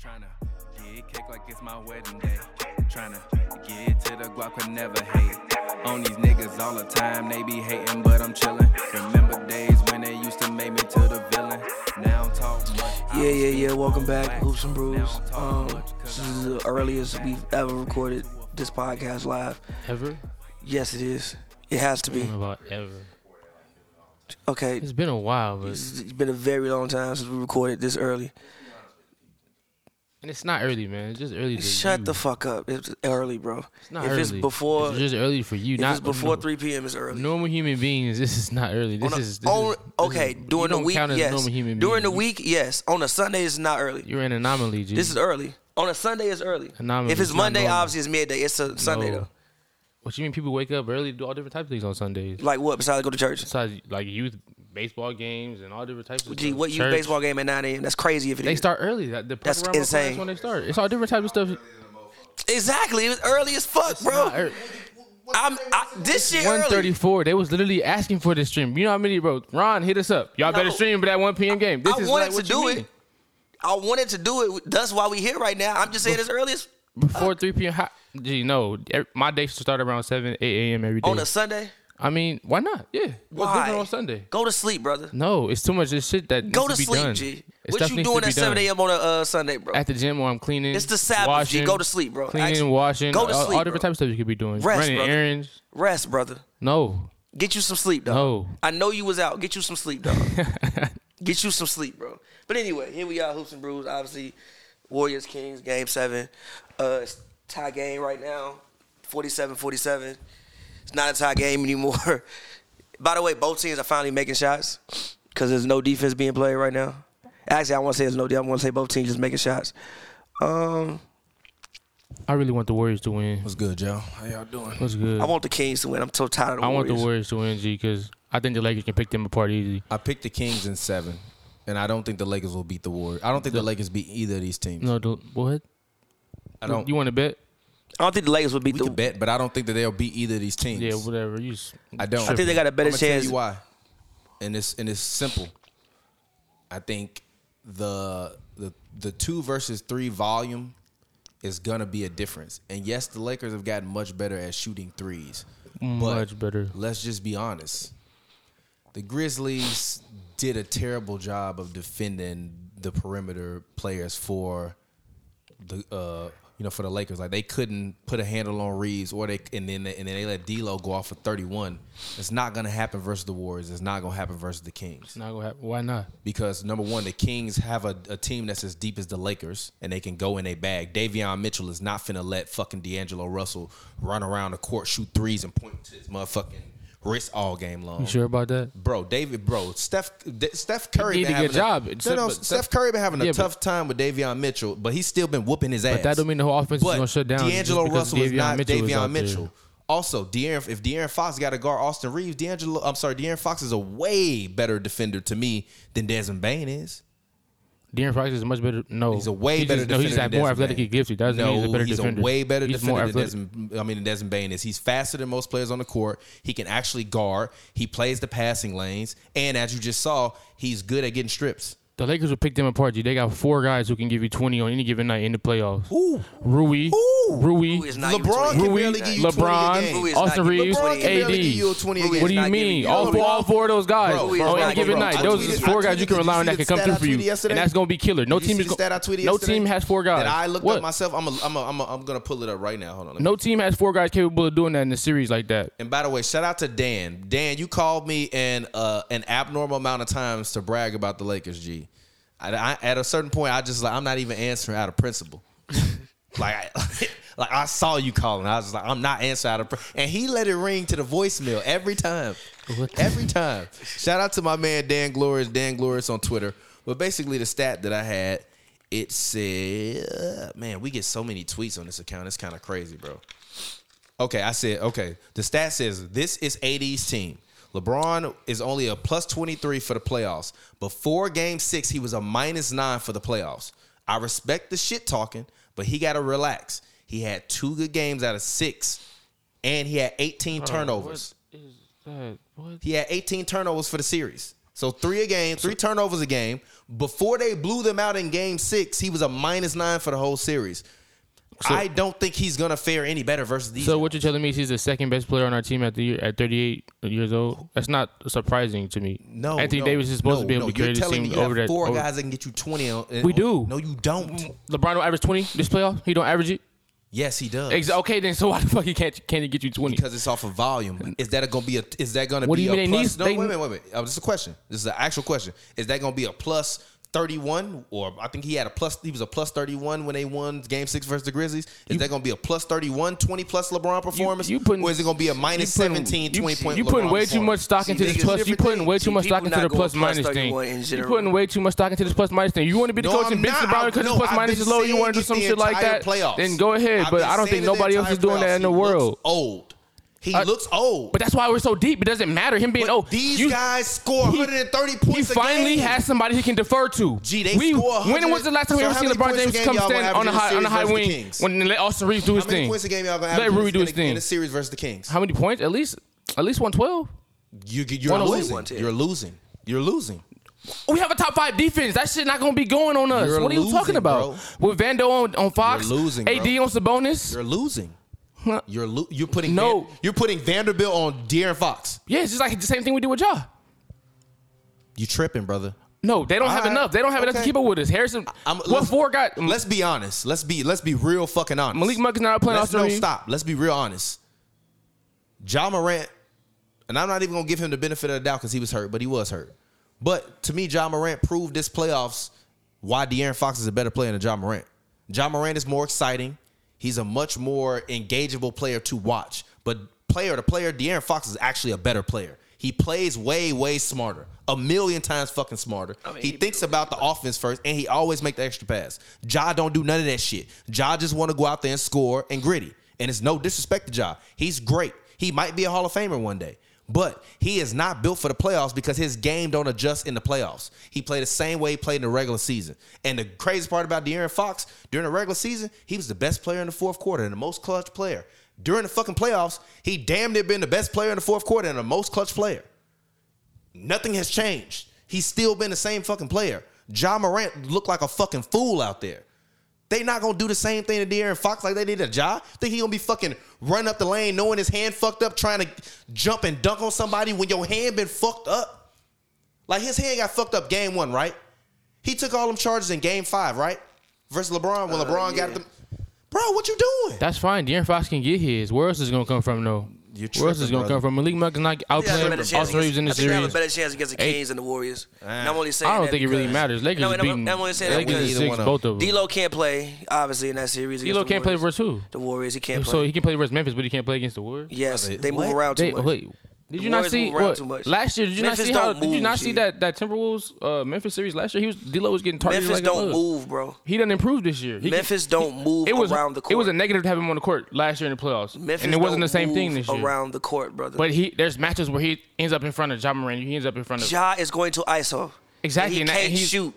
Tryna get cake like it's my wedding day. Tryna get to the guac and never hate. On these niggas all the time, they be hating, but I'm chillin'. Remember days when they used to make me to the villain. Now I'm talk much. Yeah, yeah, yeah. Welcome back, Hoops and Brews. Um, this is the earliest we've ever recorded this podcast live. Ever? Yes, it is. It has to I be. don't know about ever. Okay, It's been a while, but it's it's been a very long time since we recorded this early. and it's not early, man. It's just early. To Shut you. the fuck up. It's early, bro. It's not if early. it's before, it's just early for you. if not it's before no- 3 p.m., it's early. Normal human beings, this is not early. This On a- is this on- is- this okay, is- you during the don't week, count as a yes. normal human During the being. week, yes. On a Sunday, it's not early. You're an anomaly, G. This is early. On a Sunday, it's early. Anomaly. If it's It's not Monday, normal. obviously it's midday. It's a Sunday No. though. What you mean? People wake up early, to do all different types of things on Sundays. Like what? Besides go to church. Besides, like youth baseball games and all different types of. Gee, stuff. what you Church. baseball game at 9 a.m. That's crazy if it They is. start early. That the That's program requires insane. when they start. It's all different types of stuff, Exactly. It was early as fuck, bro. Not early. I'm I, this shit One early. thirty-four. They was literally asking for this stream. You know how many, bro? Ron, hit us up. Y'all better No. stream for that one p.m. game. This I is wanted like, what to you do mean. it. I wanted to do it. That's why we here right now. I'm just saying it's early as before three p.m. How, gee, no. Every- My day should start around seven, eight a.m. every day. on a Sunday. I mean, why not? Yeah. What's Why? different on Sunday? Go to sleep, brother. No, it's too much. This shit that Go to needs to, sleep, be done. G. It's What stuff you needs to doing be at 7 done. a.m. on a uh, Sunday, bro? At the gym while I'm cleaning. It's the Sabbath, G. washing, Go to sleep, bro. Cleaning, Actually, washing. go to all, sleep, all different bro. types of stuff you could be doing. Rest, Running brother. errands. Rest, brother. No. Get you some sleep, dog. No. I know you was out. Get you some sleep, dog. Get you some sleep, bro. But anyway, here we are, hoops and brews. Obviously, Warriors Kings game seven. Uh, it's tie game right now, 47-47. It's not a tie game anymore. By the way, both teams are finally making shots because there's no defense being played right now. Actually, I want to say there's no. I want to say both teams just making shots. Um, I really want the Warriors to win. What's good, Joe? How y'all doing? What's good? I want the Kings to win. I'm so tired of the I want Warriors. the Warriors to win, G, because I think the Lakers can pick them apart easy. I picked the Kings in seven, and I don't think the Lakers will beat the Warriors. I don't think the Lakers beat either of these teams. No, the, what? I don't. You want to bet? I don't think the Lakers would beat we the. can bet, but I don't think that they'll beat either of these teams. Yeah, whatever. You. s- I don't. I think they got a better I'ma chance. Tell you why, and it's and it's simple. I think the the the two versus three volume is gonna be a difference. And yes, the Lakers have gotten much better at shooting threes. Much better. Let's just be honest. The Grizzlies did a terrible job of defending the perimeter players for the uh you know for the Lakers. Like they couldn't put a handle on Reeves or they and then and then they let D'Lo go off for 31. It's not gonna happen versus the Warriors. It's not gonna happen versus the Kings Not gonna happen. Why not? because number one, the Kings have a, a team that's as deep as the Lakers, and they can go in a bag. Davion Mitchell is not finna let fucking D'Angelo Russell run around the court, shoot threes, and point to his motherfucking wrist all game long. You sure about that? Bro, David, bro, Steph, D- Steph Curry He did been a good having job, No, except- no, but- Steph Curry been having a Yeah, but- tough time with Davion Mitchell, but he's still been whooping his ass. that don't mean the whole offense is But gonna shut down D'Angelo just because Russell is Davion not Mitchell is Davion out there. Mitchell. Also, De'Aaron, if De'Aaron Fox got to guard Austin Reeves, D'Angelo, I'm sorry, De'Aaron Fox is a way better defender to me than Desmond Bain is. De'Aaron Fox is much better. No, He's a way He's better just- defender. No, he's than just more Desmond athletically Bane. gifted. That doesn't no, mean he's a better he's defender. a way better he's defender more than athletic. Desmond. I mean, than Desmond Bain is. He's faster than most players on the court. He can actually guard. He plays the passing lanes, and as you just saw, he's good at getting strips. The Lakers will pick them apart. G. They got four guys who can give you twenty on any given night in the playoffs. Ooh, Rui, Ooh. Rui. Who is not even LeBron 20. can Rui, barely give you 20 a LeBron, game. Rui is not Austin giving you Reeves, 20 LeBron can barely give you a AD. 20 a Rui game. is What do you not giving mean? you- All Bro, four, all four of those guys Bro, Rui is on not any given giving you- night. I Those tweeted- is I four guys tweeted- you can did you rely on that see the can come stat through I for you, tweeted yesterday? and that's gonna be killer. No Did you team see is the go- stat I tweeted no yesterday? team has four guys. That I looked What? up myself. I'm a, I'm a, I'm a, I'm gonna pull it up right now. Hold on. let me- No team has four guys capable of doing that in a series like that. And by the way, shout out to Dan. Dan, you called me in uh, an abnormal amount of times to brag about the Lakers. G, I, I, at a certain point, I just like I'm not even answering out of principle. like, I, like I saw you calling, I was just like, I'm not answering out of. Pr-. And he let it ring to the voicemail every time, every time. Shout out to my man Dan Glorious, Dan Glorious on Twitter. But basically, the stat that I had, it said, man, we get so many tweets on this account. It's kind of crazy, bro. Okay, I said, okay. The stat says this is 80's team. LeBron is only a plus 23 for the playoffs. Before game six, he was a minus nine for the playoffs. I respect the shit talking, but he got to relax. He had two good games out of six, and he had 18 turnovers. What is that? What? He had 18 turnovers for the series. So three a game, three turnovers a game. Before they blew them out in game six, he was a minus nine for the whole series. I don't think he's gonna fare any better versus these. So what you're telling me is he's the second best player on our team at the year, at 38 years old? That's not surprising to me. no, Anthony no, Davis is supposed no, to be able no. to carry You're this telling team me you over that. have four over- guys that can get you twenty. on- We do. No, you don't. LeBron don't average 20 this playoff. He don't average it. Yes, he does. Ex- Okay, then so why the fuck he can't can he get you 20? because it's off of volume. Is that gonna be a? Is that gonna What do be you a mean they plus? need- no, they- wait a minute, wait a minute. Uh, this is a question. This is an actual question. Is that gonna be a plus thirty-one? Or I think he had a plus. He was a plus thirty-one when they won Game Six versus the Grizzlies. Is that gonna be a plus 31, 20 plus LeBron performance? you putting- or is it gonna be a minus You putting- 17, you- 20 point? You putting LeBron way too much performance? stock into See, this niggas plus. You different putting way things. too much See, stock people into the not going plus plus minus thing. 31 in You general. putting way too much stock into this plus minus thing. You want to be the No, coach I'm and bitch not. LeBron because No, his plus I've minus been is low. You saying want to do it some the shit like entire that? Playoffs. Then go ahead. I've But been I don't saying think it the nobody else entire is doing playoffs. that in the He looks world. Old. He Uh, looks old. But that's why we're so deep. It doesn't matter him being But old. these You- guys score he- 130 He points. finally a game. has somebody he can defer to. Gee, they we, score When 100 was the last time we So ever how seen many LeBron points a James game come y'all gonna stand average on a in the high on a series high versus the wing Kings? when they let Austin Reeves do his How many thing? points a game y'all gonna Let have Rui do his in thing. the series versus the Kings? How many points? At least at least one twelve. You, you're 108. losing. You're losing. You're losing. We have a top five defense. That shit not gonna be going on us. You're what are you losing, talking about? With Vando on, on Fox, You're losing, AD bro. on Sabonis. You're losing. Huh. You're lo- you're putting No. Van- you're putting Vanderbilt on De'Aaron Fox. Yeah, it's just like the same thing we do with y'all. You tripping, brother? No, they don't have All right. enough. They don't have enough to Okay. keep up with us. Harrison, I'm- what let's- four got? Let's be honest. Let's be let's be real fucking honest. Malik Monk is not playing. Let's, Austin no, Reeves. stop. Let's be real honest. John Morant, and I'm not even gonna give him the benefit of the doubt because he was hurt, but he was hurt. But to me, John Morant proved this playoffs why De'Aaron Fox is a better player than John Morant. John Morant is more exciting. He's a much more engageable player to watch. But player to player, De'Aaron Fox is actually a better player. He plays way, way smarter. A million times fucking smarter. mean, he he- thinks about the offense first, and he always make the extra pass. Ja don't do none of that shit. Ja just want to go out there and score and gritty. And it's no disrespect to Ja. He's great. He might be a Hall of Famer one day. But he is not built for the playoffs because his game don't adjust in the playoffs. He played the same way he played in the regular season. And the crazy part about De'Aaron Fox, during the regular season, he was the best player in the fourth quarter and the most clutch player. During the fucking playoffs, he damn near been the best player in the fourth quarter and the most clutch player. Nothing has changed. He's still been the same fucking player. John Morant looked like a fucking fool out there. They not gonna do the same thing to De'Aaron Fox like they did to Ja. Think he gonna be fucking running up the lane, knowing his hand fucked up, trying to jump and dunk on somebody when your hand been fucked up. Like his hand got fucked up game one, right? He took all them charges in game five, right? Versus LeBron when LeBron yeah. got them. Bro, what you doing? That's fine. De'Aaron Fox can get his. Where else is it gonna come from though? You're Where else is it gonna tripping, come brother. from? Malik Monk is not I think they have a outplaying better chance Austin Reeves in the against- I think they have series. a better chance against the Eight. Kings and the Warriors. And I'm only saying I don't that think it really because- matters. Lakers no, and I'm, beating. I'm only saying that Lakers is because Either six. one of Both of them. D'Lo can't play obviously in that series. against D'Lo the can't play Warriors. versus who? The Warriors. He can't So play. he can play versus Memphis, but he can't play against the Warriors. yes, Brother, they move what? around too They- much. wait, did The you not Warriors see move around what- too much. last year? Did you Memphis not see how? don't Did you move, not see G. that that Timberwolves uh, Memphis series last year? He was D'Lo was getting targeted Memphis like a don't bug. move, bro. He done improved this year. He can- Memphis don't move it was around the court. It was a negative to have him on the court last year in the playoffs, Memphis and it wasn't don't the same thing move this year. around the court, brother. But he there's matches where he ends up in front of John Moran. He ends up in front of. Ja is going to ISO. Exactly, And and he that- can't and he's- shoot.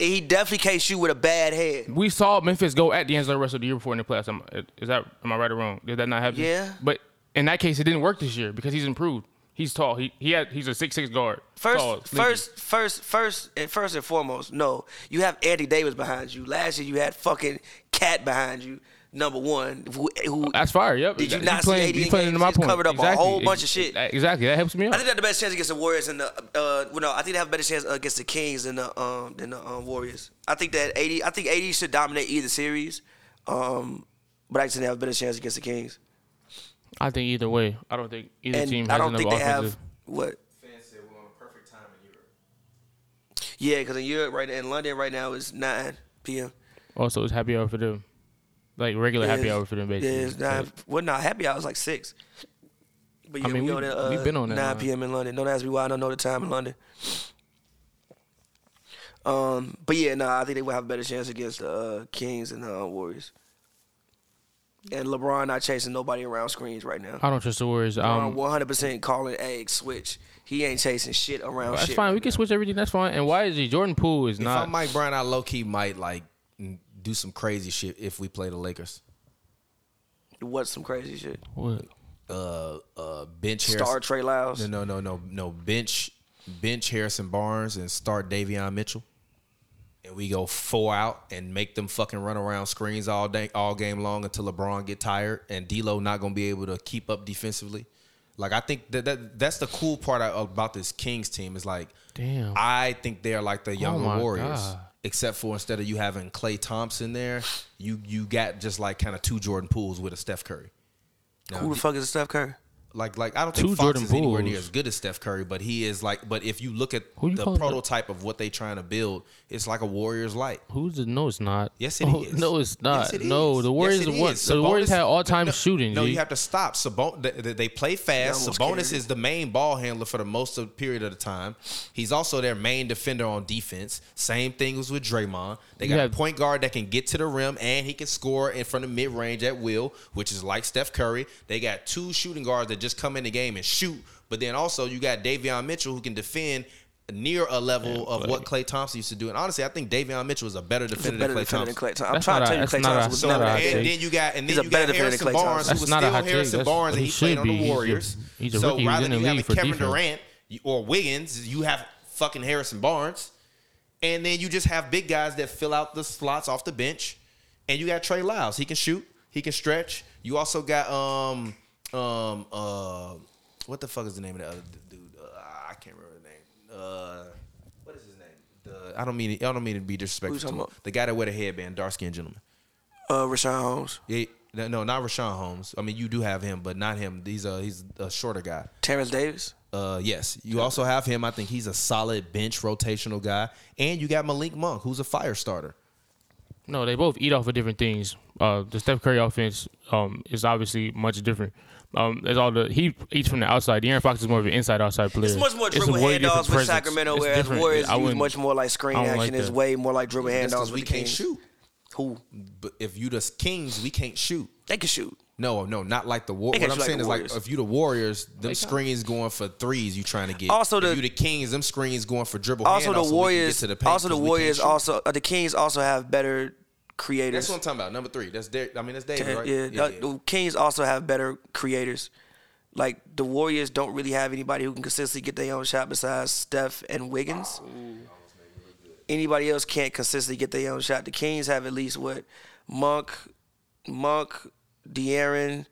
And he definitely can't shoot with a bad head. we saw Memphis go at D'Angelo Russell the year before in the playoffs. Am, is that am I right or wrong? Did that not happen? Yeah. But in that case, it didn't work this year because he's improved. He's tall. He he had he's a six six guard. First, Tall, sneaky. first, first, first, and first and foremost, no. You have Andy Davis behind you. Last year you had fucking Cat behind you. Number one, who, who That's fire. Yep. Did you He not see playing- 88 he playing games? into my He's point. covered up a Exactly. whole bunch of Ex- shit. Exactly. That helps me out. I think they have the best chance against the Warriors and the uh well, no, I think they have a better chance against the Kings than the um than the um, Warriors. I think that eighty I think eighty should dominate either series. Um but I think they have a better chance against the Kings. I think either way. I don't think either And team has I don't enough think they offensive. have what Fans said we're on a perfect time in Europe. yeah, because in Europe right now in London right now is nine PM. Also, it's happy hour for them. Like regular happy It's- hour for them, yeah, basically. it's nine well not happy hour is like six. But yeah, I mean, we, we- on at, uh, we've been on that nine line. PM in London. Don't ask me why I don't know the time in London. Um, but yeah, no, I think they will have a better chance against the uh, Kings and the uh, Warriors. And LeBron not chasing nobody around screens right now. I don't trust the Warriors. LeBron Um, 100% calling egg switch. He ain't chasing shit around that's shit. fine. We can switch everything. That's fine. And why is he Jordan Poole is If not? I'm Mike Brown, I low key might like n- do some crazy shit if we play the Lakers. What's some crazy shit? What? Uh, uh, bench hair. Star Trey Lyles. No, no, no, no, no bench bench Harrison Barnes and start Davion Mitchell, and we go four out and make them fucking run around screens all day, all game long until LeBron get tired and D'Lo not gonna be able to keep up defensively. Like I think that, that that's the cool part I- about this Kings team is like, Damn. Oh I think they're like the younger my Warriors. God. Except for instead of you having Clay Thompson there, you you got just like kind of two Jordan Pools with a Steph Curry. Now, Who the fuck is Steph Curry? like like I don't Two think Fox Jordan is anywhere Pools. near as good as Steph Curry, but he is like. But if you look at Who you the calling the- prototype of what they trying to build, it's like a Warriors light. Who's the no? It's not. Yes, it is. Oh, No, it's not. Yes, it no, is. the Warriors. Yes, it won- is. the Warriors Sabonis- had all time no, shooting. No, G. you have to stop. Sabon, they, they- they play fast. almost Sabonis carried. is the main ball handler for the most of period of the time. He's also their main defender on defense. Same thing was with Draymond. They You got have- a point guard that can get to the rim and he can score in front of mid range at will, which is like Steph Curry. They got two shooting guards that just come in the game and shoot. But then also you got Davion Mitchell who can defend. Near a level of what Clay Thompson used to do, and honestly, I think Davion Mitchell is a better He's a defender better than Clay defender Thompson. than Clay Thompson. I'm That's trying to not a- tell you, that's Clay not a- Thompson was So that's never not that a- good. and take. then you got and He's then a you better got defender than Harrison Klay Barnes, Thompson. who That's was not still our take. Harrison That's- Barnes, and he he should played on be. the He's a- Warriors. he's a so rookie. He was rather in than the you league having for Kevin defense. Durant you- or Wiggins, you have fucking Harrison Barnes, and then you just have big guys that fill out the slots off the bench, and you got Trey Lyles. He can shoot. He can stretch. You also got um um uh what the fuck is the name of the other d- dude? Uh, I can't remember the name. Uh, what is his name? The, I don't mean I don't mean to be disrespectful. you talking to him. about? The guy that wear the headband, dark skinned gentleman. Uh, Rashawn Holmes, Yeah, no, no, not Rashawn Holmes. I mean, you do have him, but not him. He's a he's a shorter guy. Terrence Davis. Uh, yes, you also have him. I think he's a solid bench rotational guy, and you got Malik Monk, who's a fire starter. No, they both eat off of different things. Uh, the Steph Curry offense um, is obviously much different. Um, there's all the he eats from the outside. De'aaron Fox is more of an inside outside player. It's much more a dribble way different handoffs with presence. Sacramento, It's whereas different. Warriors I use wouldn't- much more like screen I don't action. like It's that. way more like dribble That's handoffs. because with we the can't Kings. shoot. Who But if you the Kings, we can't shoot. they can shoot. No, no, not like the Warriors. They can't What I'm shoot like saying the is Warriors. like if you the Warriors, them screens going for threes, you trying to get. Also the- if you the Kings, them screens going for dribble. Also the handoffs so we can get Warriors. to the paint also the 'cause we can't Warriors. shoot. Also uh, the Kings also have better creators. That's what I'm talking about. Number three. That's Derek. I mean, that's David, Yeah, right? yeah, the- the Kings also have better creators. Like the Warriors don't really have anybody who can consistently get their own shot besides Steph and Wiggins. Anybody else can't consistently get their own shot. The Kings have at least what Monk, Monk, De'Aaron.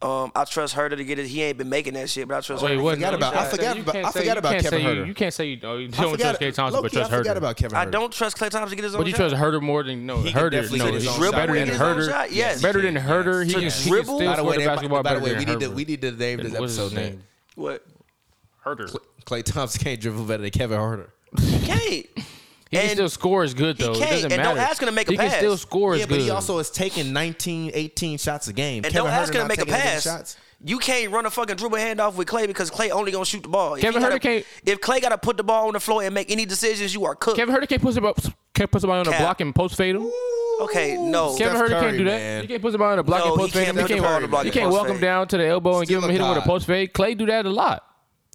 Um, I trust Herter to get it. He ain't been making that shit, but I trust. Wait, Herter. what? forgot No, about- you I forgot can't about- I say- forgot you about can't Kevin say- Herter. You can't say you, oh, you I don't trust K. Thompson, but low-key, trust I forgot Herter. about Kevin. I Herter. don't trust Clay Thompson to get his own But you shot. trust Herter more than no He can Herder. definitely No, get his he's shot. own better Dribble than and his own Herter. shot? Yes. He's better than Herter. He So can, he can still dribble? score By the way, the they- basketball by the better way, than we need to Herbert. we need to name this What's episode his name. name? What? Herder. Clay Thompson can't dribble better than Kevin Herter. He can't. He can And still score as good he though. can't, It doesn't and don't matter. ask him to make a he pass. can still score as Yeah, good. but he also is taking 19, 18 shots a game. And Kevin don't ask him Herter to not make a taking any pass. shots. You can't run a fucking dribble handoff with Clay because Clay only gonna shoot the ball. If Kevin he Herter gotta, can't- If Clay gotta put the ball on the floor and make any decisions, you are cooked. Kevin Herter can't put somebody, can't put somebody on Cap. a block and post fade him. okay, no. Kevin Steph Herter Curry, can't do that. man. He can't put somebody on a block No, and he post fade can't him. He put the can't, ball on the block he and can't post walk him fade. down to the elbow and Still give him a hit him with a god. post fade. Clay do that a lot.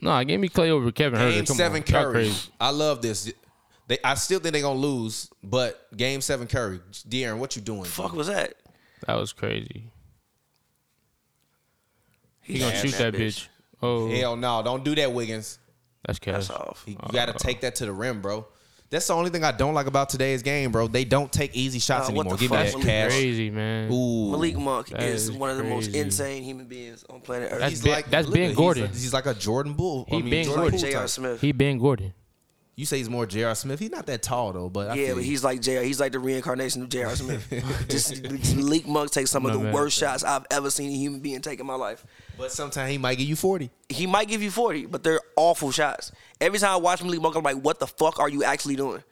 Nah, give me Clay over Kevin Herter. Game Come seven on. Y'all Curry. crazy. I love this. They, I still think they're gonna lose, but Game Seven Curry, De'Aaron, what you doing? fuck was that? That was crazy. He He gonna shoot that bitch. Oh, Hell no, don't do that, Wiggins. that's cash. That's off. You got Uh, to take that to the rim, bro. That's the only thing I don't like about today's game, bro. They don't take easy shots Uh, what anymore. the Give me fuck? that Malik cash. Crazy man. Ooh, Malik Monk That is is one of the most crazy. insane human beings on planet Earth. That's He's Ben- that's Ben look at- he's Gordon. a- He's, like a Jordan Bull. He Ben Jordan Gordon. Poole J.R. type. Smith. He Ben Gordon. You say he's more J.R. Smith. He's not that tall though, but I yeah, feel but you. he's like J.R. He's like the reincarnation of J.R. Smith. Just Malik Monk takes some of No, the man. worst shots I've ever seen a human being take in my life. But sometimes he might give you forty. He might give you 40, but they're awful shots. Every time I watch Malik Monk, I'm like, what the fuck are you actually doing?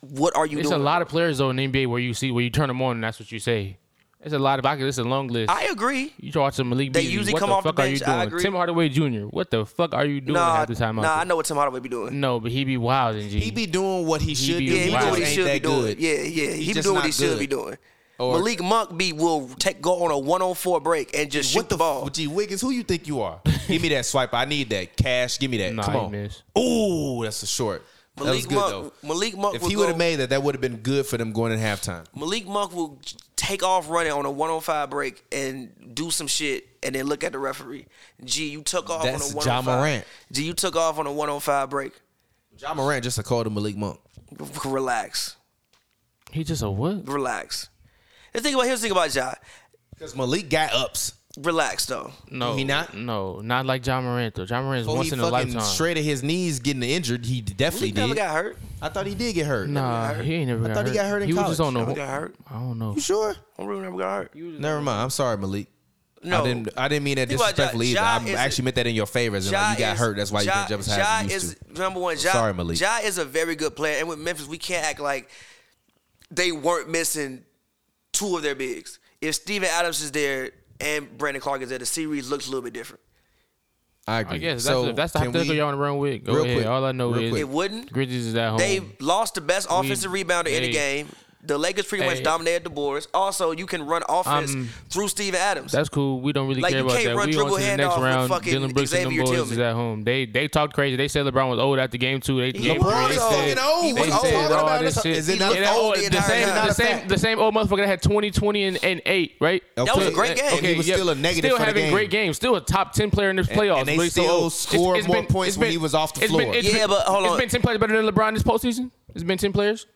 What are you It's a doing? lot of players though in the NBA where you see where you turn them on and that's what you say. It's a lot of. I could- It's a long list. I agree. You watch some Malik They Beasley. usually what come the off the fuck are you bench, I doing? agree. Tim Hardaway Jr. What the fuck are you doing Nah, half the time out nah, there? I know what Tim Hardaway be doing. No, but he be wilding, G. He be doing what he should be do. Yeah, he Wow. do what he just should be ain't that doing. good. Yeah, yeah, he He's be just doing what not he should good. be doing. Or- Malik Monk be will take go on a 104 break and just shoot What the, the ball. Gee Wiggins, who you think you are? give me that swipe. I need that cash. Give me that. Nah, Come he on. missed. Ooh, that's a short. that was Malik good Monk, though. Malik Monk If will he would have go- made that, that would have been good for them going in halftime. Malik Monk will t- take off running on a 105 break and do some shit and then look at the referee. G, you took off That's on a Ja 105. Morant. G, you took off on a 105 break. John Morant just a call to Malik Monk. Relax. He just a what? Relax. The thing about here's the thing about Ja. Because Malik got ups. Relax though. No, He not? No, not like John Morant though. John Morant is Oh, Before once he in a fucking lifetime. straight at his knees getting injured, he definitely He never did. got hurt. I thought he did get hurt. nah, he ain't never. I thought he got hurt in He was just on college. the. Never got hurt. I don't know. You sure? I'm really never got hurt. Never mind. I'm sorry, Malik. No. I didn't. I didn't mean that Think about Ja- disrespectfully Ja either. is- I actually meant that in your favor. As in, Ja like, you got is- hurt. That's why you Ja- didn't jump as Ja high as you used is, to. Number one, ja, Sorry, Malik. ja is a very good player, and with Memphis, we can't act like they weren't missing two of their bigs. If Steven Adams is there and Brandon Clark is there, the series looks a little bit different. I agree. I guess so that's, if that's the can hypothetical we- y'all want to run with. Go real ahead. quick, All I know real is quick. It wouldn't. Grizzlies is at home. They lost the best offensive rebounder in the hey. game. The Lakers pretty much Hey. dominated the boards. Also, you can run offense Um, I'm- through Steven Adams. That's cool. We don't really Like, care you about can't that. run We dribble on to the handoff next with round. fucking Dylan Brooks and Xavier them boys is Tillman. at home. They they talked crazy. They said LeBron was old at the game too. They, they, was they old. said- He was they old. said What all about this this- shit. is it Yeah, not that old old- the the entire same, time? the Not same, the same old motherfucker that had 20, 20, and, and eight, right? That was a great game. Okay, And he was yeah, still a negative Still for the having game. great games. Still a top ten player in this playoffs. and they really so still old. scored more points when he was off the it's been- floor. it's Yeah, been- but hold on. It's been ten players better than LeBron this postseason. It's been ten players.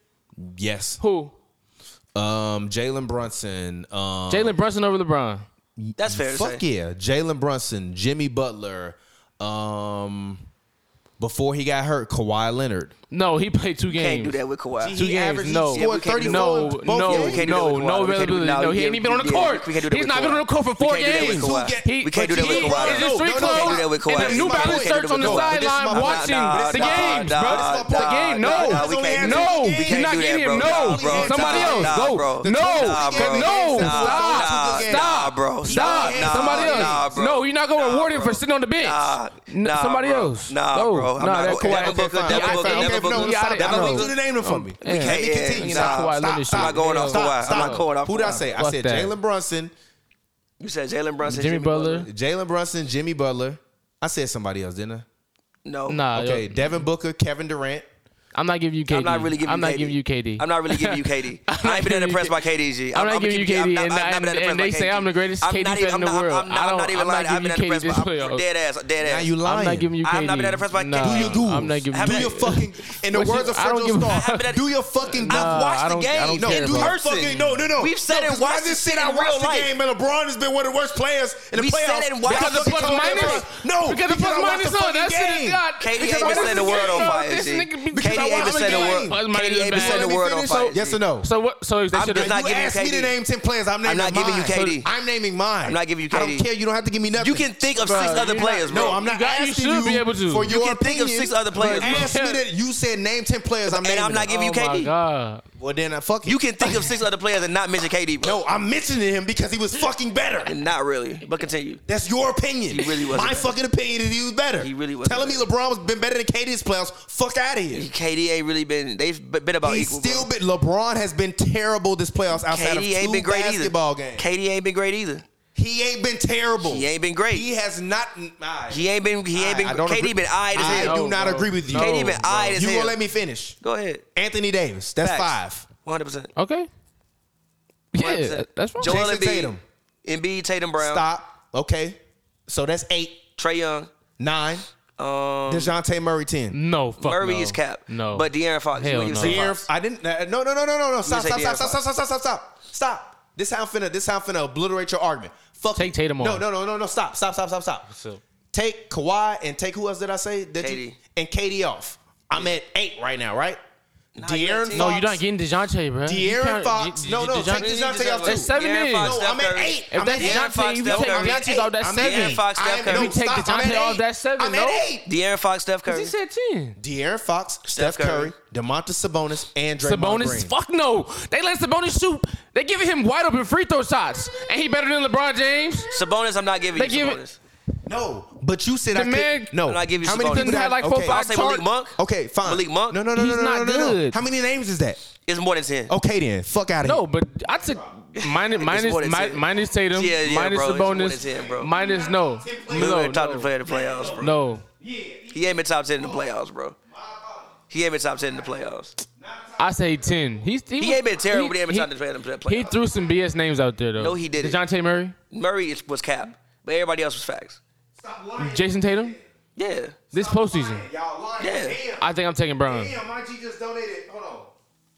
Yes. Who? Um, Jalen Brunson. Um, Jalen Brunson over LeBron. That's fair to Fuck say. yeah, Jalen Brunson, Jimmy Butler. Um, before he got hurt, Kawhi Leonard. No, he played two Can't games. do that with Kawhi. Two He games. averaged- No. he scored Yeah, we can't do 34 no, in both no, games. We can't do that no, with Kawhi. no We can't do- availability. no, No, he yeah, ain't even been we- on the yeah, court. we can't do that He's with not been Kawhi. on the court for We four can't do that with games. Kawhi. He- We can't do that with he- Kawhi. He's in street No, no, no, we can't do that clothes with and Kawhi. This is my a New Balance point. Can't do shirts that on the with Kawhi. This is my sideline point. watching Nah, the nah, nah, game, nah, bro. The nah, game, nah, no, nah, we can't do no, that. We you're can't not do getting that, him. bro. No, Nah, bro. somebody Nah, else. nah, Go, bro. no, Nah, bro. no, Nah, stop, nah, stop, nah, bro. stop. Nah, nah, somebody else. nah, bro. No, you're not going to Nah, reward him bro. for sitting on the bench. Nah, N- nah, somebody bro. else. Nah, no, bro. I'm Nah, not that okay. Kawhi. Devin Booker, fine, Devin fine, Booker, fine. Devin Okay, Booker. no, Yeah, I stop. didn't- I Devin know. Booker, the name it for me. Yeah. Let me Yeah, continue. yeah, Stop, nah, Kawhi Leonard stop, shit. stop. I'm not going off Stop, Kawhi. I'm stop. not going off Who did I Kawhi. say? I Fuck said that. Jalen Brunson, You said Jalen Brunson, Jimmy Butler. Jalen Brunson, Jimmy Butler. I said somebody else, didn't I? No, Nah, Okay, Uh, yo, Devin Booker, Kevin Durant. I'm not giving you KD. I'm not really giving. I'm you not KD. giving you KD. I'm not really giving you KD. I ain't been that impressed by KD. G. I'm not giving you keeping- KD, not and- and- been that and impressed by they say KD. I'm the greatest I'm KD not fan even- in the I'm not- I'm not- world. I I'm don't- not even I'm not lying. I've been giving you impressed by KD this I'm playoff. dead ass. Dead Now ass. you lying. I'm not giving you KD. I'm not that impressed by nah, KD. Do your duels. Um, I'm not giving do you- your fucking. In the What's words your- I don't of Fredro give a- Star, Haven't that- do your fucking. Nah, I've watched I the don't- I game. don't No, care, in do bro. your person. fucking. No, no, no. We've said and no, 'cause when watched I just this shit said I in watched real the life. game, and LeBron has been one of the worst players in the We said playoffs. and watched Y'all the fucking plus told me minus. LeBron- No, because the plus I watched minus the on fucking that shit is game. God. KD ain't because I been setting watched the game, world on bro. fire, This G. nigga be- Because KD ain't been setting I watched the the world. game. Plus minus KD is ain't been bad. setting the Let me world on finish. fire. Yes or no? So what? So they I'm should just have. not you giving you asked me KD. to name ten players. I'm naming. not giving you mine. KD. I'm naming mine. I'm not giving you I don't KD. care. You don't have to give me nothing. You can think of Bro, six other you're not- players, bro. No, I'm not You got- you asking should be able to. for You your can think of opinion. six other players, But bro. ask me that. You said name ten players. I'm And I'm naming not them. giving you Oh my KD. god. Well, then I fuck it. You can think of six other players and not mention KD, bro. No, I'm mentioning him because he was fucking better. Not really. But continue. That's your opinion. He really wasn't My better. fucking opinion is he was better. He really wasn't Telling me LeBron has been better than KD this playoffs. Fuck out of here. KD ain't really been. They've b- been about He's equal. still bro. been. LeBron has been terrible this playoffs outside KD of ain't two been great either. basketball games. KD ain't been great either. he ain't been terrible. He ain't been great. He has not. I, He ain't been. He ain't been. KD been eyed as I hell. do not No, agree with you. no, KD been eyed as You hell. gonna let me finish? Go ahead. Anthony Davis. That's Facts. five. One hundred percent. Okay. Yeah, 100%. that's fine. Joel Jason Embiid, Tatum. Embiid, Tatum Brown, Stop. Okay. So that's eight, Trey Young, nine. um, Dejounte Murray ten. No, fuck Murray no. is cap. No, but De'Aaron Fox. you Hell ain't no. gonna say De'Aaron, Fox. I didn't. uh, No, no, no, no, no, no. Stop, say stop, stop, De'Aaron stop, stop, stop, stop, stop, stop, stop. This how I'm finna. This how I'm finna obliterate your argument. Fuck. Take Tatum No, off. no, no, no, no. Stop, stop, stop, stop, stop. So- Take Kawhi and take who else did I say? That You, KD. and Katie off. I'm at eight right now, right? De'Aaron Fox. you're at no, you're not getting Dejounte, bro. You De'Aaron can't- Fox. you- No, you- no, DeJounte- take Dejounte off De'Aaron too. That's seven in. Fox, No, Steph I'm at Curry. eight. If I'm that's at eight. De'Aaron Dejounte, Fox, you Steph take Curry. Dejounte's off that I'm at seven. De'Aaron Fox, I Steph am- Curry. no, We take stop. I'm DeJounte at off eight. that seven, I'm at no? eight. De'Aaron Fox, Steph He Curry. said ten. De'Aaron Fox, Steph, Curry. Curry, DeMontis Sabonis, and Draymond Sabonis, Green. fuck no. They let Sabonis shoot. They giving him wide open free throw shots, and he better than LeBron James. Sabonis, I'm not giving They you give it- Sabonis. No, but you said The I man- could. No, And I give you how many Sabonis. people Didn't that- have, like, four, okay. five I'll say Malik Monk. Okay, fine. Malik Monk. No, no, no, He's no, no, not no, no, no. good. How many names is that? It's more than ten. Okay, then. Fuck out of No, here. but I took minus minus what it mi- said. minus Tatum, Yeah, yeah, minus bro, it's what it Sabonis, said, bro. minus no, Lillard, no, top ten no, player in the playoffs, bro. no. He ain't been top ten in the playoffs, bro. He ain't been top ten in the playoffs. I say ten. He's, he He was- ain't been terrible, but he ain't been he- trying to play in the play- He playoffs. threw some BS names out there though. No, he didn't. Dejounte Murray, Murray is- was cap, but everybody else was facts. Jason Tatum. Yeah, This postseason, Y'all lying. Yeah. Damn. I think I'm taking Brown. Damn, my G just donated. Hold on.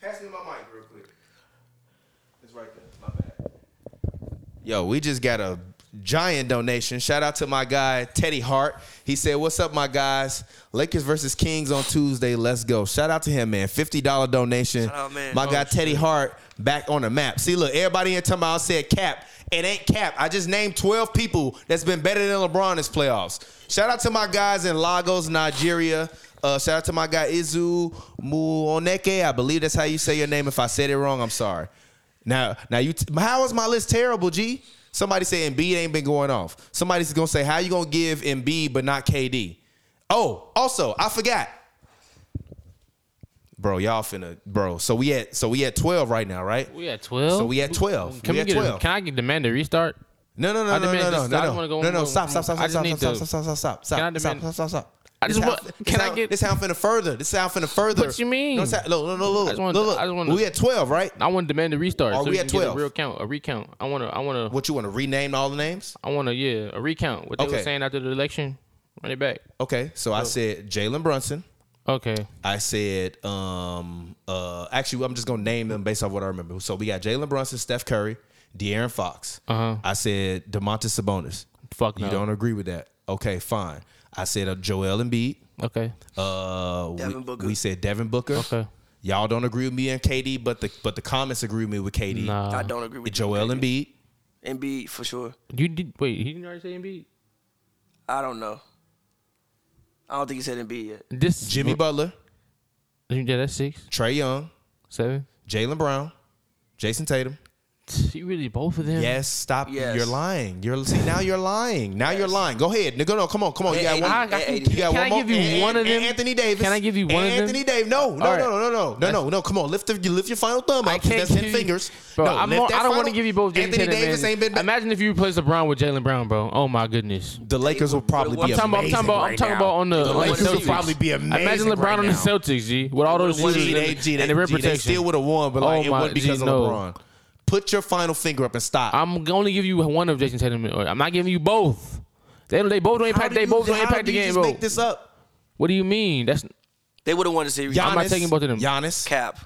Pass me my mic real quick. It's right there. My bad. Yo, we just got a giant donation. Shout out to my guy Teddy Hart. He said, "What's up, my guys? Lakers versus Kings on Tuesday. Let's go." Shout out to him, man. Fifty dollar donation. Shout out, man. My Oh, guy Teddy Hart back on the map. See, look, everybody in talking about said cap. It ain't cap. I just named twelve people that's been better than LeBron this playoffs. Shout out to my guys in Lagos, Nigeria. Uh, shout out to my guy Izu Muoneke. I believe that's how you say your name. If I said it wrong, I'm sorry. Now, now you. T- how is my list terrible, G? Somebody say Embiid ain't been going off. Somebody's gonna say how you gonna give Embiid but not KD. Oh, also I forgot, bro. Y'all finna, bro. So we at so we at twelve right now, right? We at twelve. So we at 12. Can We we, at get? 12. A, can I get demand a restart? No, no, no, I no, demand no, no, this- I no, don't no, wanna go no, on- no. go- Stop, stop, stop, I stop, just stop, need stop, to- stop, Can I stop, stop, stop, stop, demand- stop, stop, stop. I just This want- how- can this I how- get- this? How finna further? This how finna further? What you mean? No, sa- no, no, no, look, just wanna- look, I just wanna- look. We at twelve, right? I want to demand a restart. Are so we can at get 12? A real count, a recount. I want to. I want to. What you want to rename all the names? I want to. Yeah, a recount. What they were Okay. saying after the election. Run it back. Okay, so I said Jalen Brunson. Okay. I said, um, uh, actually, I'm just gonna name them based off what I remember. So we got Jalen Brunson, Steph Curry, De'Aaron Fox. Uh-huh. I said Demontis Sabonis. Fuck no. You don't agree with that? Okay, fine. I said uh, Joel Embiid. Okay. Uh, Devin we, Booker. we said Devin Booker. Okay. Y'all don't agree with me and KD, but the but the comments agree with me with KD. Nah. I don't agree with you. Joel Embiid. Embiid for sure. You did. Wait. He didn't already say Embiid. I don't know. I don't think he said Embiid yet. This Oh, Jimmy Butler, Yeah, that's six, Trey Young, seven. Jalen Brown, Jason Tatum. You really both of them? Yes, stop. Yes. You're lying. You're see now you're lying. Now you're lying. Go ahead. No, go- no, come on, come on. You Hey, got hey, one. I, I And can, Aiden. You got can one I more. give you And- one of and them? Anthony Davis. Can I give you one of them? Anthony Davis. No, no, All right. no, no, no, no, no, no, no. Come on, lift the, you lift your final thumb I up. 'cause can't That's give ten you- fingers. Bro, no, I'm lift more, that I don't want final- to give you both. Jason Anthony Tatum Davis and- ain't been. Imagine if you replaced LeBron with Jalen Brown, bro. Oh my goodness. the Lakers will probably I'm be I'm talking about. I'm amazing. talking about. I'm talking about on the. The on Lakers would will Celtics. probably be amazing. Imagine LeBron right on the now. Celtics, G, with all those shooters Gee, and, they, gee, they, and the rim gee, they protection. still would have won, but like Oh it my- wasn't because gee, of no. LeBron. Put your final finger up and stop. I'm gonna only give you one of Jason Tatum. or- I'm not giving you both. They, they both don't How impact. do They you- both don't how impact the do you game, just bro. Make this up. What do you mean? That's They would have won the series. Giannis, I'm not taking both of them. Giannis. Cap.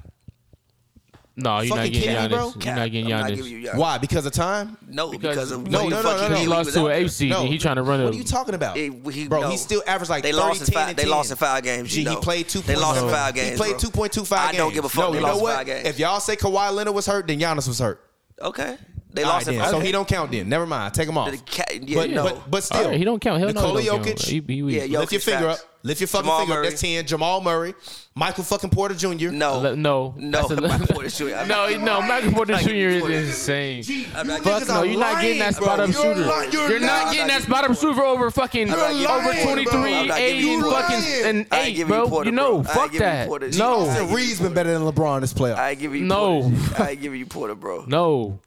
no. You're not Fucking getting kidding me, bro? Giannis. You're Cap. not getting I'm not giving Giannis. you Giannis. Why? Because of time? No, because, of No, what no, he no, fucking no, did. no. He He lost was to out an there. eighth seed. He trying to run What are you a. talking about, It- he- bro? no. He still averaged like They 30, lost in 10, five. and They 10. lost in five games. Gee, you he know. played two. They lost in no. five games. He played bro. two point two five. I don't give a fuck. No, They you lost know in what? five games. If y'all say Kawhi Leonard was hurt, then Giannis was hurt. Okay. They All right, lost in then. five. So he games. don't count then. Never mind. Take him off. The cat- yeah, but, no. but but All still, right, Oh, he don't count. Hell no, Nikola he don't count. Jokic. He, he, Yeah, yo- Lift your Jokic, finger facts. up. Lift your fucking Jamal finger Murray. up. That's ten. Jamal Murray, Michael fucking Porter Jr. No. Le- no, No. That's a- Michael Porter Jr. I'm no, not- he- no. Michael Porter I'm Jr. not is giving you insane. I'm not Fuck no, you're not getting that spot up shooter. You're, not not, getting that giving spot up shooter over fucking I'm not giving over you Porter, twenty bro. three, I'm not giving eight, you and Porter. fucking and I ain't eight, giving you bro. Porter, You know, bro. I ain't giving fuck you that. Porter. No, Austin Reed's been better than LeBron this playoff. I give you No. Porter. I give you Porter, bro. no.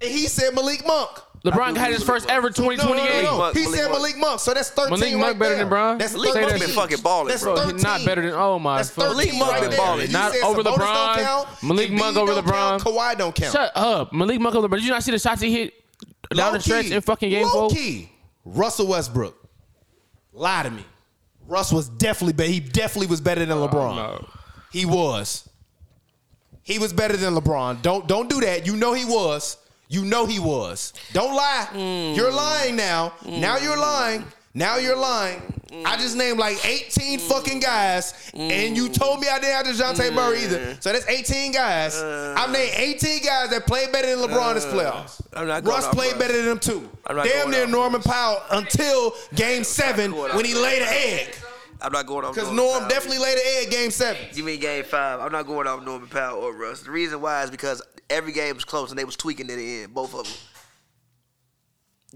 and he said Malik Monk. LeBron do had believe his first LeBron. ever twenty No, no, twenty no, no, game. no. Malik He Monk, said Malik Malik Monk, so that's thirteen. Malik right Monk better there. than Bron? That's Malik thirteen. Monk been fucking balling, That's bro. Bro, he's not 13. better than oh my. That's fuck. 13 Malik Monk right been there. balling. You Not said over Sabonis LeBron. Don't count, Malik Embiid Monk over don't count, LeBron. Kawhi don't count. Shut up, Malik Monk. LeBron. Did you not see the shots he hit down the Low-key, stretch in fucking game four? low-key, Russell Westbrook. Lie to me. Russ was definitely better. He definitely was better than LeBron. no. He was. He was better than LeBron. Don't don't do that. You know he was. You know he was. Don't lie. You're lying now. Now you're lying. Now you're lying. I just named like 18 fucking guys, and you told me I didn't have DeJounte Mm. Murray either. So that's 18 guys. Uh. I've named 18 guys that played better than LeBron this playoffs. I'm not going Russ off played Russ. better than them too. I'm not Damn going near off Norman Powell until game seven going when he off laid an egg. I'm not going off. Because Norman Norm Powell. definitely laid an egg game seven. You mean game five? I'm not going off Norman Powell or Russ. The reason why is because every game was close and they was tweaking at the end, both of them.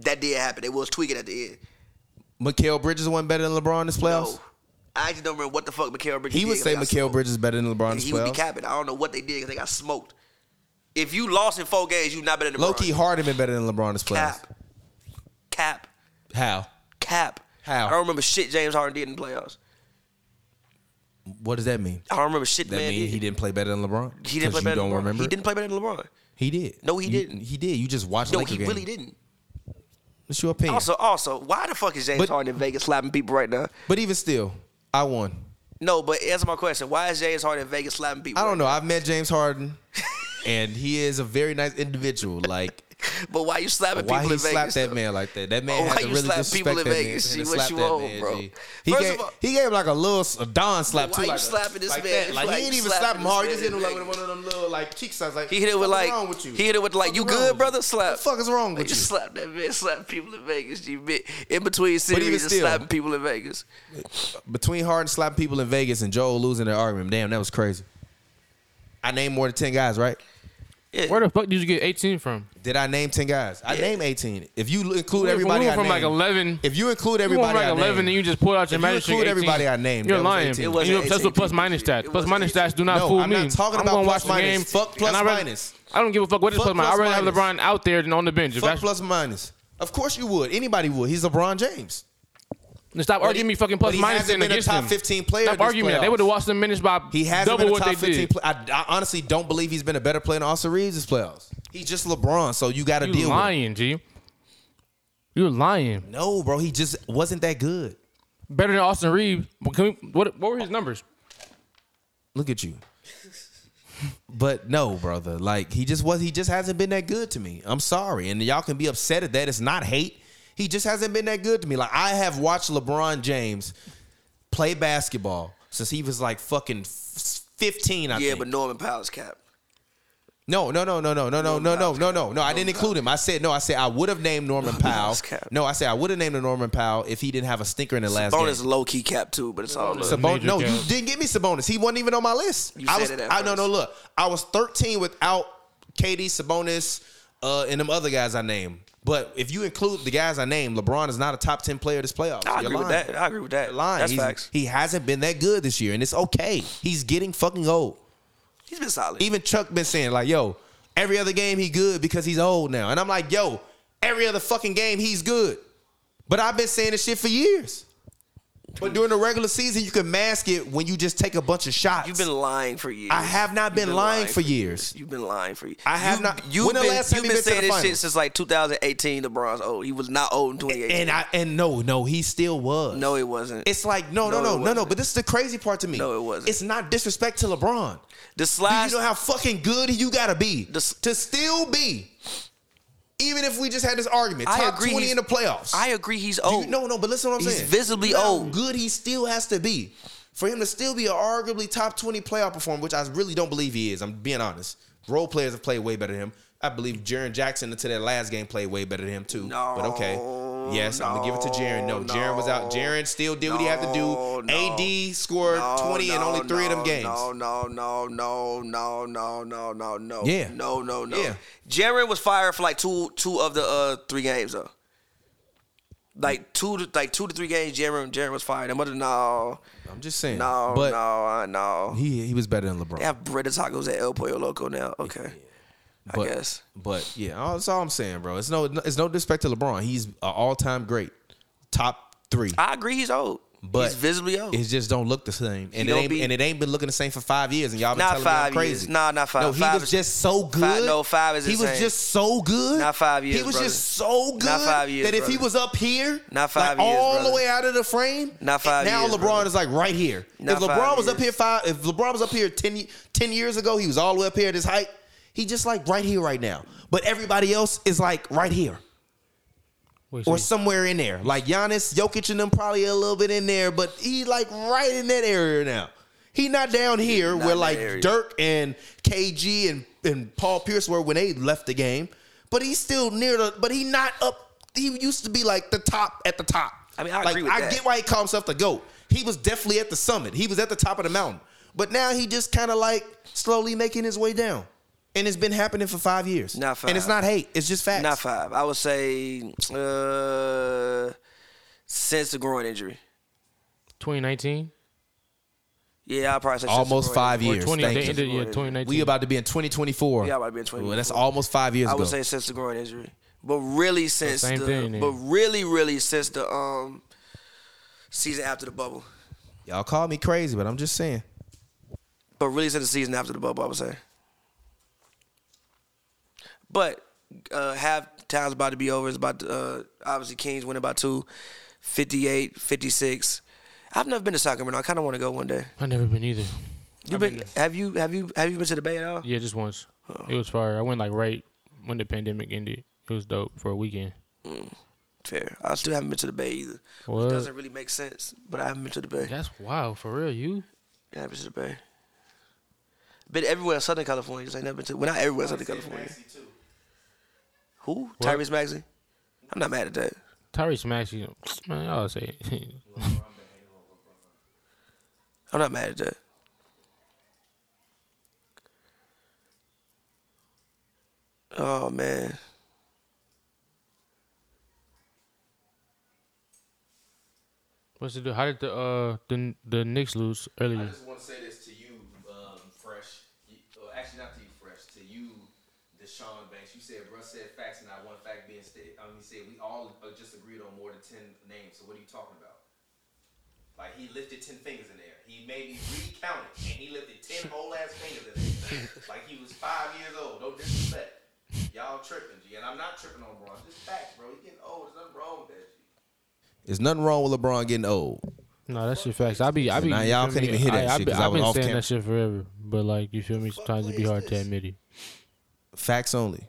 That did happen. They was tweaking at the end. Mikael Bridges wasn't better than LeBron this playoffs. No, I actually don't remember what the fuck Mikael Bridges. He would did, say got Mikael smoked. Bridges better than LeBron And this He would be playoffs. capping. I don't know what they did because they got smoked. If you lost in four games, you not better than Low LeBron. key Harden been better than LeBron this playoffs. cap, cap, How? cap. How? I don't remember shit James Harden did in the playoffs. What does that mean? I don't remember shit, That man. mean he didn't play better than LeBron? He didn't 'Cause play better You than don't LeBron. remember? He didn't play better than LeBron. He did. No, he You- didn't. He did. You just watched. No, Laker he game. really didn't. It's your opinion. Also, also, why the fuck is James But- Harden in Vegas slapping people right now? but even still, I won. No, but answer my question. Why is James Harden in Vegas slapping people? I don't right know. I've met James Harden, and he is a very nice individual. Like now? But why you slapping why he people in Vegas? slapped that though? man like that? That man Oh, had why to you really slap disrespect people in that man Vegas? and Gee, to what slap you that on, man, bro? Gee. He First gave, of all- he gave him like a little a Don slap Why too. you like a- slapping this like man? That. It's Like, like he you didn't even slapping slap him hard. He this just hit man him like in with one of them little like cheek slaps. Like He hit it with "Fuck like wrong with you? he hit it with like Fuck you wrong with good, brother. Slap. The fuck is wrong Like, with you you? slap that man, slap people in Vegas. G bit in between series and still- slapping people in Vegas. Between Harden slapping people in Vegas and Joel losing their argument, damn, that was crazy. I named more than ten guys, right? Yeah. Where the fuck did you get 18 from? Did I name ten guys? I Yeah. named eighteen. If you include We went everybody, I from like named- 11. If you include You everybody, went like I 11 named- and you just pulled out your If you magic. include 18. everybody I named, You're that was lying. 18. It You wasn't know, That's 18 what plus people. minus stats. It Plus wasn't minus 18. stats do not No, fool I'm me. not talking about gonna plus watch the minus. game. Fuck plus And I rather- minus. I don't give a fuck what is Fuck plus minus. plus I'd rather have minus. LeBron out there than on the bench. If Fuck that's- plus or minus. Of course you would. Anybody would. He's LeBron James. then Stop arguing me fucking plus but he minus hasn't and been a against top him. 15 player Stop this arguing that. They playoffs. would have watched the minutes by He hasn't double been a what top they 15 did. player. I, I honestly don't believe he's been a better player than Austin Reeves this playoffs. He's just LeBron, so you got to You deal with lying, G. You're lying. it. No, bro, he just wasn't that good. Better than Austin Reeves. What Can we, what, what were his numbers? Look at you. But no, brother. Like he just was he just hasn't been that good to me. I'm sorry. And y'all can be upset at that. It's not hate. He just hasn't been that good to me. Like I have watched LeBron James play basketball since he was like fucking f- 15, I Yeah, think. but Norman Powell's cap. No, no, no, no, no, no, no, no, no, no, no, no. I didn't include him. I said no. I said I would have named Norman Powell. Powell's cap. No, I said I would have named him Norman Powell if he didn't have a stinker in the last Bonus game. low key cap too, but it's all love. Sabonis, Major no, cap. you didn't give me Sabonis. He wasn't even on my list. You I said was. it at I no, first. no. Look, I was 13 without KD, Sabonis, uh, and them other guys I named. But if you include the guys I named, LeBron is not a top 10 player this playoff. I You're agree with lying. that. I agree with that. You're lying. That's He's- facts. He hasn't been that good this year, and it's okay. He's getting fucking old He's been solid. even Chuck been saying like, yo, every other game he good because he's old now, and I'm like, yo, every other fucking game he's good, but I've been saying this shit for years. But during the regular season, you can mask it when you just take a bunch of shots. You've been lying for years. I have not You've been lying for years. You've been lying for years. I have You've- not- You've When the been, last time you've you been been to saying the this shit finals? since like 2018. LeBron's old. He was not old in 2018. and I and no, no, he still was. no, he wasn't. It's like no, no, No, it no, no, no, wasn't. But this is the crazy part to me. No, it wasn't. It's not disrespect to LeBron. the Do slash. you know how fucking good you gotta be The s- to still be? Even if we just had this argument, I top agree twenty he's- in the playoffs. I agree. He's Do you- old. no, no, but listen to what I'm He's saying. visibly You know how old. Good he still has to be. For him to still be an arguably top 20 playoff performer, which I really don't believe he is. I'm being honest. Role players have played way better than him. I believe Jaron Jackson until that last game played way better than him too. No, but okay. Yes, I'm gonna give it to Jaron. No, Jaron was out. no, Jaron still did what he had to no, do. no, AD scored no, 20 in no, only three of no, them games. No, no, no, no, no, no, no, no, no. Yeah. No, no, no. Yeah. Jaron was fired for like two, two of the uh, three games though. Like two, to, like two to three games. Jaron, Jaron was fired. And mother, no, I'm just saying. no, but no, uh, no. he he was better than LeBron. They have bread and tacos at El Pollo Loco now. Okay, but, I guess. But yeah, all- that's all I'm saying, bro. It's no it's no disrespect to LeBron. He's an all time great, top three. I agree. He's old. but he's visibly old. It just don't look the same, and it don't ain't be- and it ain't been looking the same for five years. And y'all been Not telling five me I'm years. crazy. Nah, not five. No, he Five was is- just so good. no, five is He was insane. just so good. Not five years, He was brother. just so good. five years, That if he brother. was up here, Not five like, years, all the brother. way out of the frame. Not five Now years, LeBron brother. is like right here. Not if LeBron five was up years. here five, if LeBron was up here 10, ye- 10 years ago, he was all the way up here at his height. He just like right here right now. But everybody else is like right here Wait, or so- somewhere in there. Like Giannis, Jokic, and them probably a little bit in there, but he like right in that area now. He not down here not where in that like area. Dirk and KG and, and Paul Pierce were when they left the game, but he's still near the. But he not up. He used to be like the top at the top. I mean, I like, agree with I that. get why he called himself the goat. He was definitely at the summit. He was at the top of the mountain, but now he just kind of like slowly making his way down, and it's been happening for five years. Not five. And it's not hate. It's just facts. Not five. I would say uh, since the groin injury. 2019? Yeah, I probably say since the Almost groin five injury. Or years. 20, Thank they you. ended, yeah, 2019. We about to be in 2024. Yeah, about to be in 2024. Well, that's almost five years I ago. would say since the groin injury, but really since the, same thing then. but really really since the um season after the bubble. Y'all call me crazy, but I'm just saying. But release of the season after the bubble, I would say. But uh, half time's about to be over. It's about to, uh, obviously Kings winning by two, 58, 56. I've never been to Sacramento. I kind of want to go one day. I've never been either. You been? have you? Have you? Have you been to the Bay at all? Yeah, just once. It was fire. I went like right when the pandemic ended. It was dope for a weekend. Fair. I still haven't been to the Bay either. What? It doesn't really make sense, but I haven't been to the Bay. That's wild for real. You I haven't been to the Bay. Been everywhere in Southern California. Just ain't never been to. Well, not everywhere in Southern California. Who? Tyrese Maxey. I'm not mad at that. Tyrese Maxey, man, I'll say it. I'm not mad at that. Oh man. what's it do? How did the uh the the Knicks lose I earlier? just want to say this to you, um, Fresh. You, well, actually, not to you, Fresh. To you, Deshaun Banks. You said, Russ said facts, and I one fact being stated. Um, he said, we all uh, just agreed on more than 10 names. So what are you talking about? Like, he lifted 10 fingers in there. He made me recount it, and he lifted 10 whole ass fingers in there. like, he was five years old. No disrespect. Y'all tripping, G. And I'm not tripping on Braun. Just facts, bro. He getting old. There's nothing wrong with that, G. There's nothing wrong with LeBron getting old. No, that's your facts. I be, I be. Nah, you y'all feel couldn't me? even hear I, that shit I be, 'cause I I've was been off saying camera. that shit forever, but like, you feel me? Sometimes it be hard to admit it. Facts only.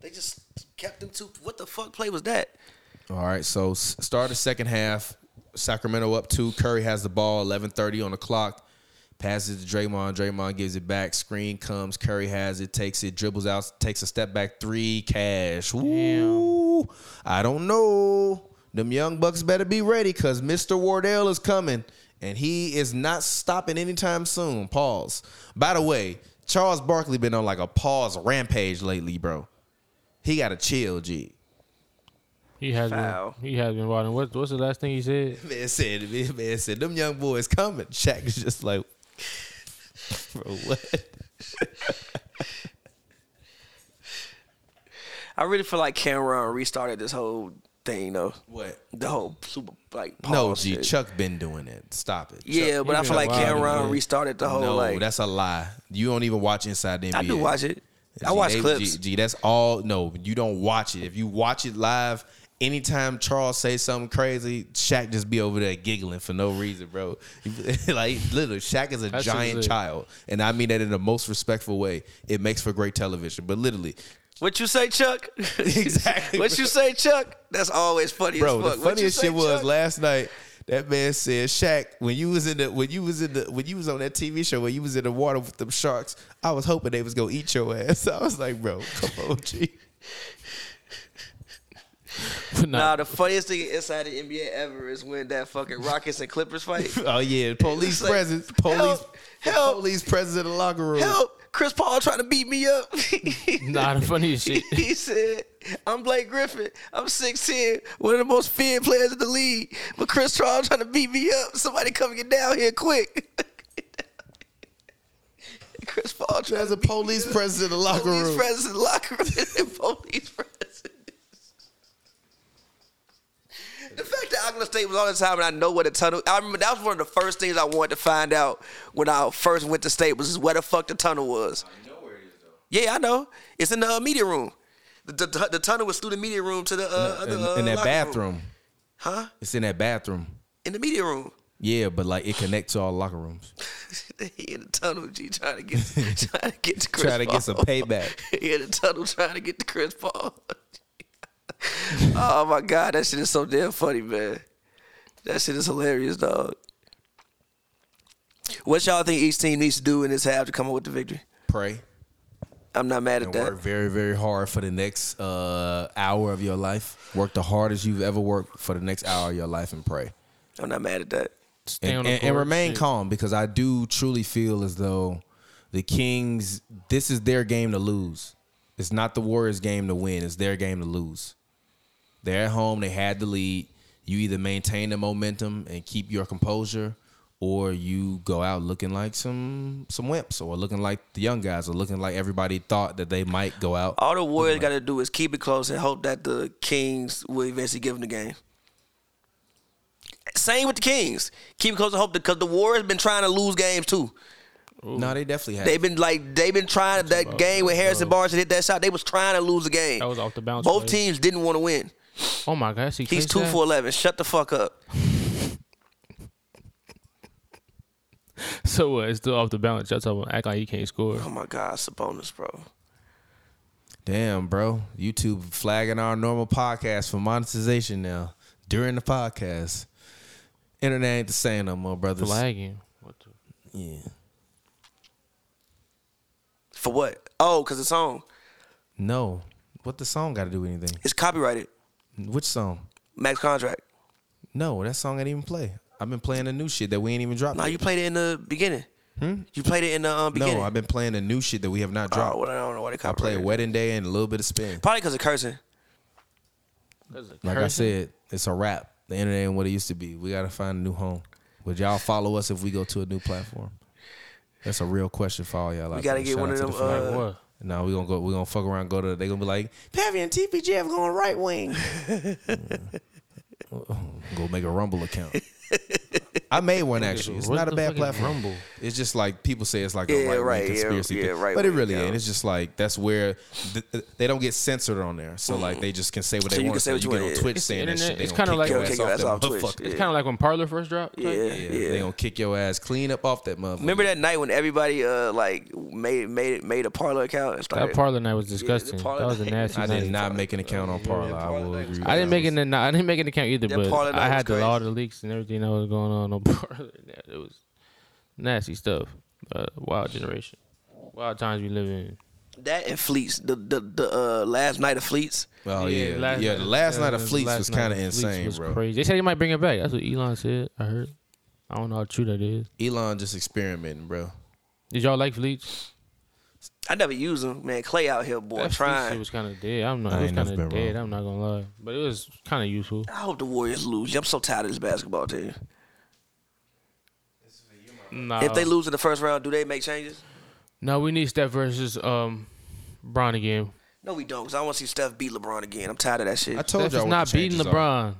They just kept them two. What the fuck play was that? All right, so s- start of second half. Sacramento up two. Curry has the ball. Eleven thirty on the clock. Passes to Draymond. Draymond gives it back. Screen comes. Curry has it. Takes it. Dribbles out. Takes a step back three. Cash. Ooh, I don't know. Them young bucks better be ready because Mr. Wardell is coming, and he is not stopping anytime soon. Pause. By the way, Charles Barkley been on like a pause rampage lately, bro. He got to chill, G. He has Foul. been, he has been wilding. What, what's the last thing he said? Man said, man, man said, them young boys coming. Shaq is just like, bro, what? I really feel like Cameron restarted this whole thing though. What? The whole super like No, pause G. Oh, shit. Chuck been doing it. Stop it. Yeah, Chuck- but he I been feel like wilding, Cameron man. restarted the whole no, like. that's a lie. You don't even watch Inside the NBA. I do watch it. I G, watch they- clips. G, G, that's all. No, you don't watch it. If you watch it live, anytime Charles say something crazy, Shaq just be over there giggling for no reason, bro. like, literally, Shaq is a That shit giant is it. child, and I mean that in the most respectful way. It makes for great television, but literally, What you say, Chuck? Exactly, what you say, Chuck? That's always funny bro. as fuck. The What you funniest say, shit was Chuck? last night. That man said, "Shaq, when you was in the when you was in the when you was on that TV show when you was in the water with them sharks, I was hoping they was gonna eat your ass." I was like, "Bro, come on, G." Nah, the funniest thing inside the NBA ever is when that fucking Rockets and Clippers fight. Oh yeah, It's police like, presence, police, help, the help. police presence in the locker room. Help! Chris Paul trying to beat me up. nah, the funniest shit. he said, "I'm Blake Griffin. I'm 6'10, one of the most feared players in the league. But Chris Paul trying to beat me up. Somebody come get down here quick." Chris Paul trying There's to a beat police me up. presence in the locker police room. presence in the locker room. police presence. The fact that Oklahoma State was on the time and I know what a tunnel. I remember that was one of the first things I wanted to find out when I first went to state was where the fuck the tunnel was. Yeah, I know. It's in the uh, media room. The, the, the tunnel was through the media room to the uh, in, the, uh, in that locker room. bathroom, huh? it's in that bathroom. In the media room. Yeah, but like it connects to all locker rooms. he in the tunnel, G, trying to get trying to get to Chris Trying to get some Paul. payback. he in the tunnel, trying to get to Chris Paul. oh my god, that shit is so damn funny, man. That shit is hilarious, dog. What y'all think each team needs to do in this half to come up with the victory? Pray I'm not mad at and that. work very, very hard for the next uh, hour of your life. Work the hardest you've ever worked for the next hour of your life and pray. I'm not mad at that. Stay on and, the and, and court, remain shit. calm because I do truly feel as though the Kings, this is their game to lose. It's not the Warriors' game to win. It's their game to lose. They're at home. They had the lead. You either maintain the momentum and keep your composure, or you go out looking like some some wimps, or looking like the young guys, or looking like everybody thought that they might go out. All the Warriors got to do is keep it close and hope that the Kings will eventually give them the game. Same with the Kings. Keep close to hope because the Warriors been trying to lose games too. No, they definitely have. They've been like they've been trying that game with Harrison Barnes that hit that shot. They was trying to lose the game. That was off the bounce Both play. teams didn't want to win. Oh my God, see, He's Chris two Dunn? for eleven. Shut the fuck up. So what? It's still off the balance. Y'all talking about act like he can't score. Oh my God, Sabonis, bro. Damn, bro. YouTube flagging our normal podcast for monetization now during the podcast. Internet ain't the same no more, brothers. Flagging. What the? Yeah. For what? Oh, cause it's on. No. What the song got to do with anything? It's copyrighted. Which song? Max contract. No, that song ain't even play. I've been playing the new shit that we ain't even dropped. No, yet. you played it in the beginning. Hmm? You played it in the um, beginning. no, I've been playing the new shit that we have not dropped. Oh, well, I don't know why they I play copyrighted. Wedding Day and a little bit of Spin. Probably because of cursing. Like I said, it's a wrap. The internet ain't what it used to be. We gotta find a new home. Would y'all follow us if we go to a new platform? That's a real question for all y'all. We gotta get one of them. Like Uh, what? No, we gonna go. We gonna fuck around. Go to. They gonna be like Pavian TPGF going right wing. go make a Rumble account. I made one actually. It's What not a the fuck bad is platform. Rumble? It's just like people say it's like Yeah, a right right, wing yeah, conspiracy, yeah, thing, right but it wing, really yeah. ain't. It's just like that's where th- they don't get censored on there. So like they just can say what So they you want. can say so what you you get want, on yeah. Twitch It's the saying that internet. shit. They It's gonna kinda like- kick your Yeah, ass kick your off ass that off Twitch, motherfucker. yeah. It's kind of like when Parlor first dropped. yeah, type? yeah. Yeah, they gonna kick your ass clean up off that motherfucker. Remember that night when everybody uh like made made made a parlor account and started. That Parlor night was disgusting. Parler that was a night. nasty I night. did not make an account on Parler. I will agree. with I didn't that. make an I didn't make an account either, That but Parler night I had was the, all crazy. the leaks and everything that was going on on Parlor. It was nasty stuff. Uh, wild generation, wild times we live in. that and Fleets, the the the uh, last night of Fleets. Oh yeah, yeah. last the last night of uh, Fleets last was night kind of of Fleets insane, was bro. Crazy. They said they might bring it back. That's what Elon said. I heard. I don't know how true that is. Elon just experimenting, bro. Did y'all like Fleets? I never used them, man. Clay out here, boy, That Fleets shit trying. was kind of dead. I'm not. I it was ain't never kind of been dead. wrong. I'm not gonna lie, but it was kind of useful. I hope the Warriors lose. I'm so tired of this basketball team. Nah. if they lose in the first round, do they make changes? no, we need Steph versus um, Bron again. No, we don't. Cause I want to see Steph beat LeBron again. I'm tired of that shit. I told Steph y'all is what not the beating changes are. LeBron.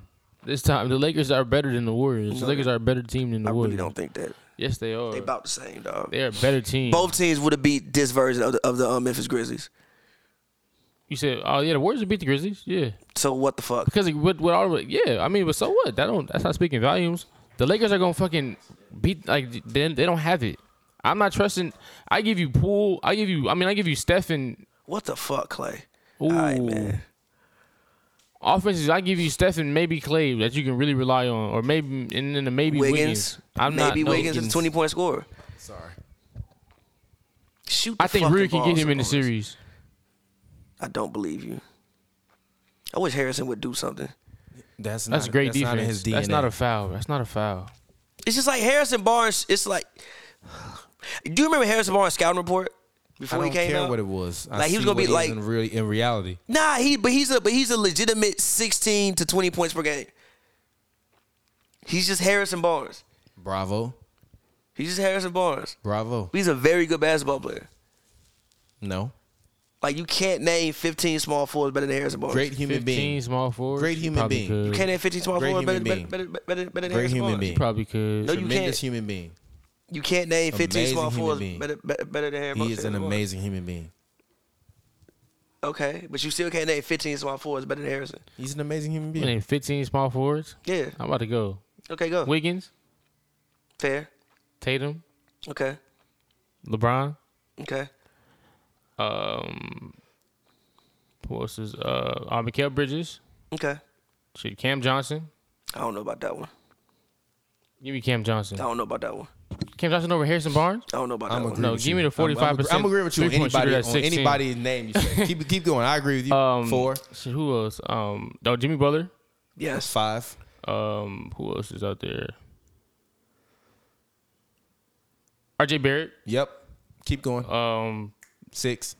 This time, the Lakers are better than the Warriors. No, the Lakers they- are a better team than the I Warriors. really don't think that Yes, they are. they They, about the same, dog. are a better team. Both teams would have beat this version of the, of the um, Memphis Grizzlies. You said, oh yeah, the Warriors beat the Grizzlies. Yeah, So what the fuck? because with, with all, yeah, I mean, but so what? That don't. That's not speaking volumes. The Lakers are gonna fucking beat like then they don't have it. I'm not trusting. I give you Poole. I give you. I mean, I give you Steph and What the fuck, Clay? Ooh. right, man. Offenses, I give you Steph and maybe Clay that you can really rely on, or maybe and then the maybe Wiggins. Wiggins. I'm not maybe no, Wiggins is a 20 point scorer. Sorry. Shoot. I the think fucking Rui can balls, get him in the Sabonis. series. I don't believe you. I wish Harrison would do something. That's That's not, great that's defense. Not in his DNA. That's not a foul. That's not a foul. It's just like Harrison Barnes. It's like, do you remember Harrison Barnes' scouting report I before don't he came care out? what it was. I Like, he was see gonna be what like- is in really in reality. Nah, he but he's a but he's a legitimate 16 to 20 points per game. He's just Harrison Barnes. Bravo, He's just Harrison Barnes. bravo. He's a very good basketball player. No, Like you can't name 15 small forwards better than Harrison Barnes. great human 15 being. small forwards. Great you human probably being. Could. You can't name 15 small Great forwards better, human better, being. better, better, better than Great Harrison human Barnes. being. Probably could. No, you Tremendous can't. human being. You can't name 15 Amazing small human forwards being. better, better, better than Harrison He Barnes. is an amazing human being. Okay, but you still can't name 15 small forwards better than Harrison. He's an amazing human You being. name 15 small forwards. Yeah. I'm about to go. Okay, go. Wiggins, Fair. Tatum, Okay. LeBron. Okay. Um, who else is uh? uh Mikael Bridges. Okay. Shit, Cam Johnson. I don't know about that one. Give me Cam Johnson. I don't know about that one. Cam Johnson over Harrison Barnes. I don't know about I'm that agree one. No, with give you. me the I'm- 45% I'm, agree with you. on three-point shooter Anybody at on 16. anybody's name you say. keep keep going. I agree with you. Um, Four, Shit, who else? Um, oh, Jimmy Butler. Yes. five. Um, who else is out there? R.J. Barrett. Yep. Keep going. Um, Six.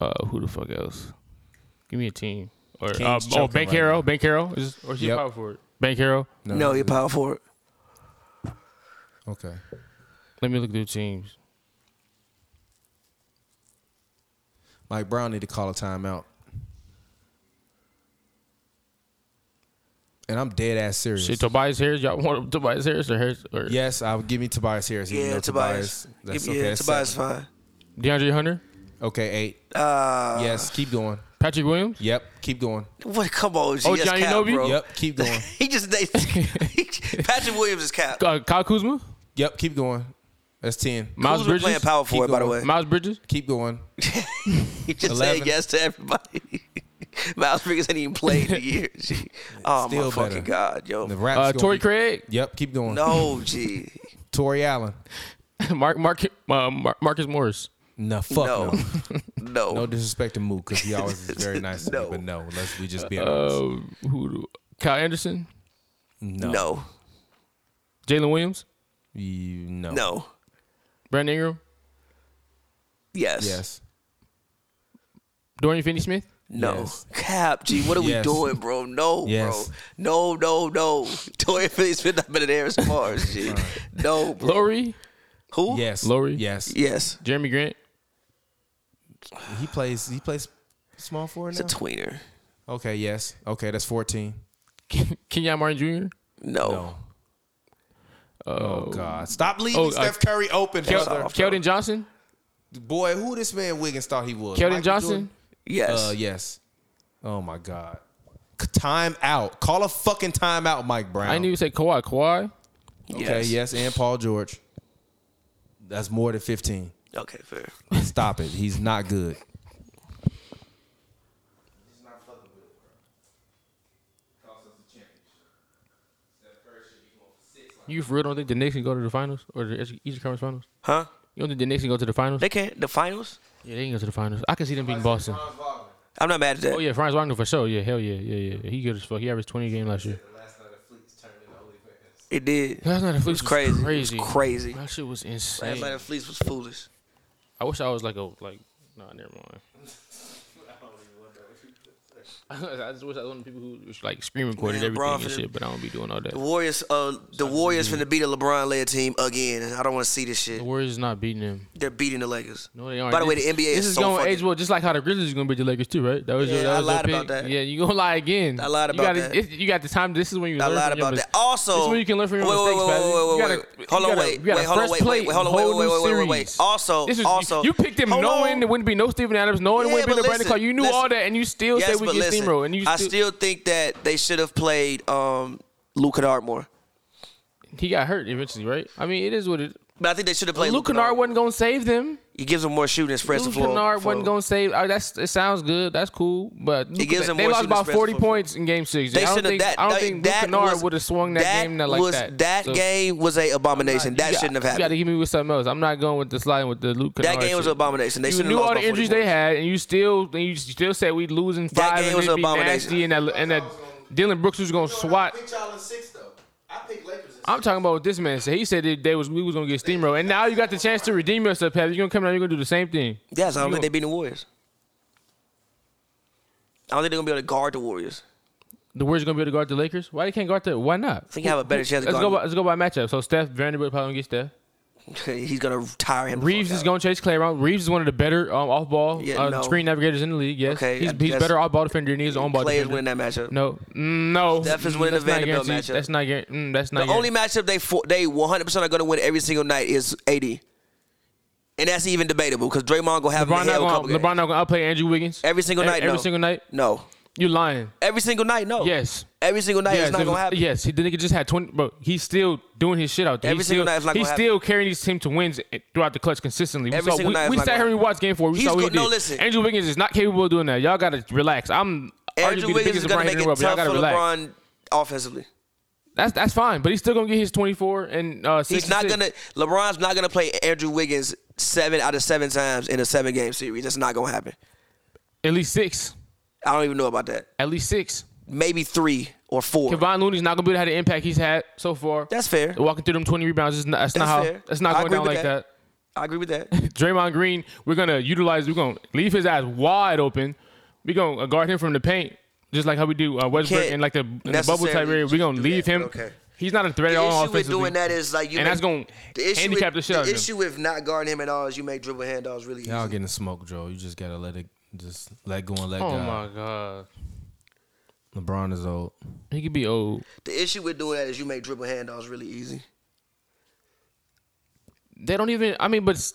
uh, who the fuck else? Give me a team. Or uh, King's oh, choking Bank right Hero. now. Bank Hero. Is or is he Yep. a power forward? Bank Hero. No, you're power forward. Okay. Let me look through teams. Mike Brown need to call a timeout. and I'm dead ass serious. Shit, Tobias Harris. Y'all want Tobias Harris or Harris or yes, I would give me Tobias Harris. even Yeah, though Tobias. That's yeah, okay. that's Tobias seven. fine. DeAndre Hunter, Okay, eight. Uh, yes, keep going. Patrick Williams? Yep, keep going. What? Come on, G. Oh, that's Johnny cap, Nobe? bro. Yep, keep going. he just they, Patrick Williams is cap. Uh, Kyle Kuzma, yep, keep going. That's ten. Miles Kuzma Bridges, playing power forward, by the way. going. Miles Bridges. Keep going. He just said 11. yes to everybody. Miles Bridges ain't even played in years. G. Oh my Still fucking better. god, yo. The rap's Uh, gonna Torrey be- Craig, Yep, keep going. No, G. Tory Allen. Mark Mark uh, Mar- Marcus Morris. No, fuck no. no. No, No. disrespect to Moo because he always is very nice to No. me, but no, let's we just be honest. Uh, who? do- Kyle Anderson, no, no, No. Jalen Williams, You- no. No. Brandon Ingram, Yes. Yes, Dorian Finney-Smith. No. Yes. Cap, G, what are Yes. we doing, bro? No, Yes. bro. No, no, no. Toy Philly's been up in there as far as G. No, bro. Lowry, Who? yes, Lowry? Yes, Yes. Jeremy Grant. he plays. He plays small forward It's a now. tweener. okay, yes. Okay, that's fourteen. Kenyon Martin Jr. No. No. Oh God! Stop leaving oh, Steph Curry open, Kel- brother. off, Keldon Johnson, Boy, who this man Wiggins thought he was? Keldon Michael Johnson, Yes. Jordan? Uh, yes. Oh my God! C- Time out. Call a fucking time out, Mike Brown. I knew you said Kawhi. Kawhi. Okay, yes, and Paul George. That's more than 15. Okay, fair. Stop it. He's not good. You for real don't think the Knicks can go to the finals or the Eastern Conference Finals? Huh? You don't think the Knicks can go to the finals? They can't. The finals? Yeah, they can go to the finals. I can see them beating Boston. I'm not mad at that. Oh yeah, Franz Wagner for sure. Yeah, hell yeah, yeah, yeah. He good as fuck. He averaged twenty a game last year. It did. Last night the Fleece was crazy. crazy. It was crazy. That shit was Last insane. night at Fleece was foolish. I wish I was like a like. Nah, never mind. I just wish I was one of the people who was like screen recorded Man, everything Bron and finna- shit, but I don't be doing all that. The Warriors, uh, the Warriors finna beat a LeBron-led team again. and I don't want to see this shit. The Warriors is not beating them. They're beating the Lakers. No, they aren't. By the way, This- the NBA this is, is, so going to fucking- age well, just like how the Grizzlies is going to beat the Lakers too, right? That was your, Yeah, I that was your lied about pick. that. Yeah, you gonna lie again. I lied You gotta- about that. it's- You got the time. This is when you. I learn lied from your about that. mis- Also, this is where you can learn from your wait, wait, mistakes, wait, Patrick. wait, You wait, gotta- wait. Hold you on, gotta- wait, you gotta wait, hold on, wait, fresh wait, plate, wait, hold on, whole wait, wait, new wait, wait, wait, wait. series. Also- This is- also- you, you picked him hold knowing on. there wouldn't be no Steven Adams, knowing Yeah, there but wouldn't be no Brandon listen, Clark. You knew listen. all that, and you still yes, said we but get listen, steamrolled, and you I still, still think that they should have played um, Luke Kennard more. he got hurt eventually, right? I mean, it is what it. But I think they should have played Luke Kennard wasn't gonna save them. It gives them more shooting and spreads the Luke floor. Kennard floor. wasn't gonna save. oh, that's it sounds good. That's cool, but Luke- gives them they more lost shooting about spreads forty for- for- points in game six. I They don't should have think, that. I don't that, think Luke that Kennard was- would have swung that, game like was, that. That So- game was a abomination. That You got- shouldn't have You got to happened. hit me with something else. I'm not going with the sliding with the Luke. That Kennard game was shit. an abomination. They You should have knew lost all by the 40 injuries they points. had, and you still and you still said we losing five. game and was it'd an be abomination. nasty, and that and that Dylan Brooks was going to swat. y'all in six though. I picked Lakers. I'm talking about what this man said. He said that they was we was going to get steamrolled, and now you got the chance to redeem yourself, Pat. You're going to come out. You're going to do the same thing. Yes, I don't You think they beat the Warriors. I don't think they're gonna be able to guard the Warriors. The Warriors going to be able to guard the Lakers. Why they can't guard the? Why not? I think you have a better chance. Of Let's go. By, guarding. let's go by matchup. So Steph Vanderbilt probably going to get Steph. He's gonna tire him. the Reeves fuck is out. going to chase Clay around. Reeves is one of the better um, off-ball Yeah, uh, no. screen navigators in the league. Yes, Okay, he's, I- he's that's- better off-ball defender than he is on-ball Clay is defender. winning that matchup. No, Mm, no. Steph is Mm, winning that's the not Vanderbilt guaranteed. matchup. That's not guaranteed. Mm, that's not The only matchup they for, they 100 percent are gonna win every single night is AD, and that's even debatable because Draymond gonna have him LeBron in the not head a couple gonna LeBron games. not gonna outplay Andrew Wiggins Every single E- night, Every no. single night, No, you lying? every single night, no. Yes. every single night yes, it's not it was- gonna happen. Yes, he, the nigga just had twenty. Bro, he's still doing his shit out there. Every he's single still, night it's not He's gonna still carrying his team to wins throughout the clutch consistently. We Every saw, single we, night it's we not sat gonna here and we watched game four. We He's saw what he good- no, did. listen. Andrew Wiggins is not capable of doing that. Y'all gotta relax. I'm Andrew arguably the Wiggins is biggest gonna LeBron make in the it world, tough but y'all gotta for relax. LeBron offensively. That's that's fine, but he's still gonna get his twenty four and uh, He's six and not six. gonna. LeBron's not gonna play Andrew Wiggins seven out of seven times in a seven game series. That's not gonna happen. at least six, I don't even know about that. at least six. Maybe three or four. Kevon Looney's not gonna be able to have the impact he's had so far. That's fair. Walking through them 20 rebounds, is not, that's, not That's how. fair. That's not I going agree down with like that. that. I agree with that. Draymond Green, we're gonna utilize. We're gonna leave his ass wide open. We're gonna uh, guard him from the paint, just like how we do uh, Westbrook can't and like the, in the bubble type necessarily area. We're gonna do leave that, him. okay. He's not a threat at The all issue with offensively. doing that is like you. and make- that's gonna the issue handicap with, the shit out of The him. issue with not guarding him at all is you make dribble handoffs really easy. Y'all Oh getting smoked, Joe. You just gotta let it, just let go and let Oh go. my god. LeBron is old. He could be old. The issue with doing that is you make dribble handoffs really easy. They don't even. I mean, but s-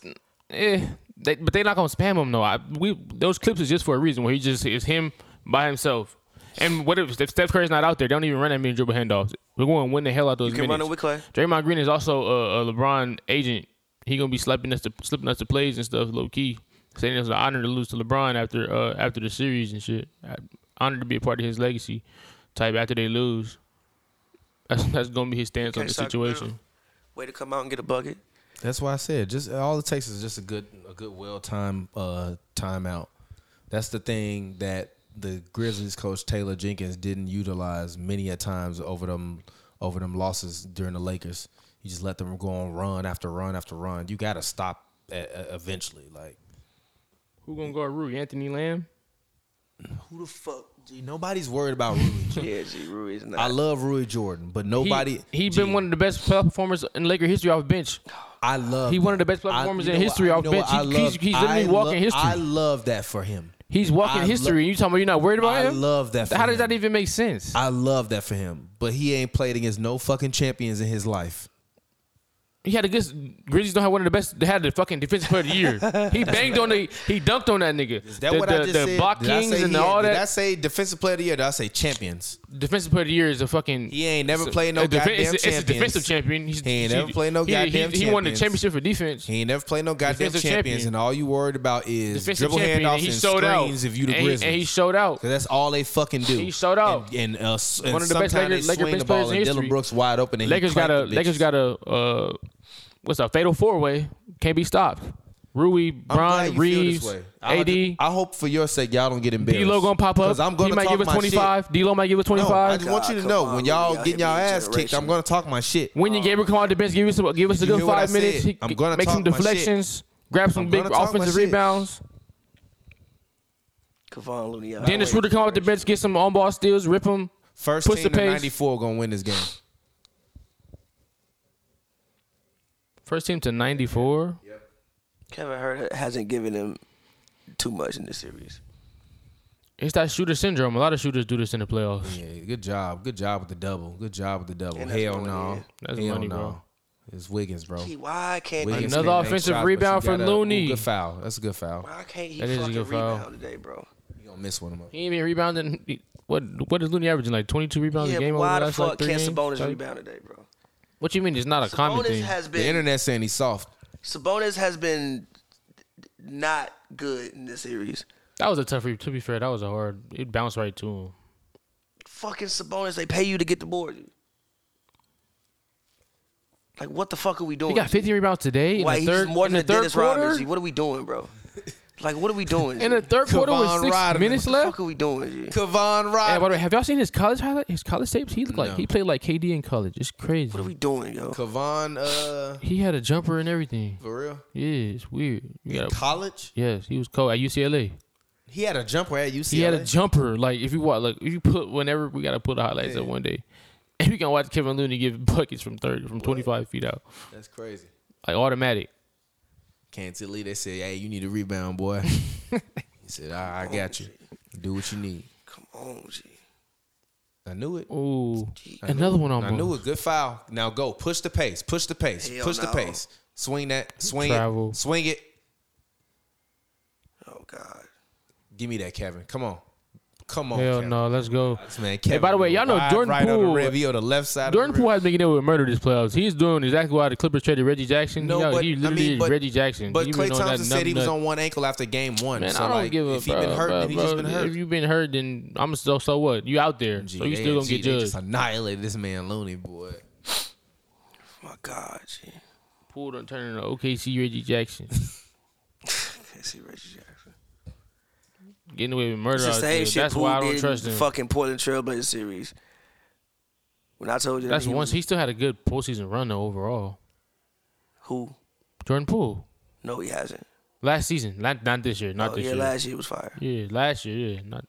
eh, they, but they're not gonna spam him though. I, we those clips is just for a reason where he just is him by himself. And what if, if Steph Curry's not out there? They don't even run that many dribble handoffs. We're going to win the hell out those You can run minutes. it with Clay. Draymond Green is also a, a LeBron agent. He gonna be slipping us to slipping us to plays and stuff, low key. Saying it was an honor to lose to LeBron after uh, after the series and shit. I, honored to be a part of his legacy. Type after they lose, that's that's gonna be his stance on Can't the suck it situation. down. Way to come out and get a bucket. That's why I said just all it takes is just a good a good well time uh timeout. That's the thing that the Grizzlies coach Taylor Jenkins didn't utilize many a times over them over them losses during the Lakers. You just let them go on run after run after run. You got to stop e- e- eventually. Like Who gonna guard Rui? Anthony Lamb? Who the fuck? gee, nobody's worried about Rui. Yeah, G. Ruiz not. I love Rui Jordan, but He- nobody He, has been one of the best playoff performers in Laker history off bench. I love. He that. one of the best I- performers you in know history what- off you know bench. what? I He- he's- he's literally I walking history. I love that for him. He's walking I history. and you talking about you're not worried about I him? love that. For How does him. that even make sense? I love that for him, but he ain't played against no fucking champions in his life. He had a good. Grizzlies don't have one of the best. They had the fucking defensive player of the year. He banged on the. He dunked on that nigga. Is that the, what the, I just the said? Did I blockings say and he- all Did I that. say defensive player of the year? Did I say champions? defensive player of the year is a fucking. He ain't never it's a- played no a defen- goddamn it's, a, it's a defensive champions. champion. He's, He ain't never played no he- goddamn he, he, won the champions. championship for defense. He ain't never played no goddamn Defensive champions, champion. and all you worried about is defensive dribble champion. handoffs and he and showed out. screens if you the and, Grizzlies. he, and he showed out. 'Cause that's all they fucking do. He showed out. And, and, uh, s- and One of the best sometimes Laker- Laker they swing best the players ball in and history. Dylan Brooks wide open. And Lakers he got a cranked the Lakers bitches. got a uh, what's a fatal four way can't be stopped. Rui, I'm glad Bron, you feel this Reeves, way. I AD. hope- I hope for your sake y'all don't get embarrassed. D'Lo gonna pop up. 'Cause I'm gonna he might talk give us my shit. 25. D'Lo might give us No, I 25. just want you to God, know come when on, y'all y'all hit getting me y'all with ass kicked, I'm generational. gonna talk my shit. when you Gabriel come out the bench, give us some, give us a Um, You good hear what I five minutes. said? I'm gonna make some talk my shit. deflections, grab some I'm big gonna talk my offensive shit. rebounds. Kevon Looney. out. Then the shooter come out the bench, get some on ball steals, rip them. First Push team the to pace. 94 gonna win this game. First team to 94. Kevin Hurt hasn't given him too much in this series. It's that shooter syndrome. A lot of shooters do this in the playoffs. Yeah, good job. Good job with the double. Good job with the double. And that's Hell money, no. yeah. That's Hell money, no. bro. It's Wiggins, bro. Gee, why can't Wiggins Another made big offensive shots, but rebound you for gotta- Looney. Ooh, Good foul. That's a good foul. why can't he That is a fucking good rebound foul. today, bro? You gonna miss one of them. He ain't even rebounding. What what is Looney averaging? Like 22 rebounds a Yeah, game over why the the last fuck like three can't games? Sabonis Like, rebound today, bro? What you mean? It's not a common Sabonis thing. has The been internet saying he's soft. Sabonis has been not good in this series. that was a tough. re- To be fair, that was a hard. It bounced right to him. Fucking Sabonis, they pay you to get the board. Like what the fuck are we doing? He got 50 rebounds today in Why the he's third, more in than the a third Dennis quarter. Rodman? G? What are we doing, bro? Like what are we doing? In the third quarter Kevon with six Rodman. minutes what the left. fuck are we doing? G? Kevon Hey, by Rodman. the way, have y'all seen his college highlight? His college tapes? He looked like he played like KD in college. It's crazy. What are we doing, yo? Kevon, uh, He had a jumper and everything. for real? Yeah, it's weird. You gotta- College? yes, he was cold at UCLA. He had a jumper at UCLA. He had a jumper. Like if you watch, like if you put whenever we gotta put the highlights up one day, and we can watch Kevin Looney give buckets from thirty from twenty five feet out, That's crazy. like automatic. Can't Lee, they said, hey, you need a rebound, boy. he said, I, I got you. Do what you need. Come on, G. I knew it. Ooh, another one on I knew it. Good foul. Now go. Push the pace. Push the pace. Hell push the no. pace. Swing that. Swing Travel. it. Swing it. Oh God. Give me that, Kevin. Come on. Come on. Hell Kevin. no, let's go. This man, Kevin. by the way, y'all know wide Jordan right on the Poole- rim. He on the left side. Jordan of the rim. Poole has been getting away with murder this playoffs. He's doing exactly why the Clippers traded Reggie Jackson. No, he, out- but he I literally mean, is but, Reggie Jackson. But He Clay been on that Thompson said he was nut- on one ankle after game one. Man, so I don't like, give a if he been bro, hurt, bro, then he just bro. been hurt. If you've been hurt, then I'm so so what? You out there, so you Gee, still gonna AFG, get they judged. Just annihilated this man, Looney boy. My God, G. Poole done turning to OKC Reggie Jackson, Can't see Reggie Jackson. getting away with murder. It's the out same there. shit That's why I Poole don't did in trust the him. fucking Portland Trailblazers series. When I told you That's he once was- he still had a good postseason run though overall. who? Jordan Poole No, he hasn't. last season, not not this year, not Oh, this yeah, year. last year was fire. yeah, last year, yeah, not.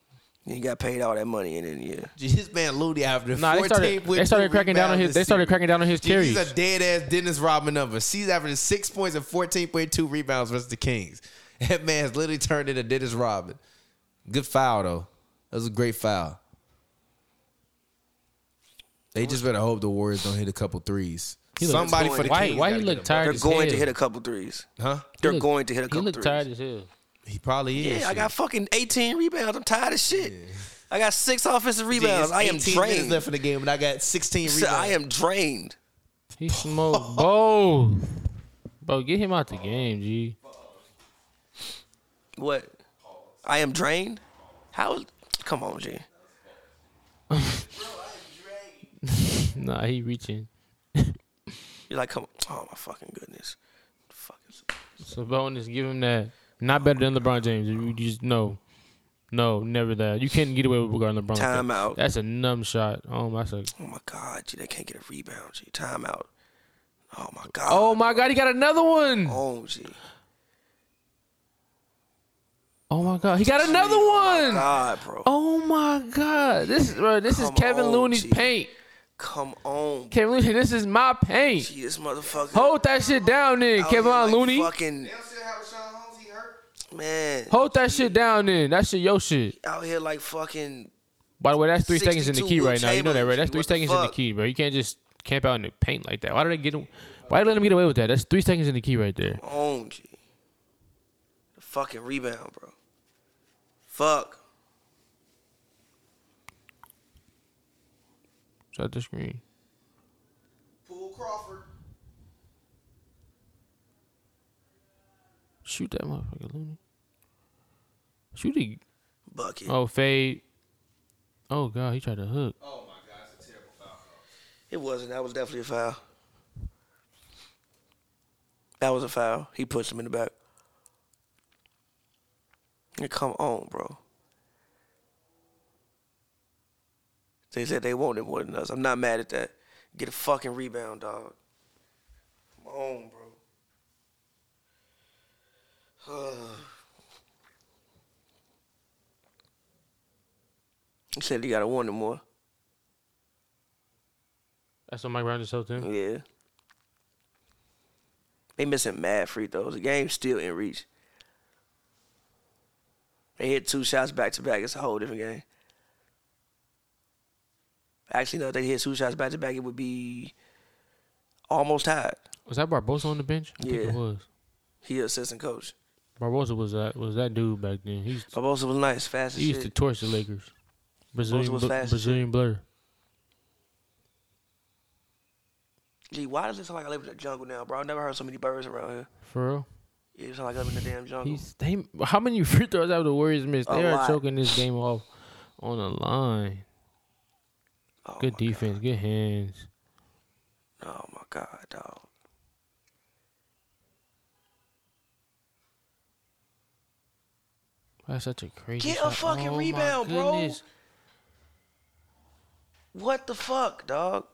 He got paid all that money and then yeah. Gee, This man Looney after Nah, they 14 started. with They started two cracking down on rebounds his. this They started season. cracking down on his Gee, carries. He's a dead ass Dennis Rodman number. He's averaging six points and fourteen point two rebounds versus the Kings. That man's literally turned into Dennis Rodman. Good foul though. That was a great foul. They just better hope the Warriors don't hit a couple threes. He looks Somebody going- for the Why- Kings why gotta you get look him up. tired They're as going to hell. hit a couple threes. Huh? They're look- going to hit a He couple looked threes. tired as hell. He probably Yeah, is. I shit. got fucking 18 rebounds. I'm tired of shit. I got six offensive rebounds. It's I am 18 minutes drained. left in the game, and I got 16 So rebounds. I am drained. He smoked both. Bro, get him out the game, G. What? I am drained? How? Come on, G. Nah, he reaching. You're like, come on. Oh, my fucking goodness. Fucking. So Sabonis, give him that. Not better than LeBron James. You just no, no, never that. You can't get away with regarding LeBron. Timeout. That's a numb shot. Oh my. That's a, Oh, my God, G. They can't get a rebound, G. Timeout. Oh, my God. oh my God, he got another one. Oh, G. Oh my God, he got another Oh one. God, bro. Oh my God, this is bro, this is Come Kevin on, Looney's G. paint. Come on. Kevin Looney, this is my paint. G, this motherfucker. Hold that shit down, then, out here Kevin like Looney. Fucking, They don't still have Rashawn Holmes. He hurt. man. Hold that shit down, then. That shit, your shit. Out here like fucking By the way, that's three seconds in the 62 key right now. You know that, right? Wilt That's three Chamberlain, G. seconds What in the the fuck? key, bro. You can't just camp out in the paint like that. Why did they get? Why did they let him get away with that? That's three seconds in the key right there. on, G. The fucking rebound, bro. Fuck. Shut the screen. Poole Crawford. Shoot that motherfucker, Looney. Shoot it. Bucket. Oh, fade. Oh god, he tried to hook. Oh my God, it's a terrible foul. It wasn't. That was definitely a foul. That was a foul. He pushed him in the back. Yeah, Come on, bro. They said they wanted more than us. I'm not mad at that. Get a fucking rebound, dog. Come on, bro. he said he got a one or more. That's what Mike Brown just told him. Yeah. They missing mad free throws. The game's still in reach. They hit two shots back to back. It's a whole different game. Actually, no, if they hit two shots back to back, it would be almost tied. Was that Barbosa on the bench? I think Yeah. it was. He assistant coach. Barbosa was that was that dude back then. He used to, Barbosa was nice, fast as he used to shit. torch the Lakers. Brazilian was bl- fast as shit. Brazilian blur. Gee, why does it sound like I live in the jungle now, bro? I've never heard so many birds around here. For real. It sounds like I live in the damn jungle. He's they, how many free throws have the Warriors missed? Uh-huh. A They are lot. choking this game off on the line. Oh Good my defense, good hands. Oh my god, dog. That's such a crazy. Get a shot. fucking Oh my rebound, bro. goodness. What the fuck, dog?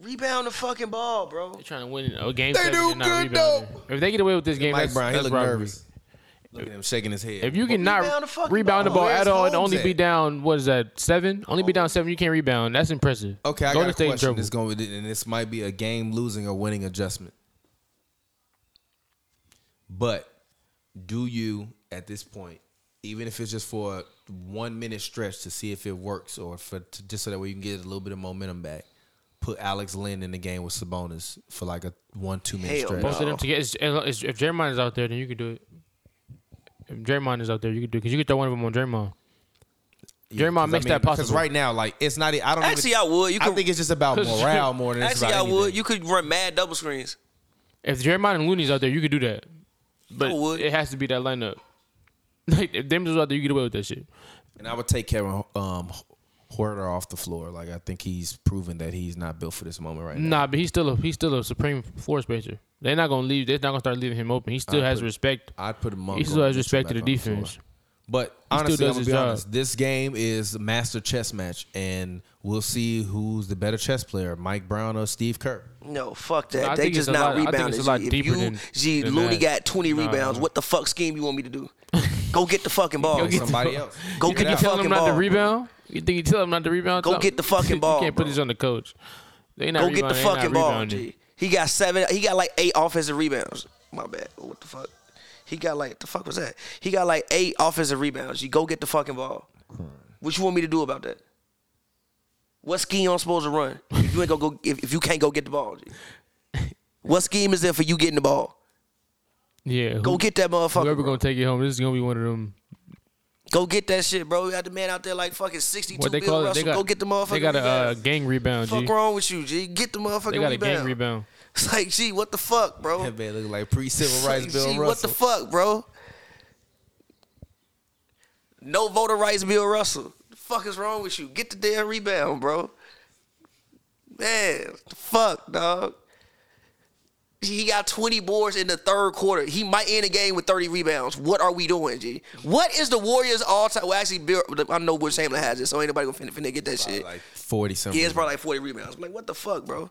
Rebound the fucking ball, bro. They're trying to win a game. They seven do and not good, rebounding. If they get away with this game, Mike that's, Brown, he that's look robbery. nervous. Look at him shaking his head. If you cannot rebound the fucking rebound the ball. ball Where's at all and Holmes only be at? down, what is that? Seven? Only Oh. be down seven. You can't rebound. That's impressive. okay, I Golden got a State in question. trouble. It's going and this might be a game losing or winning adjustment. But do you at this point, even if it's just for a one minute stretch to see if it works or for to, just so that way you can get a little bit of momentum back, put Alex Lynn in the game with Sabonis for like a one two minute Hell stretch. Both of No. them together. it's- it's- If Draymond is out there, then you could do it. If Draymond is out there, you could do it because you could throw one of them on Draymond. Yeah, Draymond 'cause makes that because possible. right now, like it's not. e- I don't even- Actually, I would. You I could- think it's just about morale more than it's Actually, I about would. anything. You could run mad double screens. If Draymond and Looney's out there, you could do that. But I would. it has to be that lineup. Like if Demons was out there, you get away with that shit. And I would take Kevin um, Huerter off the floor. Like I think he's proven that he's not built for this moment right now. Nah, but he's still a he's still a supreme floor spacer. They're not gonna leave. They're not gonna start leaving him open. He still has respect. I'd put him on. He still has respect to the defense. But still honestly, does I'm gonna his be job. honest. This game is a master chess match, and we'll see who's the better chess player, Mike Brown or Steve Kerr. No, fuck that. I they think just it's a not lot- I think rebounding. it's a lot G. if deeper you, than- G, than Looney got that. 20 Nah. rebounds. What the fuck scheme you want me to do? Go get the fucking ball. Go get the- Somebody else. Go You get think the you tell him fucking not to ball. rebound? You think you tell him not to rebound? Go Tell him- get the fucking ball, you can't bro. put this on the coach. They not Go get the rebounding, they not fucking ball, rebounding. G. He got seven. He got like eight offensive rebounds. My bad. What the fuck? He got like the fuck was that? He got like eight offensive rebounds. You go get the fucking ball. What you want me to do about that? What scheme I'm supposed to run if you ain't gonna go if, if you can't go get the ball? G? What scheme is there for you getting the ball? Yeah. who- Go get that motherfucker. whoever bro. gonna take it home. This is gonna be one of them. Go get that shit, bro. We got the man out there like fucking 62 What they Bill call it? Russell. They got Go get the motherfucker. They got a uh, rebound. gang rebound. G. fuck wrong with you, G? Get the motherfucker They got a rebound. gang rebound. It's like, G, what the fuck, bro? That man looking like pre-civil Like, rights Bill gee, Russell. What the fuck, bro? No voter rights, Bill Russell. The fuck is wrong with you? Get the damn rebound, bro. Man, the fuck, dog. He got 20 boards in the third quarter. He might end the game with 30 rebounds. What are we doing, G? What is the Warriors all time? Well, actually, Bill, I know Will Chamberlain has it, so ain't nobody gonna finna, finna get that shit. Like forty something. Yeah, it's probably like 40 rebounds. I'm like, what the fuck, bro?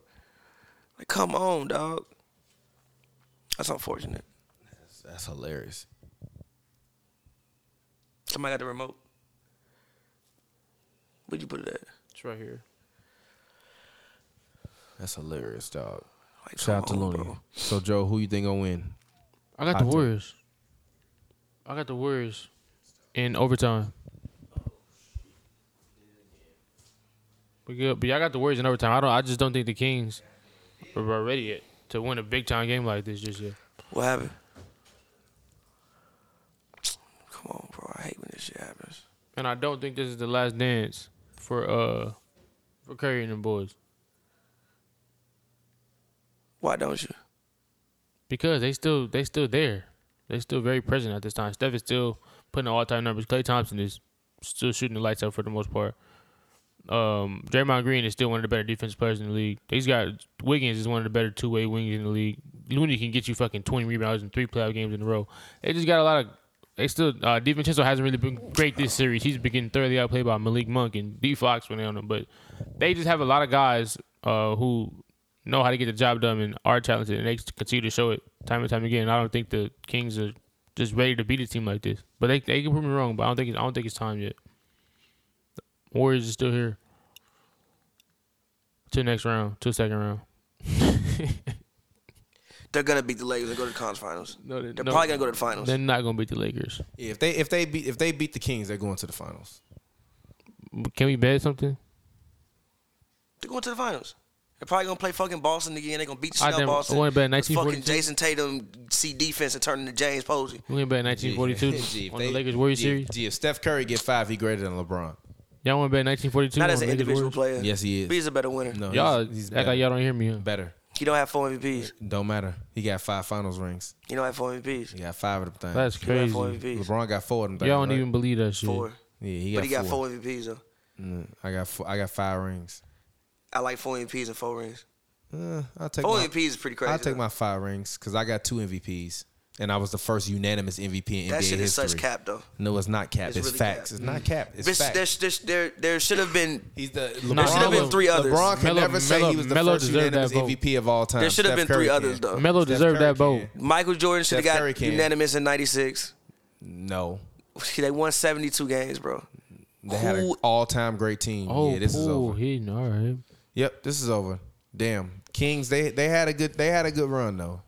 Like, come on, dog. That's unfortunate. That's hilarious. Somebody got the remote. Where'd you put it at? It's right here. That's hilarious, dog. Like, Shout out to come on, Looney. bro. So Joe, who you think gonna win? I got Hot the take. Warriors. I got the Warriors in overtime. We good, but y'all got the Warriors in overtime. I don't. I just don't think the Kings are ready yet to win a big time game like this just yet. What happened? Come on, bro. I hate when this shit happens. And I don't think this is the last dance for uh for Curry and the boys Why don't you? because they still they still there. They still very present at this time. Steph is still putting all time numbers. Clay Thompson is still shooting the lights out for the most part. Um, Draymond Green is still one of the better defensive players in the league. He's got Wiggins is one of the better two way wings in the league. Looney can get you fucking twenty rebounds in three playoff games in a row. They just got a lot of. They still uh, DiVincenzo hasn't really been great this series. He's been getting thoroughly outplayed by Malik Monk and D Fox when they on him. But they just have a lot of guys uh, who know how to get the job done and are talented, and they continue to show it time and time again. And I don't think the Kings are just ready to beat a team like this. But they they can prove me wrong. But I don't think it's, I don't think it's time yet. Warriors are still here. To next round, to second round. They're gonna beat the Lakers and go to the conference finals. No, They're probably gonna go to the finals. They're not gonna beat the Lakers. Yeah, if they if they beat if they beat the Kings, they're going to the finals. Can we bet something? They're going to the finals. They're probably gonna play fucking Boston again. They're gonna beat the shit I out of didn't- I Boston. wanna bet With Fucking 1942. Jason Tatum see defense and turn into James Posey. We can bet Gee, 1942 gee, if on they- the Lakers Warriors gee, series. Gee, if Steph Curry get five, he greater than LeBron. Y'all want to bet 1942 Not on as an the Lakers individual Warriors? player. Yes, he is. But he's a better winner. No, Y'all he's, he's act better. like y'all don't hear me. Huh? better. He don't have four MVPs. Don't matter. He got five finals rings. He don't have four MVPs. He got five of them things. That's He don't have crazy. four Y'all MVPs. LeBron got four of them. Things, don't right? even believe that shit. Four. Yeah, he got, But he got four. four MVPs though. Mm, I got four, I got five rings. I like four MVPs and four rings. Uh, I'll take Four my, MVPs is pretty crazy. I'll take though. my five rings because I got two MVPs and I was the first unanimous MVP in That NBA shit is history. such cap though. No, it's not cap. It's It's, really facts. cap. It's not cap. It's This, facts. this, this, there, there should have been. He's the Nah, LeBron. should've been three others. LeBron can Melo- never say Melo- he was the Melo first deserved that unanimous vote. MVP of all time. There should have Steph been three Curry others can. though. Melo Steph deserved Curry that vote. can. Michael Jordan should have Steph got Curry can. unanimous in '96. No, They won 72 games, bro. they had an Who- all-time great team. Oh, yeah, this is cool. over. He, all right. Yep, this is over. Damn, Kings. They they had a good they had a good run though.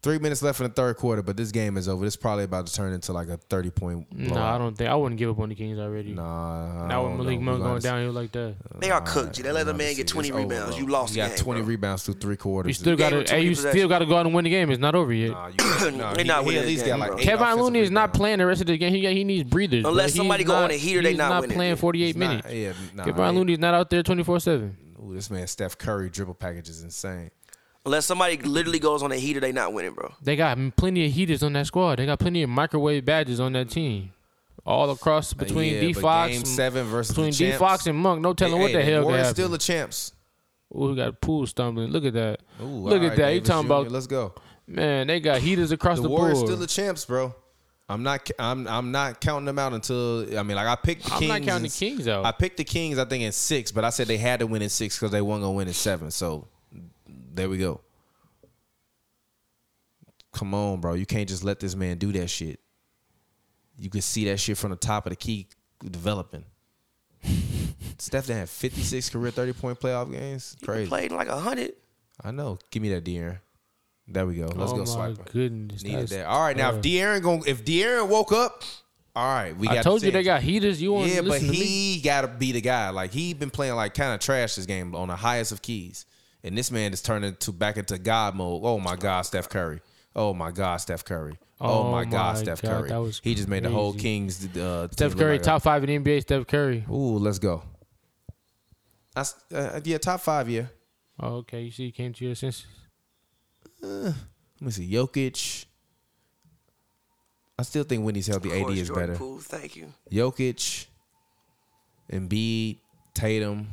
Three minutes left in the third quarter, but this game is over. This probably about to turn into like a thirty-point. No, I don't think I wouldn't give up on the Kings already. Nah, I Not with don't Malik know. Monk We're going honest. downhill like that. They are cooked. G. They let a man get 20 It's over, rebounds. bro. you lost. You the got game, 20 bro. rebounds through three quarters. You still game got to. with too Hey, many you still possessions. got to go out and win the game. It's not over yet. Nah, you, nah, They he- not he winning at least the got game, like bro. eight Kevin offensive Looney is not rebounds. playing the rest of the game. He got, he needs breathers. bro. Unless He's somebody go not- on a heater, they he's not not winning. playing 48 He's minutes. not- yeah, nah, Kevin he- Looney's not out there 24 seven. Ooh, this man Steph Curry dribble package is insane. Unless somebody literally goes on a heater, they not winning, bro. They got plenty of heaters on that squad. They got plenty of microwave badges on that team. All across between Uh, yeah, D but Fox, game seven versus the between D champs. Fox and Monk. No telling Hey, what hey, the hell. Warriors happened. still the champs. Ooh, we got pool stumbling. Look at that. Ooh, Look all at right, that. You Davis talking Jr., about Let's go. man? They got heaters across The, the, board. Warriors still the champs, bro. I'm not. I'm. I'm not counting them out until. I mean, like I picked the I'm Kings. not counting the in- Kings out. I picked the Kings. I think in six, but I said they had to win in six because they weren't gonna win in seven. So there we go. Come on, bro. You can't just let this man do that shit. You can see that shit from the top of the key developing. Steph done had 56 career 30 point playoff games. Crazy. Played like hundred. I know. Give me that De'Aaron. There we go. Let's oh go my swipe. him. goodness. Needed that's- that. All right, now if De'Aaron going if De'Aaron woke up, all right, we got I told the you they chance. got heaters. You want Yeah, to but listen to me? he got to be the guy. Like he been playing like kind of trash this game on the highest of keys, and this man is turning to back into God mode. Oh my God, Steph Curry. Oh my God, Steph Curry. Oh, Oh my God, my Steph God, Curry. that was he just made the whole crazy. Kings. Uh, Steph team look Curry, like a- top five in the NBA. Steph Curry. Ooh, let's go. I, s- uh, yeah, top five. Yeah. Oh, okay, you see, you came to your senses. Let me see. Jokic. I still think when he's healthy, Of AD course, is Jordan better. Poole, thank you. Jokic, Embiid, Tatum.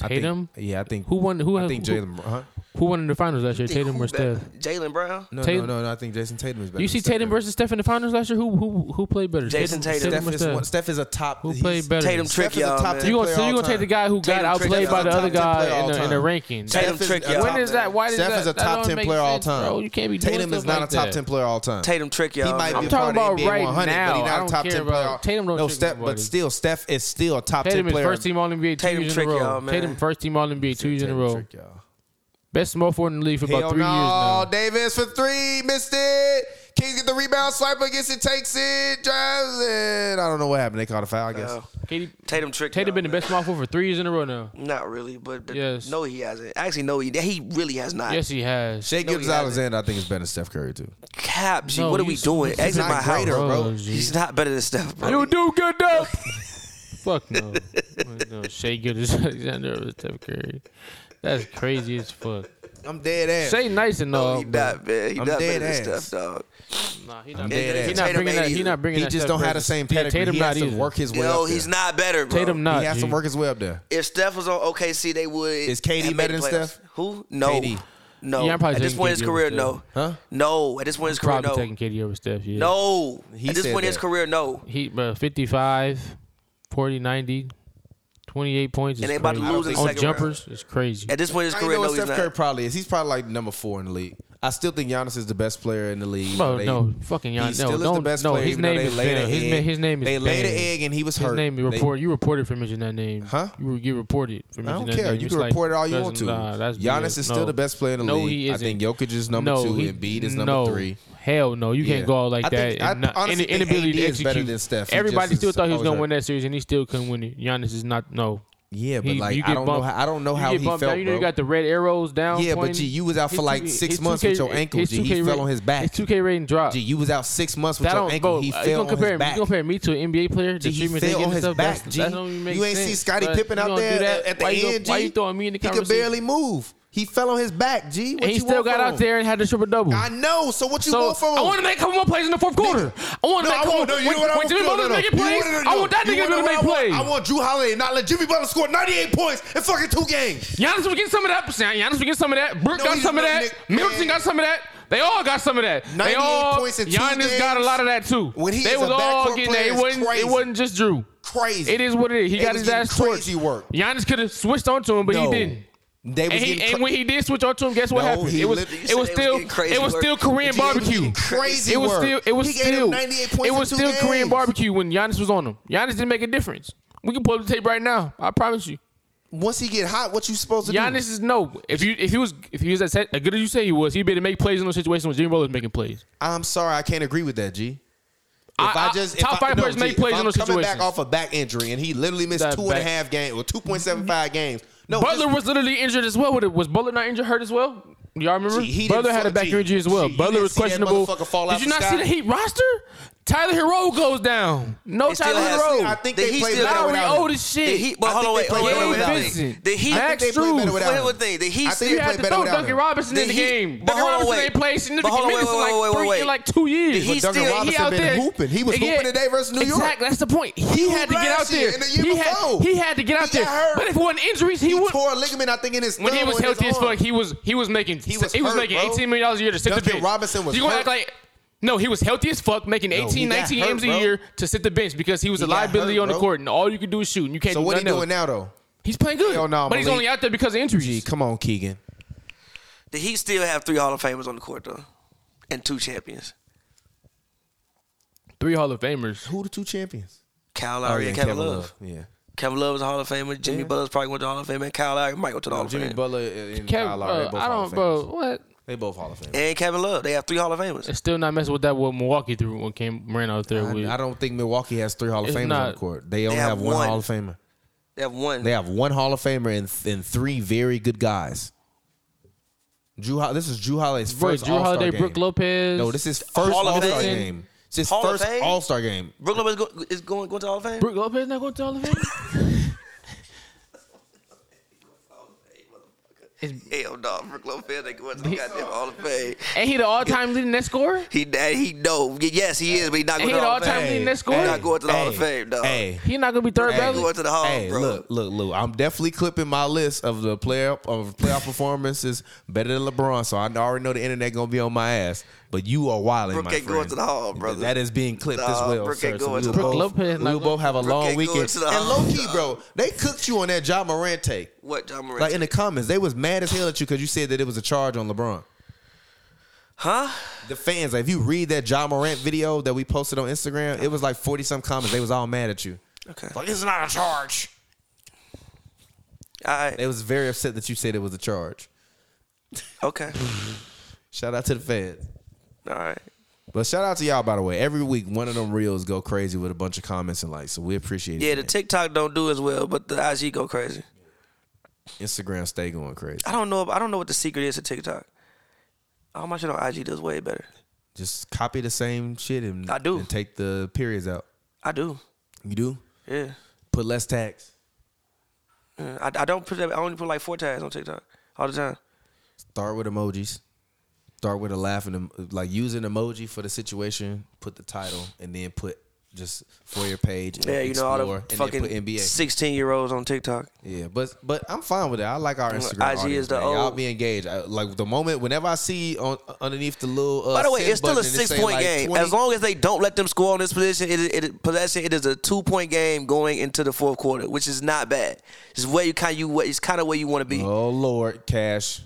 I think- Tatum? yeah, I think Who won? Who? I think who, Jalen. Huh? who won in the finals last year? Tatum or Steph? Jalen Brown. No, Tatum- no, no, no. I think Jason Tatum is better. You see than Steph Tatum Curry. versus Steph in the finals last year. Who who who played better? Jason Tatum. Steph or is, Steph? one- Steph is a top. Who he's- played better? Tatum Steph trick is a y'all, top man. ten You gonna player so you all gonna take time. the guy who Tatum got trick outplayed y'all. by the Top other 10 guy player in the, all in the time. rankings? Tatum Steph is trick a y'all. top When is that? Why does Steph that? is a that top don't 10 make player all sense, time. Bro, you can't be doing Tatum is stuff not like a top that. ten player all time. Tatum trick y'all. He might man. be a I'm talking part of about the NBA right 100, but now. he's I not don't a top care ten player. about- all- Tatum don't no, trick Steph, but nobody. still, Steph is still a top Tatum ten is player. first team All NBA two Tatum years in trick a row. y'all, man. Tatum first team All NBA two years in a Tatum row. trick, y'all. Best small forward in the league for about Hell three no, years now. Davis for three, missed it. Kings get the rebound, Swiper gets it, takes it, drives it. I don't know what happened. They caught a foul, I guess. Uh, Katie- Tatum trick. Tatum y'all, been the man. best small forward for three years in a row now. Not really, but the- Yes. no, he hasn't. Actually, no, he he really has not. Yes, he has. Shea No, he Gibbs Alexander, I think, is better than Steph Curry, too. Cap, G, No, what are you we s- doing? he's Exit not my house. greater, Bro. bro. G. He's not better than Steph, bro. You do good though. Fuck no. no Shea Gildas Alexander over Steph Curry. That's crazy as fuck. I'm dead ass. Shea nice and no, all. he but not, man. He I'm not dead better than ass. Steph, dog. Nah, he not, dead he ass. not Tatum bringing ain't that. He either. not bringing he that just Steph don't have the presence. same Yeah, pedigree. Tatum he not has either. to work his way No, up there. he's not better, bro. Tatum not. He has to G. work his way up there. If Steph was on OKC, they would. Is KD have made better the than playoffs. Steph? Who? No. KD. No. Yeah, I'm probably At this taking point in his KD over career, Steph. no. Huh? No. At this point in his career, Probably no. taking KD over Steph. Yeah. No. He At this said point in his that. career, no. He uh, but 55, 40, 90, 28 points. Is And they about to crazy. lose in the on second jumpers. It's crazy. At this point in his I know career, what no, he's Steph Curry not. probably is. He's probably like number four in the league. I still think Giannis is the best player in the league. Bro, They- no, fucking Giannis. He still No, is the don't- best no, player. his even though name they is laid bad. an His egg. na- his name is They laid an bad. egg and he was His hurt. name. You They- report. You reported for mentioning that name. Huh? You were- you reported for I mentioning don't that care. name. You It's can like, report it all you that's- want to. Nah, that's Giannis BS. is still No. the best player in the no, league. He I think isn't. Jokic is number no, two. He, Embiid is number no. three. Hell no, you Yeah. can't go out like I that. think- I and not, honestly in- think inability to AD is execute. better than Steph. He Everybody just still is thought he was always going to hurt. win that series, and he still couldn't win it. Giannis is not. No. Yeah, but He- like you I get don't know. bumped- How, I don't know you how get he bumped felt, down. You know, bro. you got the red arrows down. Yeah, but pointing. G, you was out for His like 2K six his months with 2K your ankle, his G. He 2K fell rate- on his back. His 2K rating dropped. Gee, you was out six months with That your don't, ankle. bro. He you fell gonna on compare him? his You back. compare me to an NBA player? Gee, The he treatment they fell getting on and his stuff, back, That's, G. that don't even make You ain't sense. see Scottie But Pippen you out gonna do there that? at the Why you go- end, G. Why you throwing me in the He could conversation? barely move. He fell on his back, G. What And he you still want got from out him? there and had to triple double. I know. So what you So want from him? I want to make a couple more plays in the fourth quarter. I want No, to I make a couple. want no. You know what I when want? Jimmy no, Butler's no, no. making You plays, wanna know- I want that you nigga to wanna know make what I want? plays. I want Drew Holiday not let Jimmy Butler score 98 points in fucking two games. Giannis will get some of that. Giannis will get some of that. Brooke No, got he's some of not, that. Nick, Middleton man. got some of that. They all got some of that. They 98 all. points in two Giannis got a games. lot of that too. When he they is a was all backcourt getting player, that. It it's wasn't. crazy. It wasn't just Drew. Crazy. It is what it is. He They got was his ass getting crazy torched. work. Giannis could have switched onto him, but No. he didn't. They was And, he, getting and cra- when he did switch onto him, guess what No, happened? he It was lit- you it said was they was still getting crazy it was work. still Korean They was getting barbecue. crazy It was work. still it was He gave him still 98 points it in was two still Korean games. barbecue when Giannis was on him. Giannis didn't make a difference. We can pull up the tape right now. I promise you. Once he get hot, what you supposed to do? Giannis is no. If you if he was if he was as, as good as you say he was, he'd be able to make plays in those situations when Jimmy Butler's making plays. I'm sorry, I can't agree with that, G. If I- I, I- just if top I, five players G, make plays in if I'm those coming back situations. off a back injury and he literally missed That two and a half back- games or two point seven five games. No, Butler just- was literally injured as well. Was Butler not injured, hurt as well? Y'all remember? Gee, he didn't Butler had fuck- a back gee, injury as well. gee, you Butler didn't was see that questionable. motherfucker fall out Did you the not sky? see the Heat roster? Tyler Hero goes down. No They still Tyler have- Hero. I think they The Heat played still better got Now we without him. old as The shit. Heat, I but hold on, wait. think they hold play on, better wait, without wait. him. The Heat, I I think they Max play Struz. better without Well, him. here's the thing. The Heat still You I think they had play to better throw without Duncan him. Robinson in The the Heat- game. but Duncan hold on, Robinson wait. ain't played significant But hold on, minutes in wait, wait, like wait, three- wait, in wait. like two years. But He Duncan still- he Robinson out been there- hooping. He was Yeah. hooping today versus New York. Exactly. That's the point. He, had to He hooped get out last year there. and the year he, had, before. he had to get out He there. got hurt. But if it wasn't injuries, he, He would. tore a ligament, I think, in his When he thumb was or in his healthy as fuck, arm. he was he was making he was, was he was hurt, making bro. eighteen million dollars a year to sit the Duncan bench. Robinson was you gonna hurt. act like no, he was healthy as fuck, making 18, he got 19 hurt, games bro. a year to sit the bench because he was He a got liability hurt, on the bro. court, and all you could do is shoot, and you can't. So do what he nothing doing else. now though? He's playing good, Hell nah, but he's Malik. only out there because of Gee, injuries. come on, Keegan. The Heat still have three Hall of Famers on the court though, and two champions. Three Hall of Famers. Who the two champions? Kyle Lowry and Oh, Kevin, Love. Oh, Yeah. Kevin Love is a Hall of Famer. Jimmy Butler's probably went to the Hall of Fame, and Kyle Lowry might go to the Hall of Jimmy Fame. Butler Kevin, and Kyle Lowry. bro, I uh, don't, bro. What? They both Hall of Fame. and Kevin Love. They have three Hall of Famers. It's still not messing with that what Milwaukee threw when Cam ran out there with. I, I don't think Milwaukee has three Hall of It's Famers on not- the court. They only have have one, one. Hall of Famer. They have one. They have one Hall of Famer and, and three very good guys. Drew, Ho- this is Drew Holiday's Bro, first Drew All-Star Holiday, game. Brooke Lopez. No, this is first Hall of All Star Fame? game. It's his Hall of first Fame? All Star game. Brook Lopez go, is going going to Hall of Fame. Brooke Lopez not going to Hall of Fame. It's- Hell no, Brook Lopez ain't going to the goddamn Hall of Fame. Ain't he the all-time leading net scorer? He that he no. Yes, he is, but he's not going Ain't he to the the Hall of all-time Fame. leading net He's scorer? not going to the Hall of Fame, dog. Hey, He not gonna be third He ain't ballot. going to the Hall, hey, bro. look, look, look. I'm definitely clipping my list of the player of playoff performances better than LeBron. So I already know the internet gonna be on my ass. But you are wilding, Brooke my ain't friend. going to the Hall, brother. That is being clipped as Nah, well, Brooke sir. ain't So going we to will the both, Hall. Lopez we not will both have a Brooke long ain't going weekend. to the and Hall, low key, dog. bro, they cooked you on that John Moran take. What John Morant? Like in the comments, they was mad as hell at you because you said that it was a charge on LeBron. huh? The fans, like, if you read that John Morant video that we posted on Instagram, it was like forty some comments. They was all mad at you. Okay. All Like it's not a charge. right. They was very upset that you said it was a charge. Okay. Shout out to the fans. All right. But shout out to y'all by the way. Every week one of them reels go crazy with a bunch of comments and likes. So we appreciate Yeah, it. the TikTok don't do as well, but the IG go crazy. Instagram stay going crazy. I don't know. I don't know what the secret is to TikTok. All my shit on IG does way better. Just copy the same shit and, I do. and take the periods out. I do. You do? Yeah. Put less tax. Yeah. I, I don't put. that- I only put like four tags on TikTok all the time. Start with emojis. Start with a laugh and em- like use an emoji for the situation. Put the title and then put just for your page. And Yeah, you know all explore, the fucking and then put NBA. sixteen year olds on TikTok. Yeah, but but I'm fine with it. I like our Instagram. IG Mm, is audience, the man. Y'all old- be engaged. I, like the moment whenever I see on underneath the little. Uh, By the way, send it's still a button and six saying, point like, game. 20 As long as they don't let them score on this position, it, it, it possession, it is a two point game going into the fourth quarter, which is not bad. It's where you kind of you it's kind of where you want to be. Oh Lord, Cash,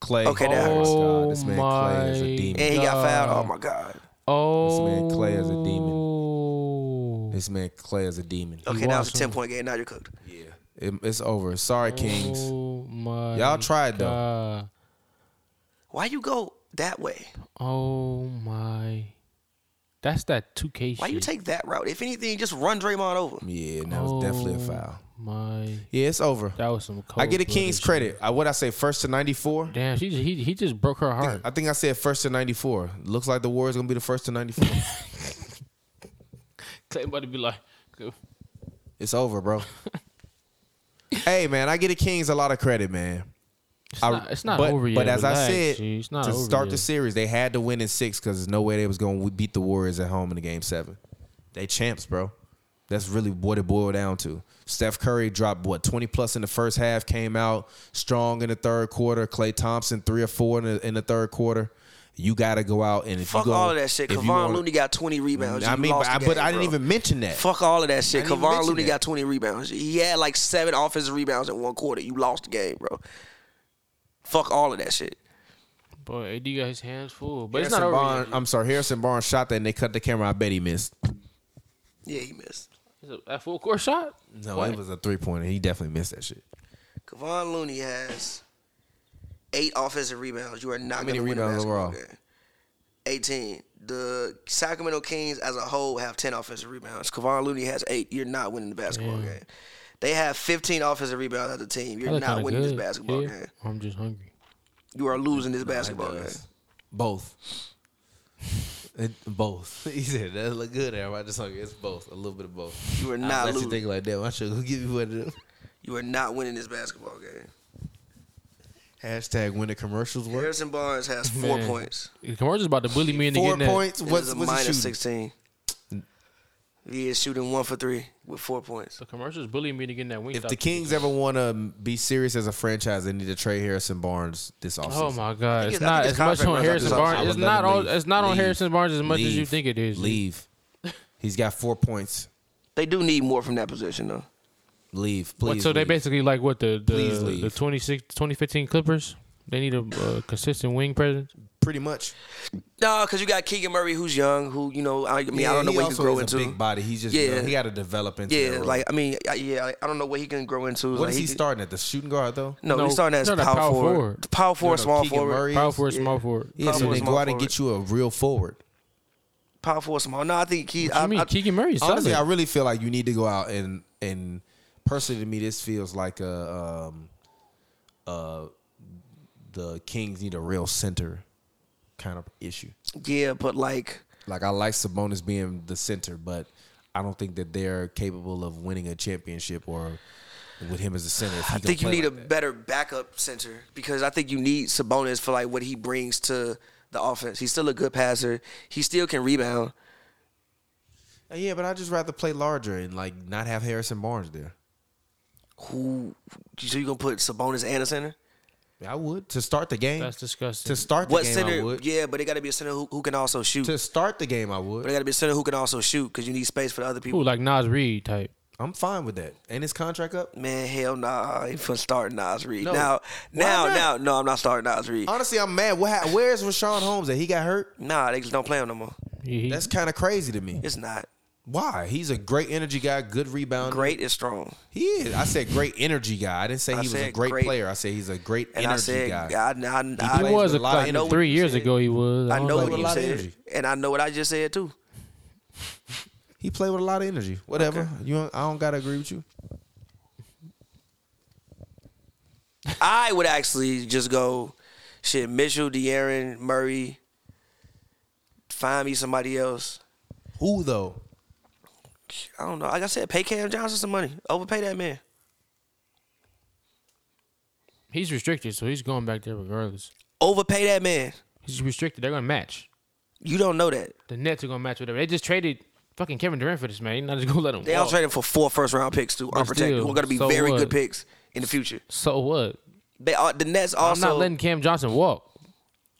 Clay. Okay, that oh hurts. my God, this man Clay is Oh, a demon. and he got fouled. God. Oh my god. Oh, man Clay is a demon. demon. This man Clay is a demon. Okay, now it's a awesome. ten point game. Now you're cooked. Yeah, It- it's over. Sorry, Kings. Oh my. Y'all tried, though. God. Why you go that way? Oh my. That's that 2K. Why you shit. take that route? If anything, just run Draymond over. Yeah, that was definitely a Oh, foul. My. Yeah, it's over. That was some. Cold I get a blooded King's shit. credit. I what I say first to ninety four. Damn, she just, he he just broke her heart. I think I said first to ninety four. Looks like the Warriors gonna be the first to ninety four. Clay about to be like. It's over, bro. hey, man, I get the Kings a lot of credit, man. I- not- it's not but, over But yet. as I Relax, said, G. It's not to over start the yet. series, they had to win in six because there's no way they was going to beat the Warriors at home in the game seven. They champs, bro. That's really what it boiled down to. Steph Curry dropped what twenty plus in the first half, came out strong in the third quarter. Clay Thompson three or four in the, in the third quarter. You got to go out and if Fuck you go, all of that shit. if you Kevon wanna- Looney got 20 rebounds. I You mean, but, lost I, the but game, I didn't bro. even mention that. Fuck all of that shit. I didn't even Kevon mention Looney that. got 20 rebounds. He had like seven offensive rebounds in one quarter. You lost the game, bro. Fuck all of that shit. Boy, AD got his hands full, but it's Harrison not over. Barnes, yet. I'm sorry, Harrison Barnes shot that and they cut the camera. I bet he missed. Yeah, he missed. Is it that full court shot? No, What? it was a three pointer. He definitely missed that shit. Kevon Looney has eight offensive rebounds. You are not many going to win a rebounds basketball overall? game. 18. The Sacramento Kings as a whole have 10 offensive rebounds. Kevon Looney has eight. You're not winning the basketball game. They have 15 offensive rebounds as a team. You're That look not kinda winning this good. basketball Yeah. game. I'm just hungry. You are losing this basketball game. does. Both. It, both. He said that look good. Everybody just hungry. It's both. A little bit of both. You are I not let you losing. think like that. I should go give you one of them. You are not winning this basketball game. Hashtag when the commercials work. Harrison Barnes has four Man. points. Kamara's about to bully me into Four getting that. points. It What's, is a what's he shooting? minus 16. He is shooting one for three with four points. The commercials bullying me to getting that wing. If the Kings ever want to be serious as a franchise, they need to trade Harrison Barnes this offseason. Oh my God! think It's it- I think not his as much contract on runs out Harrison this offseason. I Barnes. would It's let not him all. leave. It's not on Leave. Harrison Barnes as much as you Leave. think it is. Leave. He's got four points. They do need more from that position, though. Leave, please. What, so they leave. basically like what the Please the, leave. the 26, 2015 Clippers. They need a uh, consistent wing presence. pretty much. No, because you got Keegan Murray, who's young, who you know. I, I mean, I don't know he what he can also grow is into. A big body. He's just Yeah. young. he got to develop into. that Yeah, role. like I mean, I, yeah, like, I don't know what he can grow into. what like, is he could- starting at the shooting guard though? No, No, he's starting as he's power, not a power forward, forward. power forward, No, no, small Keegan forward, Murray. Power forward, Yeah. small forward. Yeah, so Probably then small go out and forward. get you a real forward. power forward, small. No, I think he. What you mean Keegan Murray's Honestly, I solid. really feel like you need to go out and and personally to me, this feels like a um, uh, the Kings need a real center kind of issue. yeah, but like, Like I like Sabonis being the center, but I don't think that they're capable of winning a championship or with him as the center. I think you need a better backup center because I think you need Sabonis for like what he brings to the offense. He's still a good passer. He still can rebound. a yeah, but I would just rather play larger and like not have Harrison Barnes there. Who? So you gonna put Sabonis and a center? I would to start the game. That's disgusting. to start the What game, I center? would. Yeah, but it got to be a center who, who can also shoot. To start the game, I But it would. got to be a center who can also shoot because you need space for the other people. Ooh, like Nas Reed type. I'm fine with that. And his contract up. Man, hell nah, I ain't for starting Nas Reed. No. Now, Why now, not? Uh, now, no, I'm not starting Nas Reed. Honestly, I'm mad. What hap- Where's Rashawn Holmes at? He got hurt. Nah, they just don't play him no more. He, he, That's kind of crazy to me. It's not Why? He's a great energy guy, good rebounder. great. It's strong. He is. I said great energy guy. I didn't say I he was a said great, great. player. I said he's a great And energy I said, guy. I, I, he I, was with a, a lot of like energy. three You years said- ago. He was. I don't know what played with a you lot of said, energy. and I know what I just said too. He played with a lot of energy. Whatever. You, don't- I don't gotta agree with you. I would actually just go, shit, Mitchell, De'Aaron, Murray. Find me somebody else. Who though? I don't know. Like I said, pay Cam Johnson some money. Overpay that man. He's restricted, so he's going back there regardless. Overpay that man. He's restricted. They're gonna match. You don't know that. The Nets are gonna match whatever. They just traded fucking Kevin Durant for this man. You're not just gonna let him. They all walk. traded for four first round picks too, But unprotected. still, Who are going to be so very what? good picks in the future. So what? They are the Nets I'm also. not letting Cam Johnson walk.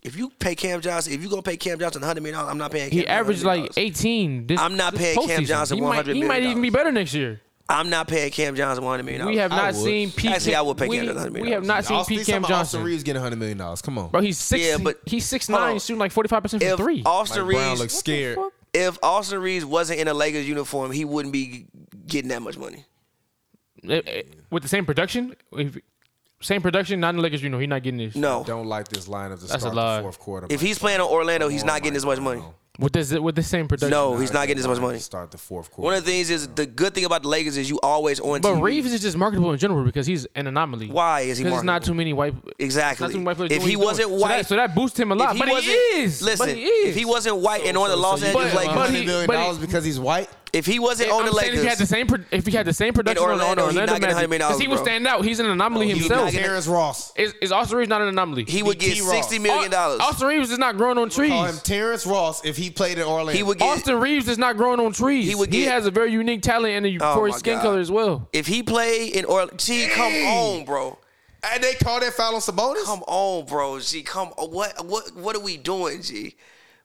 if you pay Cam Johnson, if you gonna pay Cam Johnson hundred million dollars, I'm not paying. Cam He Johnson averaged $100 like 18. This, I'm not this paying Cam postseason. Johnson He might, $100 he might million. even be better next year. I'm not paying Cam Johnson one hundred million dollars. We have I not would. seen Pete. Actually, I would pay we, Cam Johnson $100 We have not seen Austin, Pete Cam Austin Johnson. Reeves getting hundred million dollars. Come on. Bro, he's six. Yeah, but- he's six hold nine, on. shooting like 45 percent from if three. Austin Mike Brown Reeves, looks scared. fuck? if Austin Reeves wasn't in a Lakers uniform, he wouldn't be getting that much money. Eh, eh, with the same production, if, same production, not in the Lakers. You know, he's not getting this. No, Don't like this lineup to That's a start lie. the fourth quarter. if he's playing on Orlando, he's not getting as much money. With this, with the same production. No, he's not getting as much money. Start the fourth quarter. One of the things is the good thing about the Lakers is you always on. But TV. Reeves is just marketable in general because he's an anomaly. Why is he Because not marketable? too many white. Exactly. Not too many white players. If doing he what he's wasn't doing. white, so that, so that boosts him a lot. if but he wasn't- is. Listen, but he is. if he wasn't white and on the Los so you Angeles give him But- Lakers, but he- $100 million but he- dollars because he's white. if he wasn't I'm on the saying if he had the Lakers, same pro- if he had the same production on the- Orlando, on he's the not getting Orlando $100 million, Magic, 'cause he would bro. stand out. He's an anomaly He's himself. not Terrence Ross. Is, is Austin Reeves not an anomaly? he would get T. Ross. sixty million dollars. Austin Reeves is not growing on Call him trees. Terrence Ross if he played in Orlando. He would get Austin Reeves is not growing on trees. He, He would get- has a very unique talent and a Oh for his my skin God. color as well. If he played in Orlando, gee, come on, bro. and they call that foul on Sabonis. Come on, bro. Gee, come. On. What what what are we doing, G?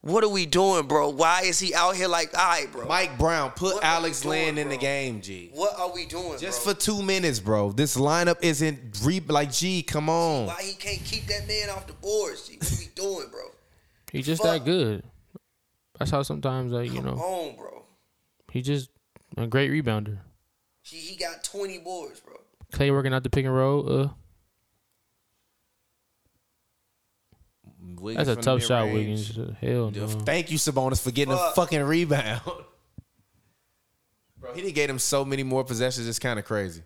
What are we doing, bro? Why is he out here like, all right, bro? Mike Brown put What are Alex you doing, Land in the bro? game, G. what are we doing, Just bro? for two minutes, bro. This lineup isn't re- like G. Come on, Why he can't keep that man off the boards? G? What are we doing, bro? He's just Fuck. that good. That's how sometimes, like you Come know, on, bro. he's just a great rebounder. Gee, he got twenty boards, bro. Clay working out the pick and roll. Uh, that's a tough shot, Wiggins. Uh, Hell no. Thank you, Sabonis, for getting a Fuck. fucking rebound. bro, he didn't get him so many more possessions. It's kind of crazy.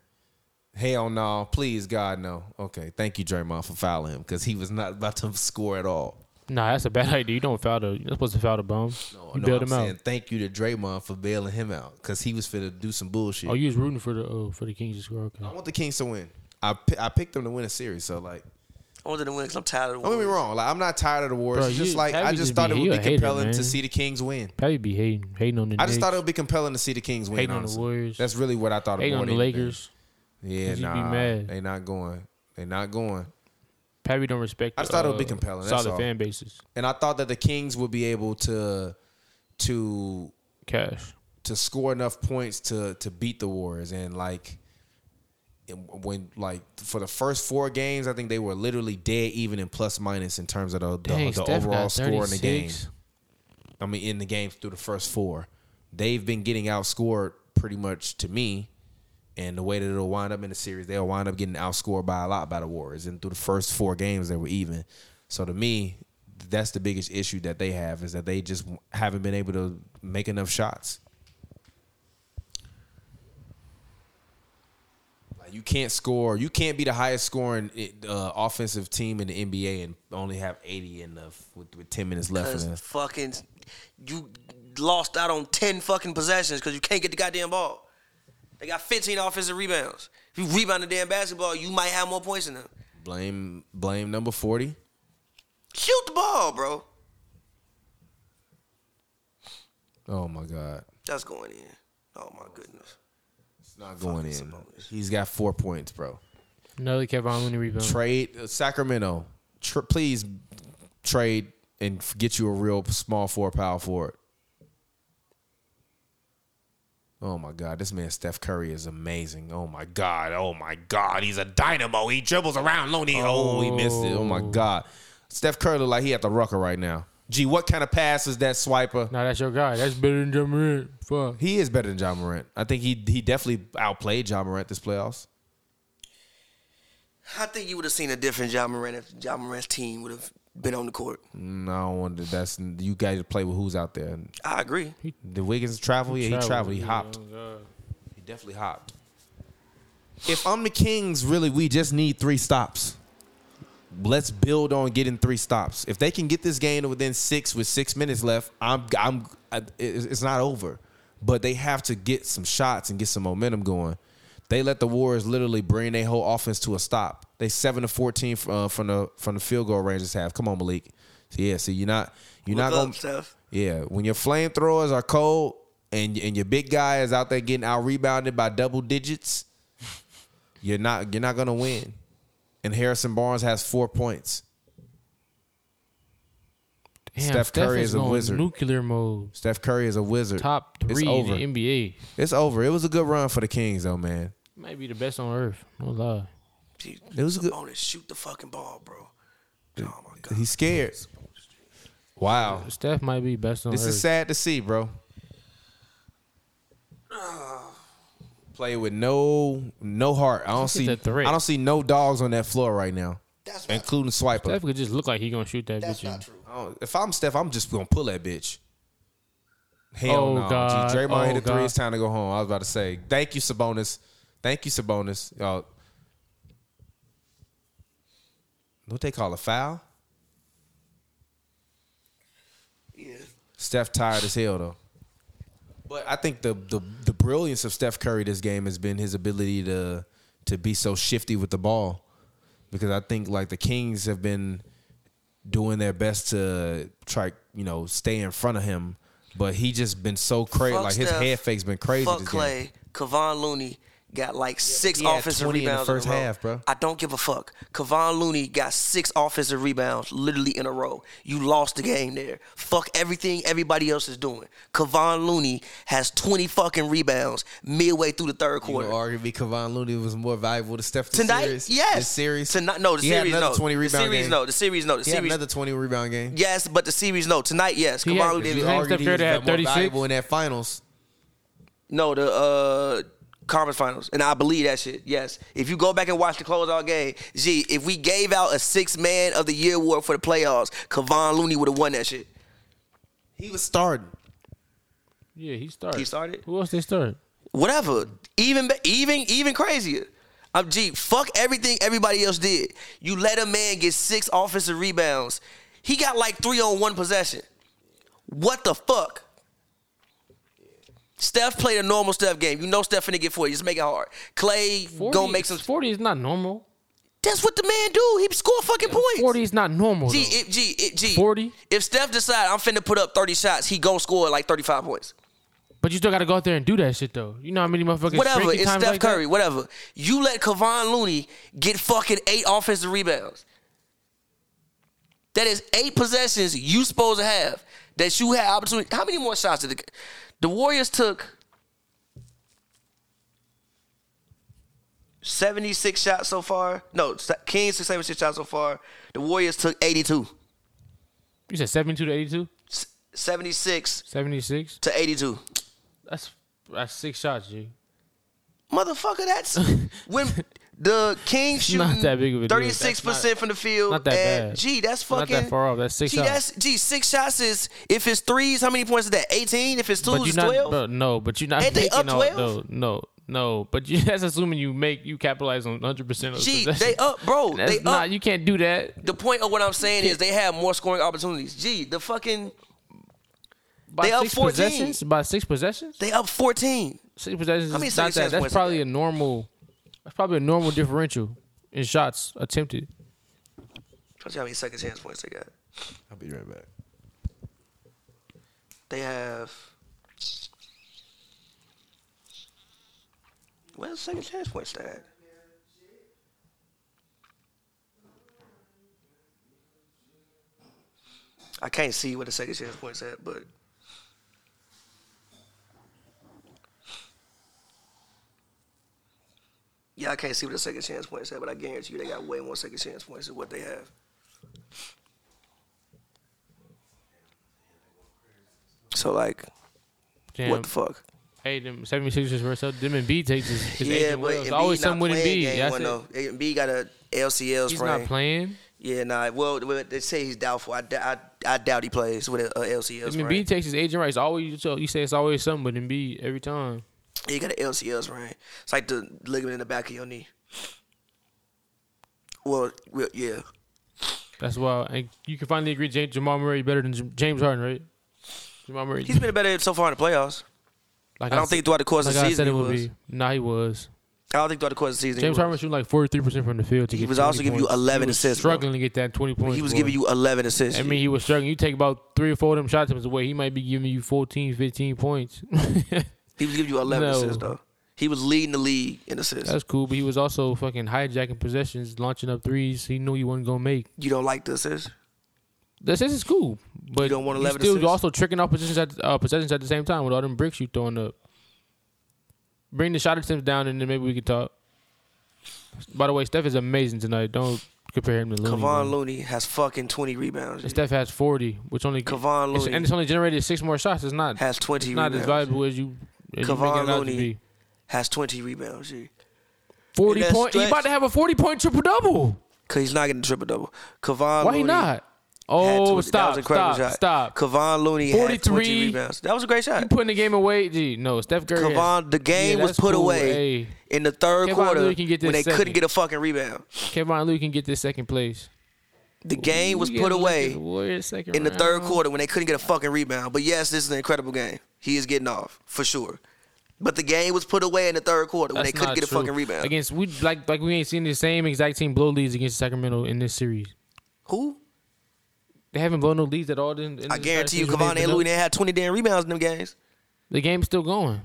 Hell no, please God no. Okay, thank you, Draymond, for fouling him because he was not about to score at all. Nah, that's a bad idea. You don't foul the. You're not supposed to foul the bum. No, you Oh, no, bailed I'm him out. saying thank you to Draymond for bailing him out because he was finna do some bullshit. Oh, you was rooting for the uh, for the Kings to score. Okay. I want the Kings to win. I pi- I picked them to win a series, so like I wanted to win because I'm tired of the don't get me Warriors. wrong, like I'm not tired of the Warriors. Bro, it's you- just like I Pappy just just thought be- it he would a be hater, compelling man. to see the Kings win. Probably be hating hating on the. I just Knicks, thought it would be compelling to see the Kings win. hating on the honestly. Warriors. That's really what I thought. hating more on the than anything. Lakers. Yeah, You'd be nah, mad. they not going. They not going. Probably don't respect. uh, I just thought it would be compelling, that's Solid all. fan bases. And I thought that the Kings would be able to to Cash. to score enough points to to beat the Warriors and like and when like for the first four games, I think they were literally dead even in plus minus in terms of the, the, Dang, the Steph overall got score in the game. 36. I mean, in the games through the first four, they've been getting outscored pretty much to me. And the way that it'll wind up in the series, they'll wind up getting outscored by a lot by the Warriors. And through the first four games, they were even. So to me, that's the biggest issue that they have is that they just haven't been able to make enough shots. Like, You can't score. You can't be the highest scoring uh, offensive team in the NBA and only have eighty enough with, with ten minutes left. in the- Because fucking, you lost out on 10 fucking possessions because you can't get the goddamn ball. They got 15 offensive rebounds. If you rebound the damn basketball, you might have more points than them. Blame blame number forty. Shoot the ball, bro. Oh my God, That's going in. Oh my goodness. it's not going in. He's got four points, bro. Another Kevin Looney rebound. Trade uh, Sacramento. Tr- please trade and f- get you a real small four power forward. Oh my God, this man Steph Curry is amazing. Oh my God, oh my God, he's a dynamo. He dribbles around, Looney. Oh, he missed it. Oh my God, Steph Curry look like he at the rucker right now. Gee, what kind of pass is that, Swiper? Nah, that's your guy. That's better than John Morant. Fuck. He is better than John Morant. I think he he definitely outplayed John Morant this playoffs. I think you would have seen a different John Moran if John Moran's team would have been on the court. No, I don't want to, that's you guys play with who's out there. I agree. The Wiggins travel, yeah, he traveled, he hopped, Oh, he definitely hopped. If I'm the Kings, really, we just need three stops. Let's build on getting three stops. If they can get this game to within six with six minutes left, I'm I'm I, it- it's not over. But they have to get some shots and get some momentum going. They let the Warriors literally bring their whole offense to a stop. They seven to fourteen uh, from the from the field goal range this half. Come on, Malik. So, yeah, see, you're not you're Look not gonna up, Steph. yeah, when your flamethrowers are cold and and your big guy is out there getting out rebounded by double digits, you're not you're not gonna win. And Harrison Barnes has four points. Damn, Steph Curry is a going wizard. Nuclear mode. Steph Curry is a wizard. Top three It's over. in the NBA. It's over. It was a good run for the Kings, though, man. Might be the best on earth. No lie. Dude, It was a good. Sabonis, shoot the fucking ball, bro. Oh my god. He's scared. Wow, Steph might be best on this earth. is sad to see, bro. Play with no no heart. I don't This is see. I a threat. don't see no dogs on that floor right now, That's not, including Swiper. Steph could just look like he gonna shoot that that's bitch. in. not true. I don't- If I'm Steph, I'm just gonna pull that bitch. Hell Oh, no. God. Gee, Draymond Oh, hit a three. God. It's time to go home. I was about to say, thank you, Sabonis. Thank you, Sabonis. Y'all, what they call a foul? Yeah. Steph tired as hell though. But I think the the the brilliance of Steph Curry this game has been his ability to to be so shifty with the ball, because I think like the Kings have been doing their best to try you know stay in front of him, but he just been so crazy. Fuck Like his Steph. head fake's been crazy. Fuck this Clay. Kevon Looney got like six he had offensive 20 in the rebounds first in a row. half, bro. I don't give a fuck. Kevon Looney got six offensive rebounds literally in a row. You lost the game there. Fuck everything everybody else is doing. Kevon Looney has 20 fucking rebounds midway through the third Game. You quarter. know, arguably, Kevon Looney was more valuable to Steph this Tonight, series. yes. This series, Tonight, no. The He had series, another no. 20 the rebound series, game. no. The series, no. The He had series, another twenty rebound game. yes, but the series, no. Tonight, yes. He Kevon had- Looney. His You name argued Steph he Curry was had more 36? valuable in that finals. No, the uh conference finals. And I believe that shit. Yes. If you go back and watch the closeout game, gee, if we gave out a six man of the year award for the playoffs, Kevon Looney would have won that shit. He was starting. Yeah, he started. He started? Who else they start? Whatever. Even be- even even crazier. I'm G, fuck everything everybody else did. You let a man get six offensive rebounds. He got like three on one possession. What the fuck? Steph played a normal Steph game. You know Steph finna get 40. Just make it hard. Clay 40, gonna make some Forty is not normal. That's what the man do. He score fucking points. Forty is not normal. G, though. if, G, if, G. 40? If Steph decide I'm finna put up 30 shots, he gonna score like 35 points. but you still gotta go out there and do that shit though. You know how many motherfuckers Whatever. cranky It's times Steph like that? Curry. Whatever. You let Kevon Looney get fucking eight offensive rebounds. That is eight possessions you supposed to have that you had opportunity. How many more shots did the, the Warriors took? 76 shots so far. No, S- Kings took 76 shots so far. The Warriors took 82. You said 72 to 82? S- 76 76? to 82. That's that's six shots, G. Motherfucker, that's when the Kings It's not shooting that big of a deal. That's 36% from the field. not that and bad. Gee, that's Not fucking that far off. That's six Gee, shots. that's gee, six shots is if it's threes, how many points is that? 18? If it's twos, but you it's not, 12? Bro, no, but you're not Ain't they making up all- 12? No, no, no. But you, that's assuming you make you capitalize on 100 percent of the Gee, possession. they up, bro. That's they up. not. You can't do that. the point of what I'm saying is they have more scoring opportunities. Gee, the fucking By They up six 14. possessions. By six possessions. they up 14. Six possessions. How many is not six that. That's points is probably that? a normal. That's probably a normal differential in shots attempted. Trust me how many second chance points they got. I'll be right back. They have. Where's second chance points they at? I can't see what the second chance points at, but yeah, I can't see what the second chance points at, but I guarantee you they got way more second chance points than what they have. So like, Damn. what the fuck? Hey, them 76ers versus up. Them and B takes his, his Yeah, Asian but Wells. Embiid always not something with playing Embiid. game That's one, it. though. Embiid got a LCL He's sprain. not playing. Yeah, nah. Well, well, they say he's doubtful. I, d- I, I doubt he plays with a, a LCL I mean, sprain. B takes his agent rights. Always, you, tell, you say it's always something, but then B every time. He got an LCL sprain. It's like the ligament in the back of your knee. Well, well yeah. That's why and you can finally agree James, Jamal Murray better than J- James Harden, right? Jamal Murray. He's been better so far in the playoffs. like I don't said- think throughout the course of like the I season said he it would was. be. Nah, he was. I don't think throughout the course of the season James he Harden was. was shooting like forty three percent from the field to He get. was also 20 giving you points. 11 he was assists, bro. Struggling to get that twenty points. He was bro. giving you 11 assists. I mean, he was struggling. You take about three or four of them shots away, he might be giving you 14, 15 points. he was giving you 11 No. assists though. He was leading the league in assists. That's cool, but he was also fucking hijacking possessions, launching up threes. He knew he wasn't gonna make. you don't like the assists? This is cool, but You don't want he's 11 still assists? also tricking off positions at uh, possessions at the same time with all them bricks you throwing up. Bring the shot attempts down, and then maybe we can talk. By the way, Steph is amazing tonight. Don't compare him to Looney. Kevon man. Looney has fucking 20 rebounds. And Steph has forty, which only Kevon it's- Looney. and it's only generated six more shots. It's not has 20 it's not as rebounds. valuable as you. As you Kevon make it out Looney. to be. Has 20 rebounds, yeah. Forty In that point. He stretch- about to have a forty point triple double. Cause he's not getting triple double. Kevon Why Looney he not? had 20 that Oh, was stop, an incredible stop, shot. stop. Kevon Looney had 43. 20 rebounds. That was a great You shot. putting the game away? Gee, no, Steph Curry. has- Kevon, the game Yeah, was that's put cool. away Hey. in the third Kevon quarter Looney can get this when they second. couldn't get a fucking rebound. Kevon Looney can get this second place. The game was Ooh, yeah, put look at the away Warriors second in the third round. quarter when they couldn't get a fucking rebound. But yes, this is an incredible game. He is getting off for sure. But the game was put away in the third quarter when they That's couldn't not get a true. fucking rebound. Against we like like we ain't seen the same exact team blow leads against Sacramento in this series. Who? They haven't blown no leads at all. In, in I this guarantee you, series. Kevon They've and been Looney up- they had 20 damn rebounds in them games. The game's still going,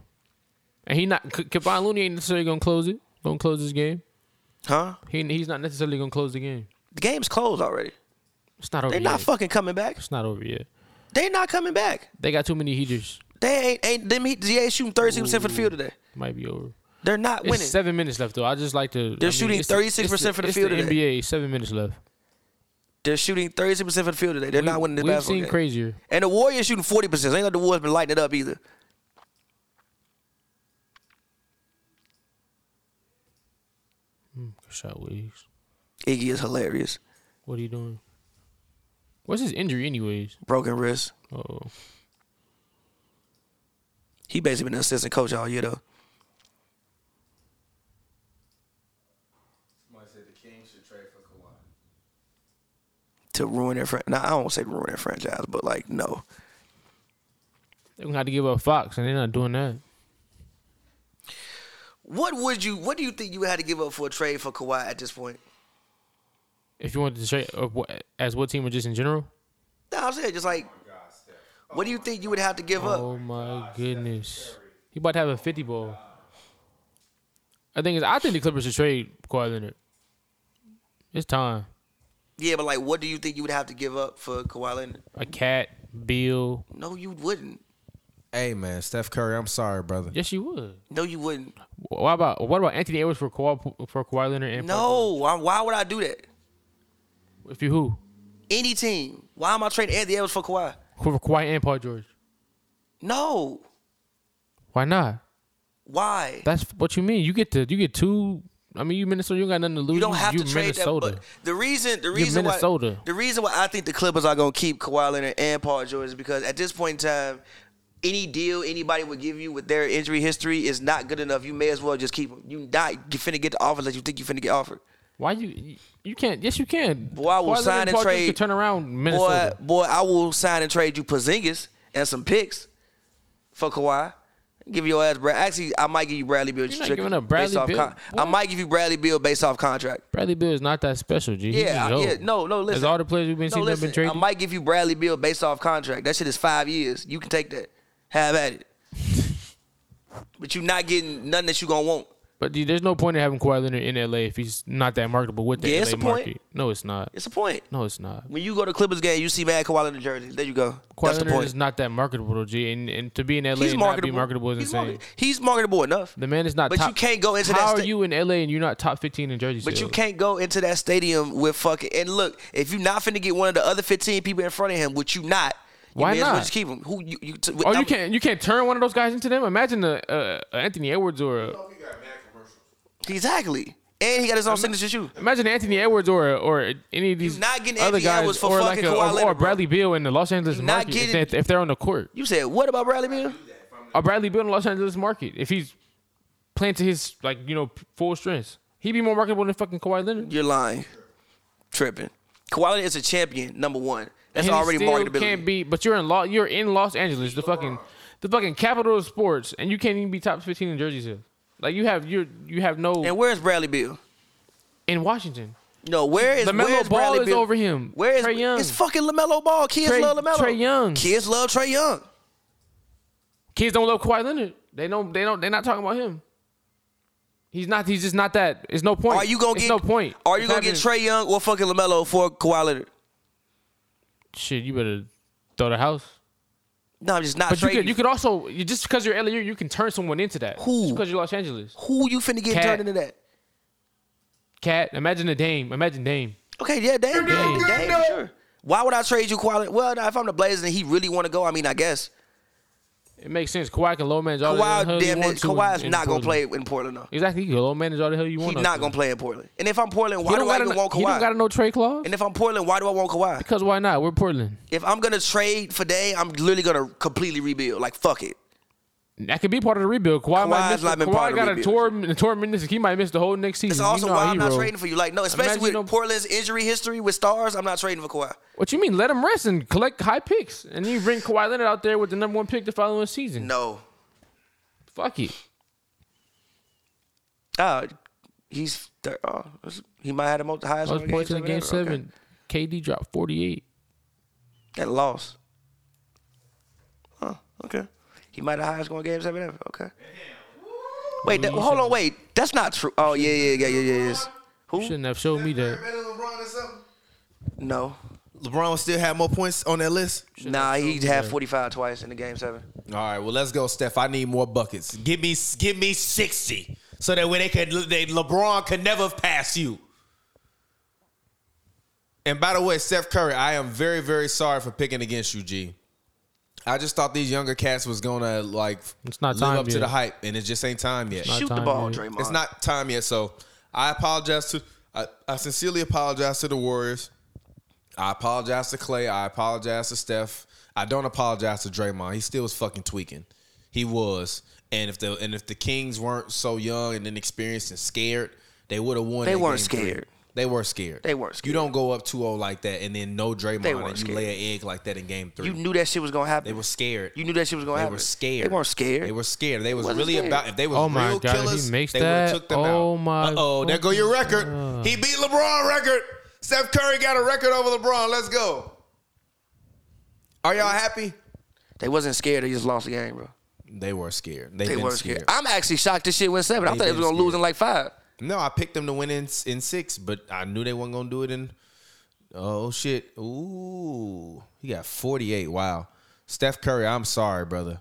and he not K- Kevon Looney ain't necessarily gonna close it. Gonna close this game. Huh? He he's not necessarily gonna close the game. The game's closed already. It's not over. They're yet. not fucking coming back. it's not over yet. They not coming back. They got too many heaters. They ain't ain't them. He, they ain't shooting thirty six percent for the field today. Might be over. They're not winning. It's seven minutes left though. I just like to. They're I mean, shooting it's the- 36% for the it's field It's today. the NBA. Seven minutes left. They're shooting thirty six percent for the field today. They're We- not winning the We've basketball seen game. crazier. And the Warriors shooting forty percent. Ain't like the Warriors been lighting it up either. Shot waves. Iggy is hilarious. What are you doing? What's his injury, anyways? Broken wrist. Oh, He basically been an assistant coach all year though. Somebody said the Kings should trade for Kawhi. To ruin their fran Now I don't say to ruin their franchise, but like no. they're gonna have to give up Fox, and they're not doing that. What would you? What do you think you had to give up for a trade for Kawhi at this point? If you want to trade or what, as what team or just in general? No, I'm saying just like. Oh What do you think you would have to give up? Oh my goodness, he about to have a fifty ball. I think is I think the Clippers should trade Kawhi Leonard. It's time. Yeah, but like, what do you think you would have to give up for Kawhi Leonard? A cat, Bill. No, you wouldn't. Hey man, Steph Curry, I'm sorry, brother. Yes, you would. No, you wouldn't. What about what about Anthony Edwards for Kawhi for Kawhi Leonard and No, why, why would I do that? Paul- if you who Any team. Why am I trading Anthony Edwards for Kawhi? for Kawhi and Paul George? No. Why not? Why? That's what you mean. You get to you get two. I mean, you Minnesota. You don't got nothing to lose. You don't have you to trade Minnesota. that. But the reason, the reason Minnesota. why, the reason why I think the Clippers are gonna keep Kawhi Leonard and Paul George is because at this point in time, any deal anybody would give you with their injury history is not good enough. You may as well just keep them. You not you finna get the offer that you think you finna get offered. Why you? You can't. Yes, you can. Boy, I will Kawhi Leonard sign and Paul George trade. could turn around Minnesota. Boy, boy, I will sign and trade you Porzingis and some picks for Kawhi. Give your ass Brad. Actually, I might give you Bradley Bill. not strictly giving up Bradley based off Beal? I What? might give you Bradley Bill based off contract. Bradley Bill is not that special, G. He Yeah, just I- old. yeah. No, no. Listen, As all the players we've been no, seeing that have listen, been traded. I might give you Bradley Bill based off contract. That shit is five years. You can take that. Have at it. but you're not getting nothing that you gonna want. but dude, there's no point in having Kawhi Leonard in LA if he's not that marketable with the Yeah, LA it's a point. market. No, it's not. It's a point. No, it's not. When you go to Clippers game, you see Mad Kawhi in the jersey. There you go. Kawhi That's the Leonard point. is not that marketable, though, G. And, and to be in LA He's and not be marketable. marketable is He's insane. market- He's marketable enough. The man is not. But top, you can't go into How that are sta- you in LA and you're not top 15 in jersey But you sales? can't go into that stadium with fucking. And look, if you're not finna get one of the other 15 people in front of him, which you not, you Why may as well not? just keep him. Who you? you t- Oh, you can't. You can't turn one of those guys into them. Imagine a, uh Anthony Edwards or a, We got mad commercials. Exactly. And he got his own signature shoe. imagine Anthony Edwards or or any of these You're not getting other Anthony guys Edwards for or fucking a, Kawhi or, Leonard, or Bradley Beal in the Los Angeles You're not market if, getting- they, if they're on the court. You said what about Bradley Beal? Or Bradley Beal in the Los Angeles market if he's playing to his like you know full strength, he'd be more marketable than fucking Kawhi Leonard. You're lying, tripping. Kawhi Leonard is a champion, number one. That's And he already still marketability. Can't be, but you're in Los you're in Los Angeles, the fucking the fucking capital of sports, and you can't even be top 15 in jersey sales. Like you have your you have no And where's Bradley Beal? in Washington. No, where is LaMelo where is Ball Bradley is Beal? over him. Where is Trae Young. It's fucking Lamelo Ball. Kids Trae- love Lamelo. Trae Young. Kids love Trey Young. kids don't love Kawhi Leonard. They don't. They don't. They're not talking about him. He's not. He's just not that. It's no point. Are you gonna It's get no point? Are you It's gonna happening. get Trey Young or fucking Lamelo for Kawhi Leonard? Shit, you better throw the house. No, I'm just not But you trading. could. You could also you, just because you're LA, you can turn someone into that. Who? Just because you're Los Angeles. Who you finna get Cat. turned into that? Cat. Imagine a Dame. Imagine Dame. Okay, yeah, Dame. Dame. Dame, Dame, for sure. Why would I trade you Kawhi? Leonard? Well, now, if I'm the Blazers and he really want to go, I mean, I guess. It makes sense. Kawhi can low manage all the hell Kawhi, he damn, wants it, to Kawhi in- is in not gonna Portland. play in Portland though. Exactly. He can low manage all the hell you want. He's out not there. gonna play in Portland. And if I'm Portland, why He do don't I got even no- want He don't got Kawhi? no trade clause. And if I'm Portland, why do I want Kawhi? Because why not? We're Portland. If I'm gonna trade for Dame, I'm literally gonna completely rebuild. Like fuck it. That could be part of the rebuild. Kawhi might Kawhi's miss. not been Kawhi part of the got a rebuild. torn, a torn meniscus. He might miss the whole next season. It's Mm, You also know why how I'm he not roll. trading for you. Like no, especially Imagine with no- Portland's injury history with stars, I'm not trading for Kawhi. What you mean? Let him rest and collect high picks, and then you bring Kawhi Leonard out there with the number one pick the following season. No. Fuck it. Ah. Oh, he's thir- oh, that's- he might have the most highest Most scoring points in game game seven ever. Okay. seven. KD dropped forty eight. That loss. Huh. Okay. He might have highest scoring game seven ever. Okay. Wait. That, hold on. Wait. That's not true. Oh yeah yeah yeah yeah yeah. Yes. Who? Shouldn't have showed me that. Better than LeBron or something? No. LeBron still had more points on that list. Nah. He had 45 twice in the game seven. All right, well let's go, Steph. I need more buckets. Give me, give me sixty, so that way they could, they, LeBron could never pass you. And by the way, Steph Curry, I am very, very sorry for picking against you, G. I just thought these younger cats was gonna like It's not live time up to yet. the hype, and it just ain't time yet. Shoot the time, ball, dude. Draymond. It's not time yet. So I apologize to I, I sincerely apologize to the Warriors. I apologize to Clay. I apologize to Steph. I don't apologize to Draymond. He still was fucking tweaking. He was. And if the and if the Kings weren't so young and inexperienced and scared, they would have won. They that weren't game three. scared. They were scared. They weren't You scared. don't go up 2-0 like that and then no Draymond They weren't and you scared. lay an egg like that in game three. You knew that shit was gonna happen. they were scared. You knew that shit was gonna They happen. were scared. They weren't scared. They were scared. They was wasn't really scared. about if they was Oh my real God, if he killers. makes they would have that, took them out. oh my Oh, there go your record. God. He beat LeBron record. Steph Curry got a record over LeBron. Let's go. Are y'all happy? They wasn't scared. They just lost the game, bro. They were scared. They, They been were scared. scared. I'm actually shocked this shit went seven. I They thought they been was gonna lose scared. in like five. No, I picked them to win in in six, but I knew they weren't gonna do it in. Oh shit! Ooh, he got forty eight. Wow, Steph Curry, I'm sorry, brother.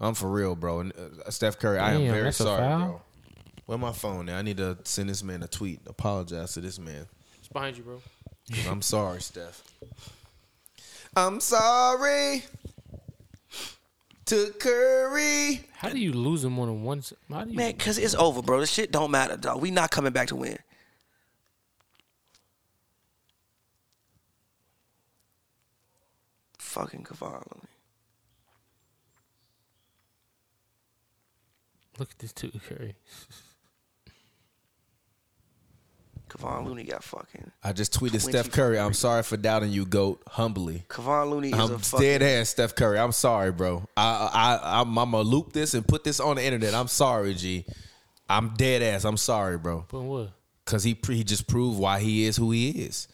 I'm for real, bro. And uh, Steph Curry, I am Damn, very that's a sorry, foul? bro. Where my phone? Now I need to send this man a tweet. Apologize to this man. It's behind you, bro. I'm sorry, Steph. I'm sorry to Curry. How do you lose them on a one? s- How do you? Man, cause it's over, bro. This shit don't matter, dog. We not coming back to win. Fucking Kevon. Look at this too, Curry. Kevon Looney got fucking. I just tweeted 20 Steph Curry. I'm sorry for doubting you, goat. Humbly. Kevon Looney is a I'm fucking. dead ass Steph Curry. I'm sorry, bro. I I I'm, I'm gonna loop this and put this on the internet. I'm sorry, G. I'm dead ass. I'm sorry, bro. But what? Cause he pre- he just proved why he is who he is,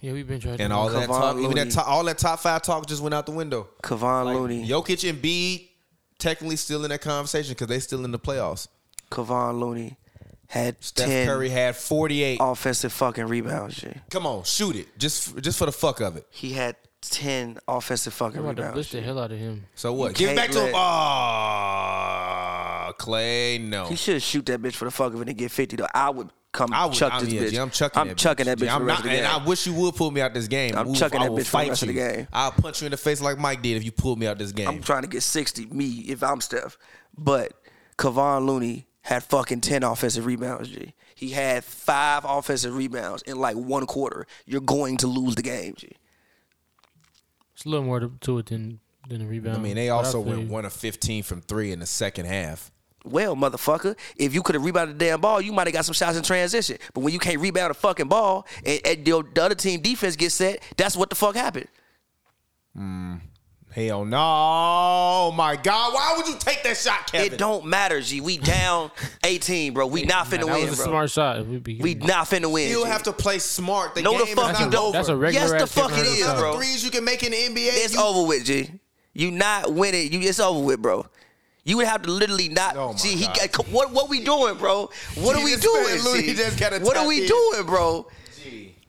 Yeah, we've been trying. and to all that Kevon talk, even that Looney. to- all that top five talk just went out the window. Kevon Looney. Jokic and B technically still in that conversation because they still in the playoffs. Kevon Looney had Steph ten Oh. Curry had 48. offensive fucking rebounds. Shit. Come on, shoot it. Just just for the fuck of it. He had ten offensive fucking I'm about to rebounds. blitz the shit. hell out of him. So what? You Give it back can't to him. let- Ah, Clay, no. He should shoot that bitch for the fuck of it and get fifty. Though I would come I would, chuck I this mean, bitch. yeah, I'm chucking I'm that chucking bitch. that bitch. Yeah, for I'm the rest not, of the and I game. wish you would pull me out this game. I'm Oof, chucking I that will bitch for the fight rest of you. the game. I'll punch you in the face like Mike did if you pull me out this game. I'm trying to get 60, me, if I'm Steph. But Kevon Looney had fucking 10 offensive rebounds, G. He had five offensive rebounds in like one quarter. You're going to lose the game, G. It's a little more to, to it than than the rebound. I mean, they But also feel went you. one of 15 from three in the second half. Well, motherfucker, if you could have rebounded the damn ball, you might have got some shots in transition. But when you can't rebound a fucking ball and, and your, the other team defense gets set, that's what the fuck happened. Hell no! Oh my God! Why would you take that shot, Kevin? It don't matter, G. We down 18, bro. We not Man, finna that was win, a bro. smart shot. If we be we not finna win. You G. have to play smart. The No, the game fuck is you not don't. over. That's a regular. Yes, the ass fuck it difference is, of Other bro. threes you can make in the NBA. It's you- over with, G. You not winning. You it's over with, bro. You would have to literally not. Oh my G, he God. got, co- what what we doing, bro? What G, are we this doing? man Looney G? just gotta what are tap we in. doing, bro?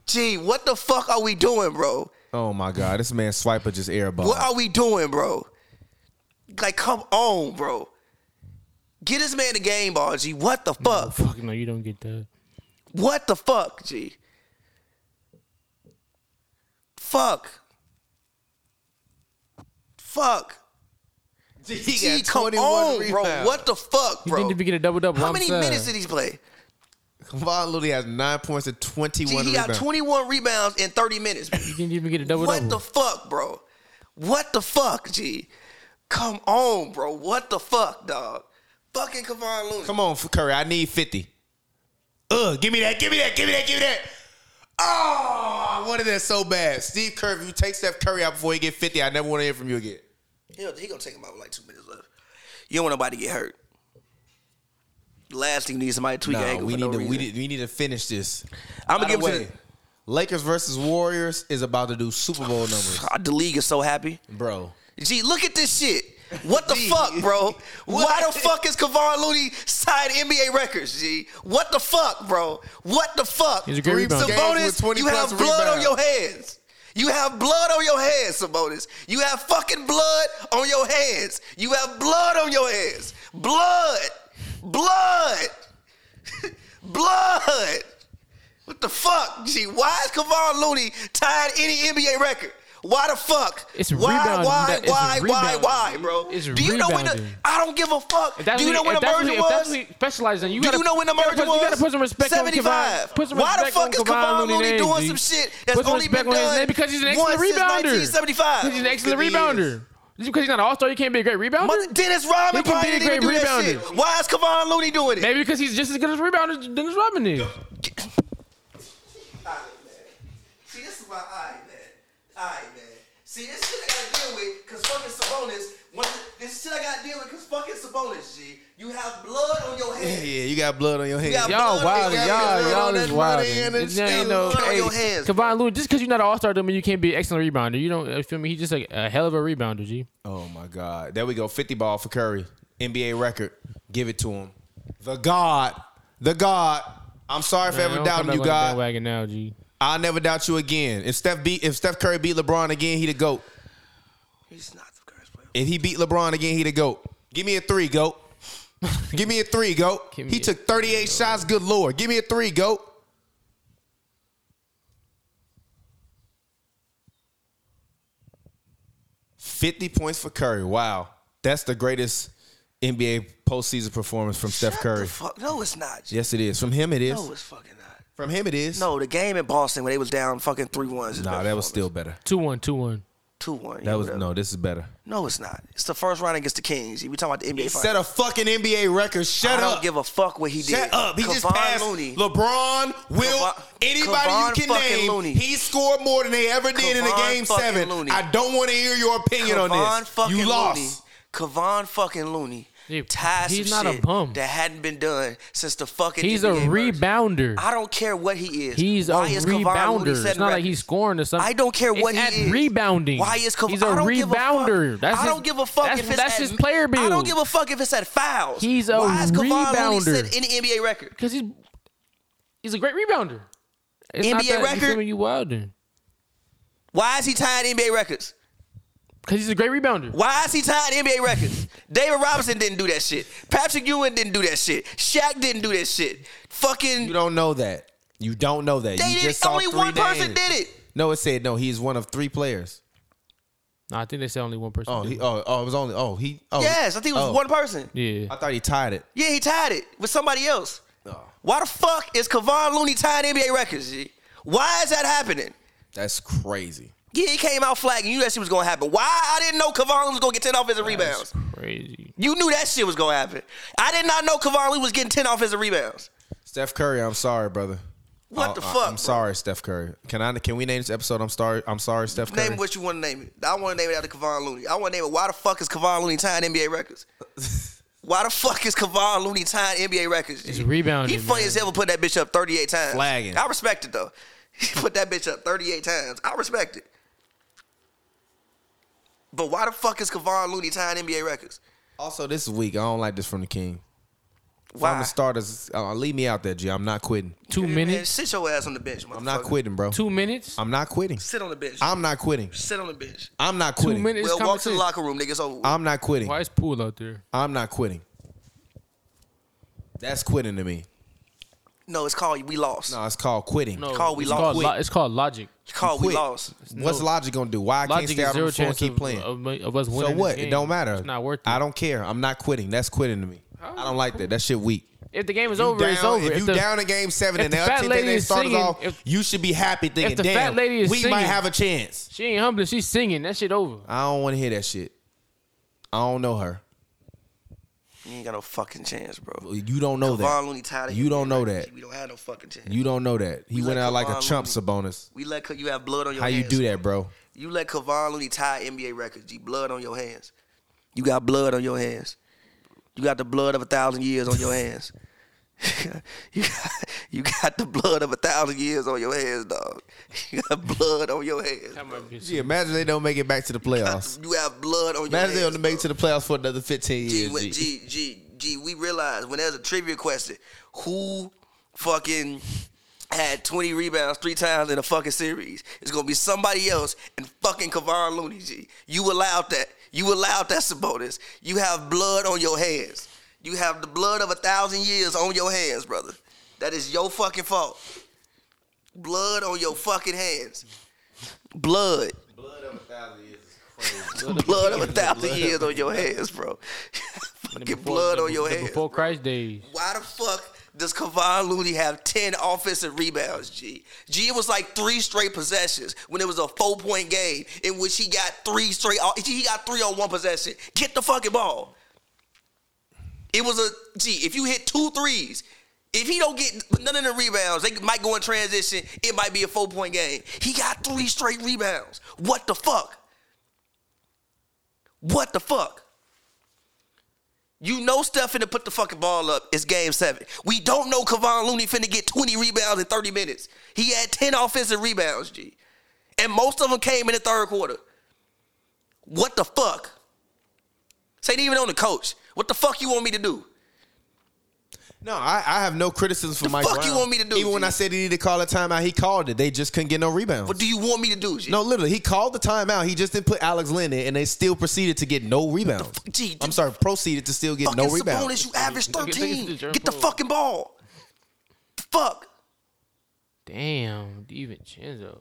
G, what the fuck are we doing, bro? Oh my God! This man Swiper just airball. What are we doing, bro? Like, come on, bro. Get this man the game ball, G. What the Oh, fuck? fuck no, you don't get that. What the fuck, G? Fuck. Fuck. G, come on, bro. What the fuck, You bro? didn't even get a double double. How many minutes did he play? Kevon Looney has nine points and Gee, twenty-one he got rebounds. 21 rebounds in 30 minutes. You didn't even get a double what the double. fuck, bro? What the fuck, G? Come on, bro. What the fuck, dog? Fucking Kevon Looney. Come on, Curry. I need fifty. Ugh! Give me that! Give me that! Give me that! Give me that! Oh, I wanted that so bad. Steve Kerr, if you take Steph Curry out before he get fifty, I never want to hear from you again. He'll- He gonna take him out with like two minutes left. You don't want nobody to get hurt. Last thing you need is somebody to tweak your Nah, ankle we for need no to we reason. need, we need to finish this. I'ma By the give it to way, Lakers versus Warriors is about to do Super Bowl numbers, God, the league is so happy. bro. Gee, look at this shit. What the Gee. fuck, bro? Why What? the fuck is Kevon Looney signed NBA records, G? What the fuck, bro? What the fuck? He's a great Three rebounder. games with Sabonis, 20 you have plus blood on rebounds. your hands. You have blood on your hands, Sabonis. You have fucking blood on your hands. You have blood on your hands. Blood. Blood. blood. What the fuck, G? Why is Kevon Looney tied any NBA record? Why the fuck? It's why, rebounding. why, That- it's why, why, rebounding. why, bro? It's Do you know when the, rebounding. I don't give a fuck. If that's Do you what know he- when if that's what emergent he- if that's was? what he specialized in, you Do gotta, you know when the you gotta merger put- was? You gotta put some respect on Kevon. 75. Put some Why the respect fuck on is Kevon Kevon Looney name, doing G. some shit that's put some only respect been on his done name because he's an once since excellent rebounder. 1975? Because he's an excellent Good rebounder. Just because he's not an all-star, you can't be a great rebounder? Mother, Dennis Rodman He could probably be a didn't even do great that shit. rebounder. Why is Kevon Looney doing it? Maybe because he's just as good as a rebounder as Dennis Rodman is. See, this is my eye, man. Eye, man. See, this shit I gotta deal with because fucking Sabonis. One, this shit I gotta deal with because fucking Sabonis, G. You have blood on your Yeah, hands. yeah, you got blood on your hands. got Y'all blood wild. on your Y'all, hands. y'all Blood is on wild. that money and It's- there ain't it's no, blood on hey, your hands. Kevon Looney, just because you're not an all-star, don't mean you can't be an excellent rebounder. You don't, uh, feel me? He's just like a hell of a rebounder, G. Oh my God! There we go. Fifty ball for Curry, NBA record. Give it to him. The God, the God. I'm sorry for Man, ever don't doubting come back you, on the God. bandwagon now, G. I'll never doubt you again. If Steph beat, if Steph Curry beat LeBron again, he the goat. He's not the greatest player. If he beat LeBron again, he the goat. Give me a three, goat. Give me a three, goat. Give he me a took 38 shots. Good lord. Give me a three, goat. Fifty points for Curry. Wow, that's the greatest NBA postseason performance from Steph Shut Curry. The fuck. No, it's not. G. yes, it is. From him, it is. No, it's fucking not. From him, it is. No, the game in Boston when they was down fucking three ones. nah, that was still better. Two one, two one. two one. That was no. This is better. No, it's not. It's the first round against the Kings. We talking about the NBA Set finals. a fucking NBA record. Shut I don't up. give a fuck what he did. Shut up. He just Kevon passed Looney. LeBron, Will, Kevon- anybody Kevon you can fucking name. Looney. He scored more than they ever did in the Kevon game fucking seven. Looney. I don't want to hear your opinion on Kevon this. fucking you lost. Looney. Kevon fucking Looney. Yeah, tied he's some not a shit bum. That hadn't been done since the fucking. He's a NBA merger. rebounder. I don't care what he is. He's a Why is Kevon rebounder. Looney It's setting not like records? he's scoring or something. I don't care It's what he at is. rebounding. Why is Kevon? He's a I don't give a rebounder. fuck. That's I his- don't give a fuck that's- if it's that's at- his player I don't build. give a fuck if it's at fouls. He's a Why is Kevon Looney rebounder. setting any NBA record? Because he's he's a great rebounder. It's NBA You, record? feel me? you wilding. Why is he tying NBA records? Because he's a great rebounder. Why is he tied NBA records? David Robinson didn't do that shit. Patrick Ewing didn't do that shit. Shaq didn't do that shit. Fucking You don't know that. You don't know that. they you did just saw only three one person names. did it. No, it said no. He's one of three players. No, I think they said only one person. Oh, did he, it. oh, oh, it was only. Oh, he. Oh, Yes, I think it was oh. one person. yeah. I thought he tied it. Yeah, he tied it with somebody else. Why the fuck is Kevon Looney tying NBA records? G? Why is that happening? That's crazy. Yeah, he came out flagging. You knew that shit was gonna happen. Why? I didn't know Kevon Looney was gonna get ten offensive rebounds. Crazy. You knew that shit was gonna happen. I did not know Kevon Looney was getting ten offensive rebounds. Steph Curry, I'm sorry, brother. What I- the I- fuck, I'm bro? sorry, Steph Curry. Can I? Can we name this episode? I'm sorry. I'm sorry, Steph Curry. Name it what you want to name it. I want to name it after Kevon Looney. I want to name it. Why the fuck is Kevon Looney tying NBA records? Why the fuck is Kevon Looney tying NBA records? G? He's rebounding, He funny man. as hell for putting that bitch up 38 times. Flagging. I respect it though. He put that bitch up 38 times. I respect it. But why the fuck is Kevon Looney tying NBA records? Also, this is weak. I don't like this from the king. Why? From the starters, uh, leave me out there, G. I'm not quitting. Two Man, minutes. sit your ass on the bench. I'm not motherfucker. quitting, bro. Two minutes. I'm not quitting. Sit on the bench. I'm not quitting. sit on the bench. I'm not Two quitting. minutes. Well, walk to the competition. locker room, nigga. It's over. with. I'm not quitting. Why is Poole out there? I'm not quitting. That's quitting to me. no, it's called we lost. No, it's called quitting. No, called we it's lost. Called Quit. lo- it's called logic. it's called we Quit. lost. What's No. logic gonna do? Why I can't Logic stay is out on zero the phone and chance keep of, playing? of, me- of us winning. so this what? game. It don't matter. It's not worth it. I don't care. I'm not quitting. That's quitting to me. I don't like that. That shit weak. if the game is you over, down, it's over. If, If you the- down in game seven if and the they fat take lady their is starters singing- off, if- you should be happy thinking, the fat damn, lady is we might singing- have a chance. She ain't humbling. She's singing. That shit over. I don't want to hear that shit. I don't know her. You ain't got no fucking chance, bro. You don't know that. Kevon Looney tied You don't know that. We don't have no fucking chance. You don't know that. He We went let out like a Kevon chump Looney- Sabonis. we let you have blood on your How you hands. do that, bro? You let Kevon Looney tie NBA records. You blood on your hands. You got blood on your hands. You got the blood of a thousand years on your hands. you, got, you got the blood of a thousand years on your hands, dog. You got blood on your hands. That might be Gee, imagine they don't make it back to the playoffs. You have blood on your Imagine they hands. don't make it to the playoffs for another 15 G, years. when- G. G, G, G, we realized when there's a trivia question, who fucking had 20 rebounds three times in a fucking series? It's gonna be somebody else and fucking Kevon Looney, G. You allowed that. You allowed that, Sabonis. You have blood on your hands. You have the blood of a thousand years on your hands, brother. That is your fucking fault. Blood on your fucking hands. Blood. Blood of a thousand years on your hands, bro. fucking blood on your hands. Before Christ days. Why the fuck does Kevon Looney have 10 offensive rebounds, G? G, it was like three straight possessions when it was a four point game in which he got three straight, uh, he got three on one possession. Get the fucking ball. It was a, G, if you hit two threes, if he don't get none of the rebounds, they might go in transition. It might be a four point game. He got three straight rebounds. What the fuck? What the fuck? You know Steph finna put the fucking ball up. It's game seven. We don't know Kevon Looney finna get 20 rebounds in 30 minutes. He had 10 offensive rebounds, G. And most of them came in the third quarter. What the fuck? This ain't even on the coach. What the fuck you want me to do? No, I, I have no criticism for The Mike fuck Brown. you want me to do, Even when G? I said he needed to call a timeout, he called it. They just couldn't get no rebounds. What do you want me to do? G? no, literally, he called the timeout. He just didn't put Alex Lynn in, and they still proceeded to get no rebounds. G, I'm sorry, proceeded to still get fucking no rebounds. Sabonis, you average Look at- look at thirteen. this Jerome Get the Ford. fucking ball. Fuck. Damn, DiVincenzo.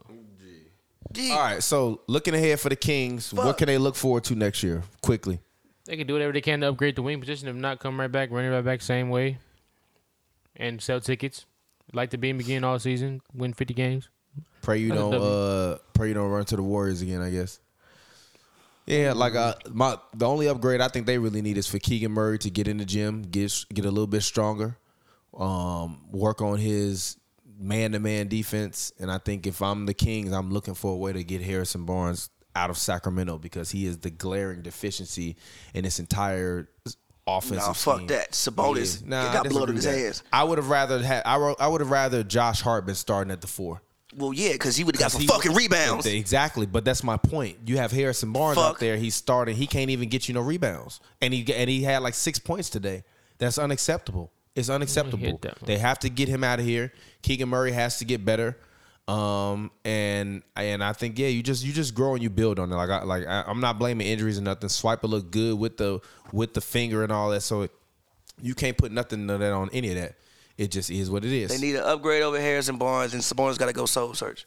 G. All right, so looking ahead for the Kings, Fuck. what can they look forward to next year? Quickly. They can do whatever they can to upgrade the wing position. If not, come right back, run it right back same way, and sell tickets. Like to be in begin all season, win fifty games. Pray you That's a don't W. uh pray you don't run to the Warriors again, I guess. Yeah, like uh, my the only upgrade I think they really need is for Keegan Murray to get in the gym, get get a little bit stronger, um, work on his man to man defense, and I think if I'm the Kings, I'm looking for a way to get Harrison Barnes out of Sacramento because he is the glaring deficiency in this entire offensive. Nah, fuck scheme. that. Sabonis, Yeah. Nah, it I got blood disagree on his with that. ass. I would have rather had I, wrote- I would have rather Josh Hart been starting at the four. Well, yeah, because he would have got some He- fucking rebounds. Exactly, but that's my point. You have Harrison Barnes Fuck. out there. He's starting. He can't even get you no rebounds, and he and he had like six points today. That's unacceptable. It's unacceptable. hit that one. They have to get him out of here. Keegan Murray has to get better. Um and and I think yeah you just you just grow and you build on it like I like I, I'm not blaming injuries or nothing. Swiper looked good with the with the finger and all that. So it, you can't put nothing of that on any of that. It just is what it is. They need an upgrade over Harrison Barnes, and Sabonis got to go soul search.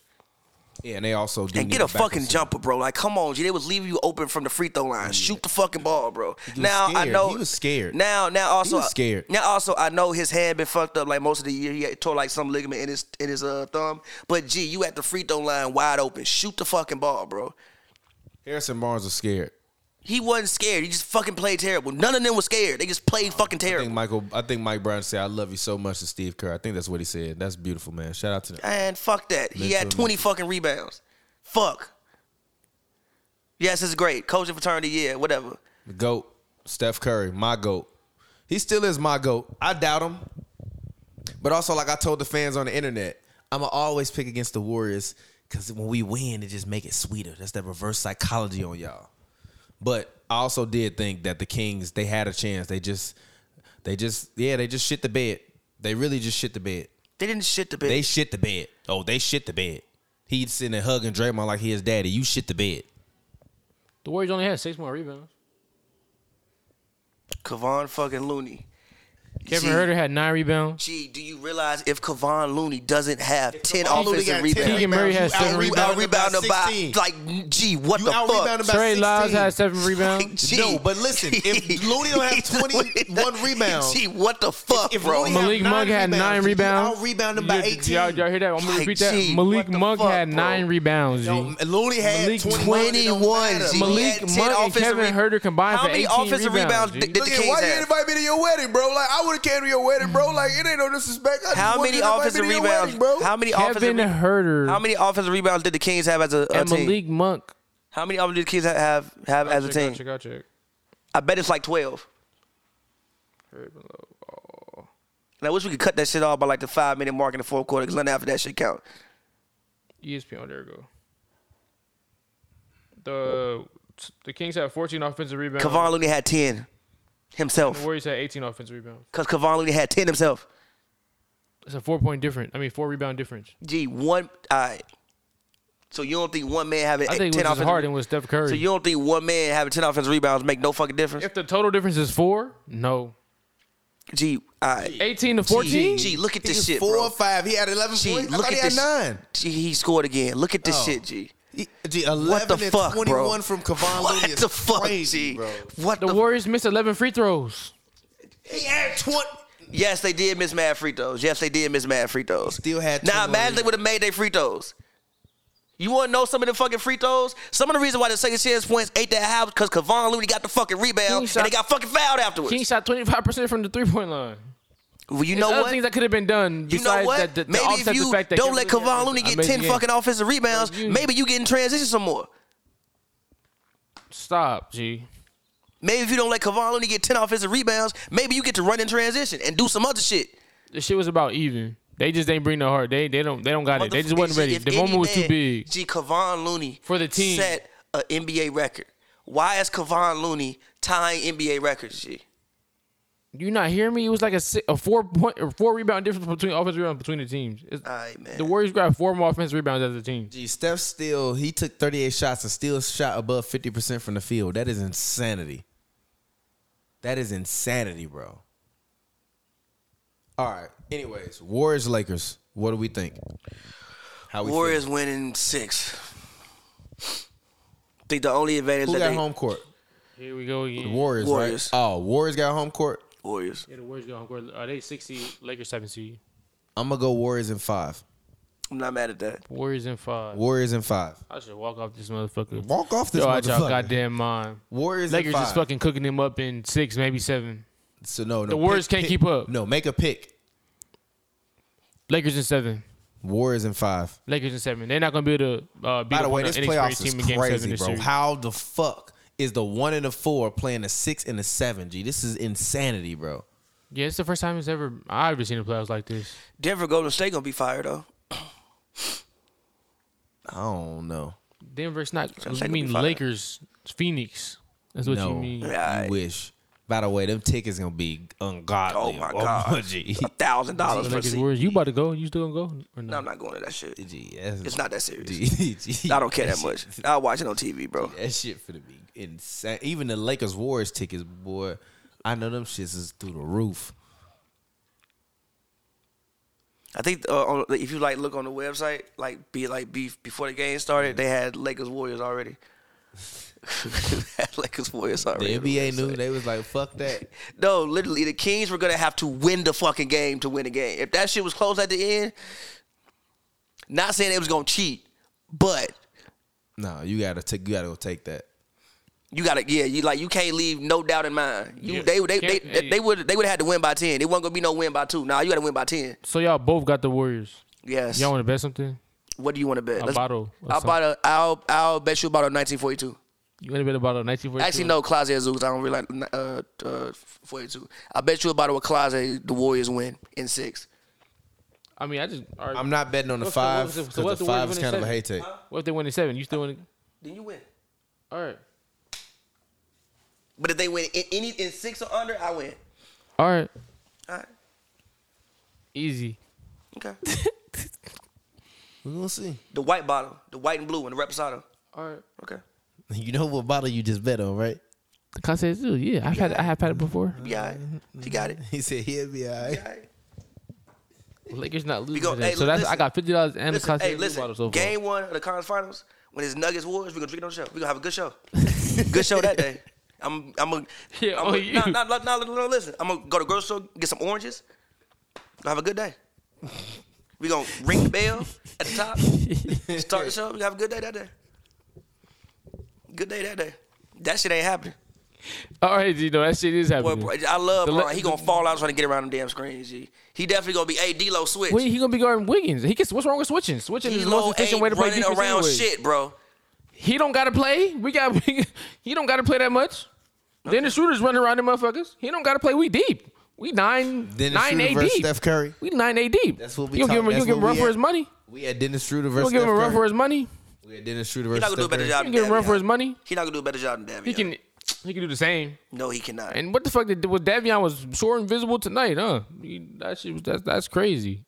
yeah, and they also do And need get a backup fucking center. jumper, bro. Like, come on, G. They was leaving you open from the free throw line. Shoot the fucking ball, bro. was Now I scared. know He was scared. Now, now also was scared. Now also I know his hand been fucked up like most of the year. He had- tore like some ligament in his in his uh, thumb. But G, you at the free throw line wide open. Shoot the fucking ball, bro. Harrison Barnes was scared. He wasn't scared. He just fucking played terrible. None of them was scared. They just played fucking I think terrible. Michael. I think Mike Brown said, "I love you so much" to Steve Kerr. I think that's what he said. That's beautiful, man. Shout out to them. And fuck that. He had Mitchell, 20 fucking rebounds. Fuck. Yes, it's great. Coaching fraternity, yeah, whatever. The goat, Steph Curry, my goat. He still is my goat. I doubt him, but also like I told the fans on the internet, I'ma always pick against the Warriors because when we win, it just make it sweeter. That's that reverse psychology on y'all. But I also did think that the Kings they had a chance. They just, they just, yeah, they just shit the bed. They really just shit the bed. They didn't shit the bed. They shit the bed. Oh, they shit the bed. He's sitting there hugging Draymond like he is daddy. You shit the bed. The Warriors only had six more rebounds. Kevon fucking Looney. Kevin Gee. Herter had nine rebounds. Gee, do you realize if Kevon Looney doesn't have 10 offensive Keegan rebounds, Murray has and seven re- out out rebounded by, like, gee, what you the out fuck? rebounded by Trey Lyles 16. had seven rebounds. Gee. No, but listen, if Looney don't have 21 rebounds, Gee, what the fuck, if bro? Looney had Malik nine Monk had rebounds, nine you rebounds. out-rebounded by Yeah, 18. Y'all, y'all hear that? I'm gonna Like, repeat that. gee, what Malik the Monk fuck, had bro? nine rebounds. G. No, Looney had Malik 21. It don't 21, matter. G. He Malik, Malik had 10 Monk and offensive Kevin re- Herter combined How for many 18 offensive rebounds G. did the look, Kings why you have? didn't invite me to your wedding, bro? Like I would have came to your wedding, bro. Like it ain't no disrespect. I just How wanted many you to invite me offensive to your rebounds, wedding, bro? How many offensive Kevin re- Herter How many offensive rebounds did the Kings have as a, a and team? Malik Monk How many offensive did the Kings have have, have as a Check, I'll team? check, I'll check. I bet it's like 12. Herter below. Oh, And I wish we could cut that shit off by like the five minute mark in the fourth quarter because none after that shit count. ESPN. There we go. The the Kings had 14 offensive rebounds. Kevon Looney had 10 The himself Warriors had 18 offensive rebounds. because Kevon Looney had 10 himself. It's a four point difference. I mean, four rebound difference. Gee, one. All right. So you don't think one man having I eight- think it 10 was just offensive Harden with Steph Curry. So you don't think one man having 10 offensive rebounds make no fucking difference? if the total difference is four, no. Gee, all right. 18 to Gee, 14? gee, look at He this was shit, four bro. or five. He had 11 Gee, points. I look thought at he this. had nine. Gee, he scored again. Look at this Oh. shit, G. Gee, 11 What the and fuck, 21 bro? from Kevon What Looney is the fuck, crazy, G? bro. What The the, Warriors missed 11 free throws. He had 20. Yes, they did miss mad free throws. Yes, they did miss mad free throws. Still had Now 21. imagine they would have made their free throws. You want to know some of the fucking free throws? Some of the reason why the second chance points ate that half because Kevon Looney got the fucking King rebound and shot- they got fucking fouled afterwards. Kings shot 25% from the three point line. well, you There's know other what? things that could have been done You know besides what? that. The, the maybe offset if you the fact that don't let Kevin Kevon Durant Looney was get amazing ten game. fucking offensive rebounds, you- maybe you get in transition some more. Stop, G. Maybe if you don't let Kevon Looney get ten offensive rebounds, maybe you get to run in transition and do some other shit. The shit was about even. They just didn't bring the heart. They they don't they don't got it. They just wasn't Motherfucker, ready. if The any moment was man- too big. Gee, Kevon Looney For the team. set an NBA record. Why is Kevon Looney tying NBA records? G, you not hear me? It was like a si- a four point or four rebound difference between offensive rebounds between the teams. It's, All right, Ah, man. the Warriors grabbed four more offensive rebounds as a team. Gee, Steph still he took 38 shots and still shot above 50% from the field. That is insanity. That is insanity, bro. All right. Anyways, Warriors Lakers. What do we think? How we feel? Warriors winning six. Think the only advantage Who that got they home court? Here we go The again. Warriors, Warriors. right? Oh, Warriors got home court. Warriors. yeah, the Warriors go home court. Are they six seed? Lakers seven seed. I'm gonna go Warriors in five. I'm not mad at that. Warriors in five. Warriors in five. I should walk off this motherfucker. Walk off this Yo, out y'all motherfucker. goddamn mind. Warriors Lakers in five. just fucking cooking them up in six, maybe seven. so no, no the Warriors pick- can't pick- keep up. No, make a pick. Lakers in seven. Warriors in five. Lakers in seven. They're not gonna be able to uh, beat By the up way, on an this inexperienced playoffs is team in game seven crazy, this bro. series. How the fuck is the one and the four playing the six and the seven? G, this is insanity, bro. yeah, it's the first time it's ever I've ever seen the playoffs like this. Denver Golden State gonna be fired though. I don't know. Denver's not. Sounds I like mean, it'll be fine. Lakers, Phoenix. That's what no, you mean. Yeah, you I- wish. By the way, them tickets gonna be ungodly. Oh my god. G. A thousand dollars for a Lakers, seat. Warriors, you about to go? You still gonna go? Or no? No, I'm not going to that shit. G, that's- It's not that serious. G, G, I don't care that shit- much. I watch it on TV, bro. That shit finna be insane. Even the Lakers Warriors tickets, boy. I know them shits is through the roof. I think uh, on, if you like look on the website, like be like be, before the game started, they had Lakers Warriors already. had Lakers Warriors already. The on the NBA knew website. they was like, fuck that. No, literally, the Kings were gonna have to win the fucking game to win the game. If that shit was close at the end, not saying they was gonna cheat, but No, you gotta take. You gotta go take that. you gotta yeah, you like you can't leave no doubt in mind. You Yeah. they they they, Can't- they would they would have had to win by ten. It wasn't gonna be no win by two. Nah, you gotta win by ten. So y'all both got the Warriors. Yes. Y'all want to bet something? what do you want to bet? A Let's- bottle of I'll buy a, I'll I'll bet you about a 1942. You want to bet about a 1942? Actually, no, Clase Azul. 'cause I don't really like uh, uh, 42. I bet you a bottle of Clase. The Warriors win in six. I mean, I just. all right. I'm not betting on the What's the- five what's the- because so the, what's the five Warriors is winning kind of a seven? hay take. What if they win in seven? You still in? Then you win. All right. But if they win in any in six or under, I win. All right. All right. Easy. Okay. We're gonna see. the white bottle, the white and blue one, the Reposado. All right. Okay. You know what bottle you just bet on, right? The concept is, ooh, yeah, I've had I have had it before. Yeah, she got it. He said he'll be all She right. all right. Lakers not losing. go- today. hey, so that's I listen. got fifty dollars Listen, and the hey, concept is listen. bottle so far. game one of the conference finals when it's Nuggets Warriors, we're gonna drink it on the show. We're gonna have a good show. good show that day. I'm I'm gonna Yeah, I'm oh, gonna, you. no, no, no, no, no, listen. I'm gonna go to the grocery store, get some oranges. Gonna have a good day. We're gonna ring the bell at the top, start the show, we're gonna have a good day that day. Good day that day. That shit ain't happening. All right, you know that shit is Boy, happening. bro, I love The Bron. le- he gonna fall out trying to get around them damn screens. G. He definitely gonna be a D-Lo switch. Wait, he gonna be guarding Wiggins. He gets what's wrong with switching? Switching is the D-Lo most efficient ain't way to play running defense. around anyway. shit, bro. He don't gotta play. We got he don't gotta play that much. Then the shooters running around them motherfuckers. He don't gotta play. We deep. We nine Dennis nine Schroeder eight versus deep. Steph Curry. We nine eight deep. That's what we You don't give him. talk- You don't that's give him what run we for at. his money. We had Dennis Schroeder You don't versus give him a Steph run for Curry. his money. We had Dennis Schroeder He versus not gonna do a Steph better Curry. job than You give him run for his Davion. money. He not gonna do a better job than Davion. He can. He can do the same. No, he cannot. And what the fuck did was Davion was sure invisible tonight, huh? He- That shit was that's that's crazy.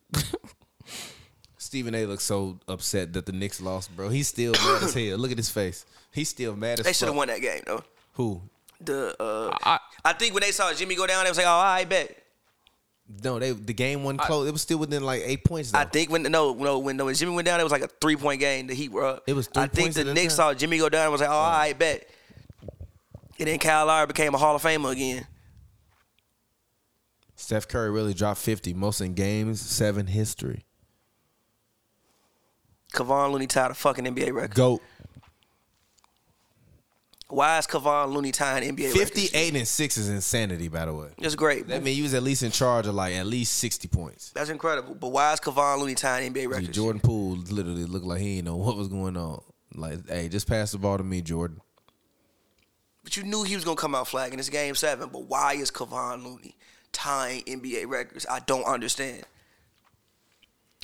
Stephen A. looks so upset that the Knicks lost, bro. He's still mad as hell. Look at his face. He's still mad as they should have fuck. won that game though. Who? The uh, I, I think when they saw Jimmy go down, they was like, "Oh, I bet." No, they the game won close. it was still within like eight points. Though. I think when no no when, when Jimmy went down, it was like a three point game. The Heat were up. It was three I think points the at the Knicks time. saw Jimmy go down and was like, "Oh, I bet." And then Kyle Lowry became a Hall of Famer again. Steph Curry really dropped fifty, most in games seven history. Kevon Looney tied a fucking NBA record. Goat. Why is Kevon Looney tying NBA records? Fifty-eight and six is insanity. By the way, That's great. that mean you was at least in charge of like at least sixty points. That's incredible. But why is Kevon Looney tying NBA Dude, records? Jordan Poole literally looked like he didn't know what was going on. Like, hey, just pass the ball to me, Jordan. But you knew he was gonna come out flagging. It's game seven. But why is Kevon Looney tying NBA records? I don't understand.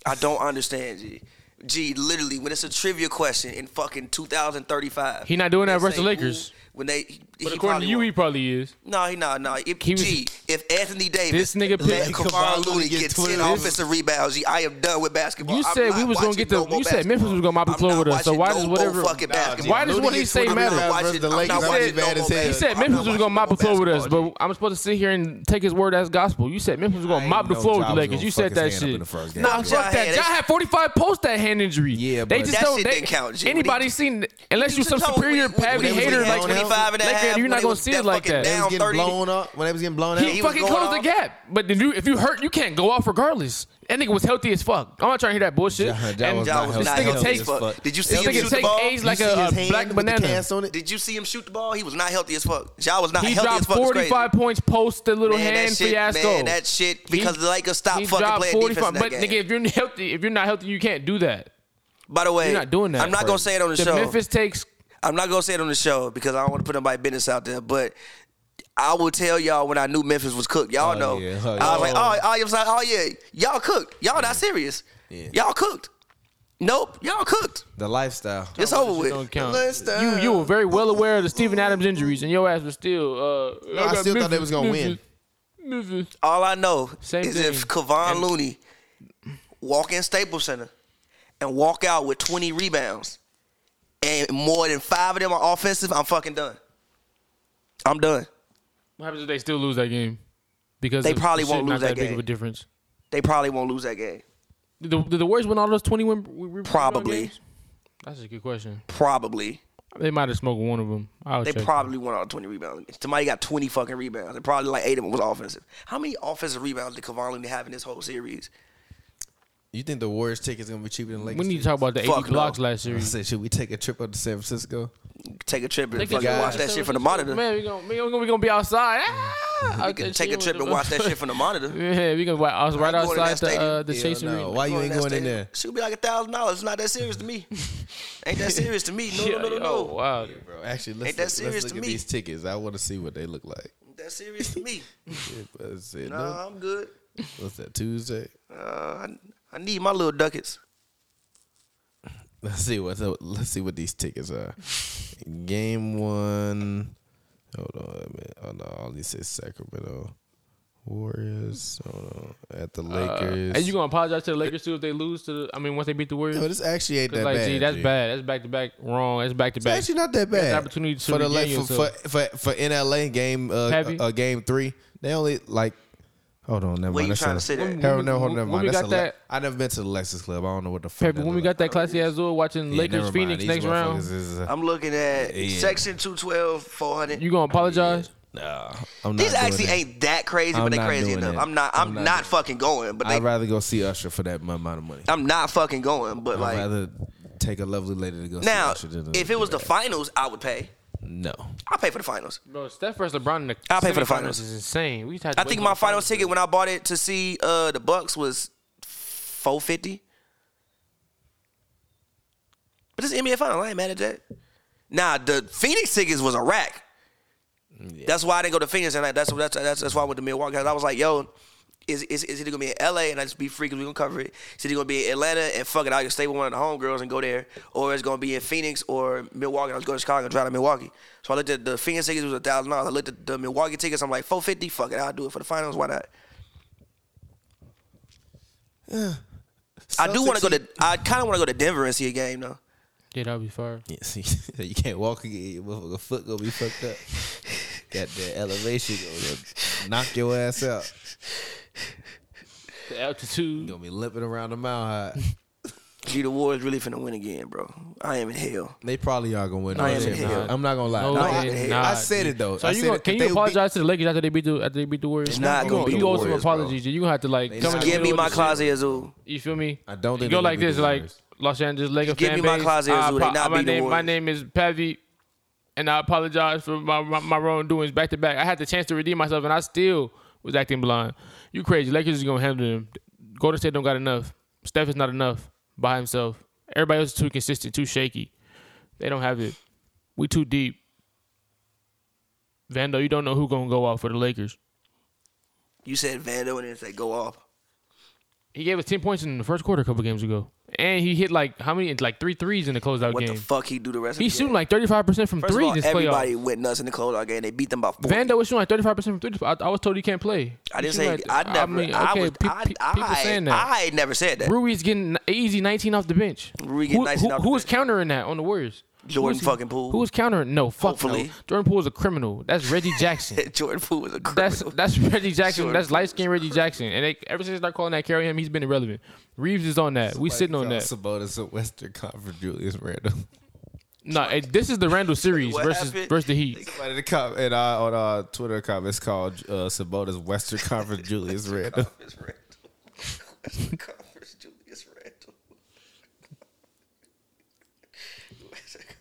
I don't understand, G. G, literally, when it's a trivia question in fucking 2035. He not doing they that versus say Lakers. who- when they But according to you, he probably is. no, he no no. If, He was- Gee, if Anthony Davis This nigga let picked- Kavara Looney get ten offensive rebounds, G, I am done with basketball. You I'm said not we was gonna watching get the- no more you said Memphis basketball. was gonna mop the I'm floor not with us, so watching why does no whatever- more fucking Nah, basketball. Why does what he say I'm I'm not matter? not versus watching. the I'm Lakers, not that watching was bad no as more hell. He said basketball. Memphis I'm was not gonna mop the watching floor with no us, basketball, but I'm supposed to sit here and take his word as gospel. You said Memphis was gonna mop the floor with the Lakers. You said that shit. Nah, I'm sorry. Fuck that. Yeah, Y'all that's- had 45 post that hand injury. Yeah, they but- just That don't. shit they, didn't count, G. Anybody When he- seen? Unless you just some told me superior when- when pappy he was hater getting like like 25 and a Laker, half, you're when not he gonna was see that it like fucking that. down was getting 30. blown up. When they was getting blown He, he out. was fucking going closed the off. gap. But if you if you hurt, you can't go out regardless. That nigga was healthy as fuck. I'm not trying to hear that bullshit. Ja- Ja and was Y'all not was This not nigga healthy take- as fuck. Did you see this him nigga shoot the take ball? age like You see a, his a hand black with the banana. cast on it? Did you see him shoot the ball? He was not healthy as fuck. Y'all was not He healthy dropped as fuck. It's crazy. 45 points post the little Man, that hand shit- fiasco. man, that shit- because the Lakers stopped he fucking dropped playing defense in that But game. nigga, if you're healthy, if you're not healthy, you can't do that. By the way, You're not doing that. I'm not gonna say it on the, show. Memphis takes. I'm not gonna say it on the show because I don't want to put nobody's business out there. But I will tell y'all when I knew Memphis was cooked. Y'all Oh, know. yeah. Oh, I was like, yeah. oh, oh, I was like, oh yeah, y'all cooked. Y'all not serious. Y'all cooked. Nope, y'all cooked. The lifestyle. It's over It don't with. count. Let's You down. you were very well aware of the Stephen Adams injuries, and your ass was still. Uh, No, I got still thought they was gonna Memphis, Memphis, Memphis. All I know Same is thing. if Kevon Looney walk in Staples Center and walk out with 20 rebounds and more than five of them are offensive, I'm fucking done. I'm done. What happens if they still lose that game? Because They of- probably it's won't not lose that big of game. a difference. They probably won't lose that game. Did the, did the Warriors win all those twenty-one? re- re- Probably. games? That's a good question. Probably. They might have smoked one of them. I'll They check. probably won all 20 rebounds. Somebody got 20 fucking rebounds. And probably like eight of them was offensive. How many offensive rebounds did Kevon Looney have in this whole series? You think the Warriors ticket's gonna be cheaper than Lakers? we need to talk about the eighty Fuck no. blocks last I series. said, should we take a trip up to San Francisco? Take a trip and Take a fucking trip. watch that shit from the monitor. Man, we gonna we gonna, we gonna be outside. Ah, You out can there take a chilling trip with and the- watch that shit from the monitor. Yeah, we gonna wa- I was right I'm going to outside that stadium. the uh, the Hell Chase no. Arena. Why you ain't going in there? Should be like a thousand dollars. It's not that serious to me. Ain't that serious to me? No, Yeah, no, no, no, yo, no. wow. Bro, actually, let's, Ain't that look- let's serious look to at me? these tickets. I want to see what they look like. That's serious to me. Yeah, but I said, No, no. I'm good. What's that Tuesday? Uh, I, I need my little ducats. Let's see what let's see what these tickets are. Game one. Hold on, man. Oh no, all these say Sacramento Warriors. Hold on, at the Lakers. Uh, And you gonna apologize to the Lakers too if they lose to? The, I mean, once they beat the Warriors. Yo, this actually ain't 'Cause that like, bad. gee, that's G. bad. That's back to back wrong. That's back to It's back. actually not that That's an bad. opportunity to for the regain for, for, yourself. for for NLA game uh, Pappy? uh game three. They only like. Hold on, Where never mind. you That's trying a- to sit at? Hell no, hold on, never When we mind. That's got a le- that- I never been to the Lexus Club. I don't know what the fuck. Paper, when we got that classy Azul watching Lakers Phoenix next round, I'm looking at section 212, 400. you gonna apologize? Nah, I'm not These actually doing that. ain't that crazy, I'm but they not crazy doing enough. that. I'm not. I'm, I'm not, not fucking going. But they, I'd rather go see Usher for that mu- amount of money. I'm not fucking going. But I'd like rather take a lovely lady to go now, see Usher than to if it was do the finals, I would pay. that. no. I'll pay for the finals. Bro, Steph versus LeBron in the I'll pay for the semifinals finals. Is insane. We I think my final ticket when I bought it to see uh, the Bucks was four fifty. But this is NBA final. I ain't mad at that. Nah, the Phoenix tickets was a rack. That's why I didn't go to Phoenix, and I, that's that's that's that's why I went to Milwaukee. 'Cause I was like, yo. Is, is, is it gonna be in LA and I just be free because we gonna cover it? Is it gonna be in Atlanta and fuck it, I'll just stay with one of the homegirls and go there, or it's gonna be in Phoenix or Milwaukee. I was going to Chicago and drive to Milwaukee. So I looked at the Phoenix tickets it was a thousand dollars. I looked at the Milwaukee tickets. I'm like four fifty. Fuck it, I'll do it for the finals. Why not? I do want to go to. I kind of want to go to Denver and see a game though. Yeah, that'd be fire. Yeah, see, you can't walk again. Your motherfucker foot gonna be fucked up. Got the elevation gonna knock your ass out. The altitude. Gonna be limping around the mile high. Gee, the Warriors really finna win again, bro. I am in hell. They probably are gonna win. No, the they championship. not. I'm not gonna lie. No, No, they I, not. I said it though. So I you said gonna, it. can you If they would be- apologize to the Lakers after they beat the after they beat the Warriors? It's not you gonna gonna- be you the owe some Warriors, apologies. You gonna have to like come not in the Give me middle my of the shit. closet Azul. You feel me? I don't You think go they're like gonna beat this, the like Warriors. Los Angeles Lakers Give fan me my base. Closet I Azul. They apo- not my beat the name, my Warriors. name is Pavi, and I apologize for my, my my wrongdoings back to back. I had the chance to redeem myself, and I still was acting blind. You crazy? Lakers is gonna handle them. Golden State don't got enough. Steph is not enough by himself. Everybody else is too consistent, too shaky. They don't have it. We too deep. Vando, you don't know who gonna go out for the Lakers. You said Vando and then said go off. He gave us ten points in the first quarter a couple games ago, and he hit like how many? Like three threes in the closeout What game. the fuck he do the rest of He's the shooting game? like thirty five percent from First three of all, this playoff. everybody went nuts in the closeout game. They beat them by four. Vando was shooting like thirty five percent from three. I, I was told he can't play. I didn't He say shooting I like- never. I, was. pe- I, pe- people I, saying that. I never said that. Rui's getting easy 19 off the bench. Rui getting who, 19 who- off the who was bench. countering that on the Warriors? Jordan Who was fucking Poole. Who was countering? No, fuck Hopefully. no. Jordan Poole is a criminal. That's Reggie Jackson. Jordan Poole was a that's criminal. that's Reggie Jackson. Jordan That's light skinned Reggie Jackson. And they, ever since they start calling that carry him, he's been irrelevant. Reeves is on that. we sitting on that. Sabonis at Western Conference, Julius Randle. No, hey, this is the Randall series What versus happened? versus the Heat. Somebody to come and uh, on uh, Twitter comments called uh, Sabonis Western Conference Julius Randle. Conference Randall. Western Conference Julius Randall.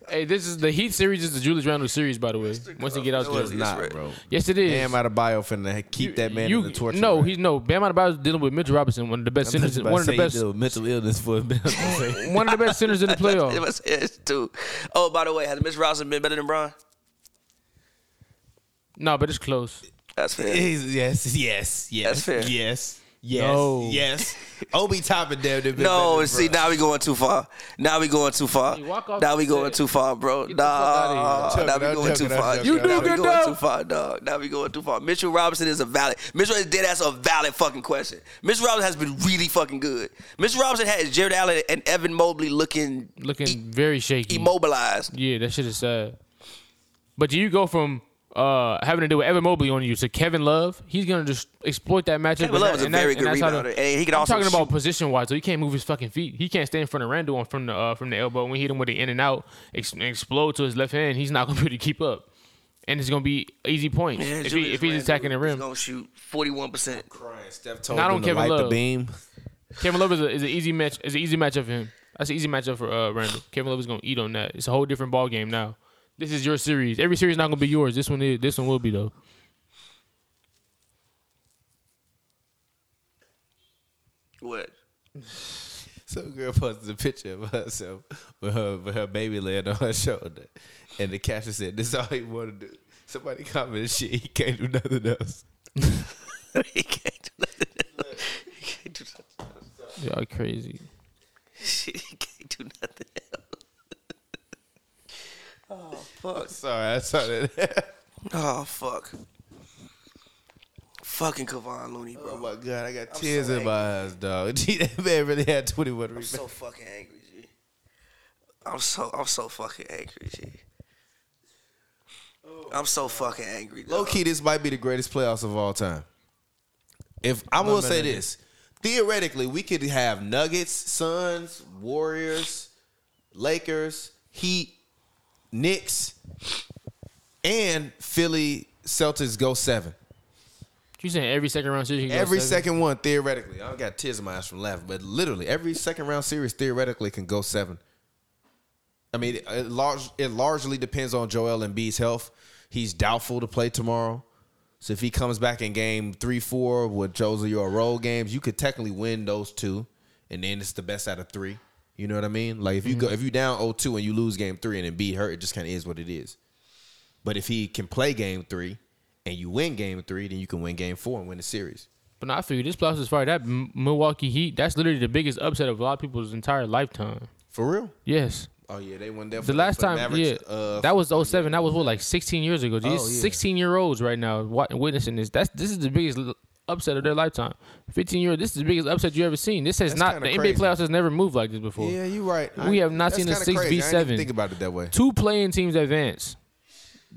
Hey, this is the Heat series. Is the Julius Randall series, by the way. Once he get out No, there, it's Not, bro. yes, it is. Damn out of bio finna keep that man in the torture. No, rack. he's no. Bam Adebayo is dealing with Mitchell Robinson, one of the best I'm centers, just about one to of the say best, he deal with mental illness for a minute. one of the best centers in the It playoff. was his too. Oh, by the way, has Mitch Robinson been better than Bron? No, but it's close. That's fair. He's- yes, yes, yes, That's fair. yes, yes, No. yes. Obi Toppin damn near been better No, than see Bron. now we going too far. Now we going too far. Hey, walk off Now the we going set. too far, bro. the fuck Nah, outta here. now I'm we going joking, too I'm far. joking, I'm now joking. we You do going good, too far, dog. Now we going too far. Mitchell Robinson is a valid. Mitchell is dead ass a valid fucking question. Mitchell Robinson has been really fucking good. Mitchell Robinson has Jared Allen and Evan Mobley looking e-, Looking very shaky. immobilized. yeah, that shit is sad. But do you go from uh, having to do with Evan Mobley on you to Kevin Love? He's gonna just exploit that matchup. Kevin and Love that- is a and that's- very and good that's how the- rebounder, and he can I'm also talking shoot. about position wise, so he can't move his fucking feet. He can't stay in front of Randall and from the uh, from the elbow when he hit him with the in and out, ex- and explode to his left hand. He's not gonna be able to keep up, and it's gonna be easy points Yeah, if, Julius he, if he's Randle attacking the is rim. gonna shoot forty one percent. Crying. Steph told Not him on to Kevin light the Love. beam. Kevin Love is, a, is an easy match. Is an easy matchup for him. That's an easy matchup for uh, Randall. Kevin Love is gonna eat on that. It's a whole different ball game now. This is your series. Every series not gonna be yours. This one is. This one will be though. What? Some girl posted a picture of herself with her with her baby laying on her shoulder, and the caption said, "This is all he want to do." Somebody commented, "Shit, he can't do nothing else." he can't do nothing. He can't do nothing. Y'all crazy. Shit, he can't do nothing else. Sorry, I saw that. oh fuck! Oh fuck! Fucking Kevon Looney, bro. oh my god, I got I'm tears so in my eyes, dog. Gee, that man really had twenty one I'm rebounds. so fucking angry, G. I'm so I'm so fucking angry, G. I'm so fucking angry. Low dog. key, this might be the greatest playoffs of all time. If I'm gonna say this, theoretically, we could have Nuggets, Suns, Warriors, Lakers, Heat, Knicks, and Philly Celtics go seven. You saying every second round series? you can go Every seven? second one, theoretically. I got tears in my eyes from laughing, but literally every second round series theoretically can go seven. I mean, it, it large it largely depends on Joel Embiid's health. He's doubtful to play tomorrow, so if he comes back in game three, four with Josie or roll games, you could technically win those two, and then it's the best out of three. You know what I mean? Like if you Mm-hmm. go if you down 0-2 and you lose game three and Embiid hurt, it just kind of is what it is. But if he can play game three and you win game three, then you can win game four and win the series. But not for you. This playoffs is fire. That M- Milwaukee Heat. That's literally the biggest upset of a lot of people's entire lifetime. For real? Yes. Oh yeah, they won that. The last time, yeah, uh, that was 07. That was what, like 16 years ago. These Oh, yeah. 16 year olds right now wa- witnessing this. That's this is the biggest l- upset of their lifetime. 15 year. This is the biggest upset you ever seen. This has That's not kinda the crazy. NBA playoffs has never moved like this before. yeah, you're right. We have not that's seen a kinda six crazy. v I didn't seven. Think about it that way. Two playing teams advance.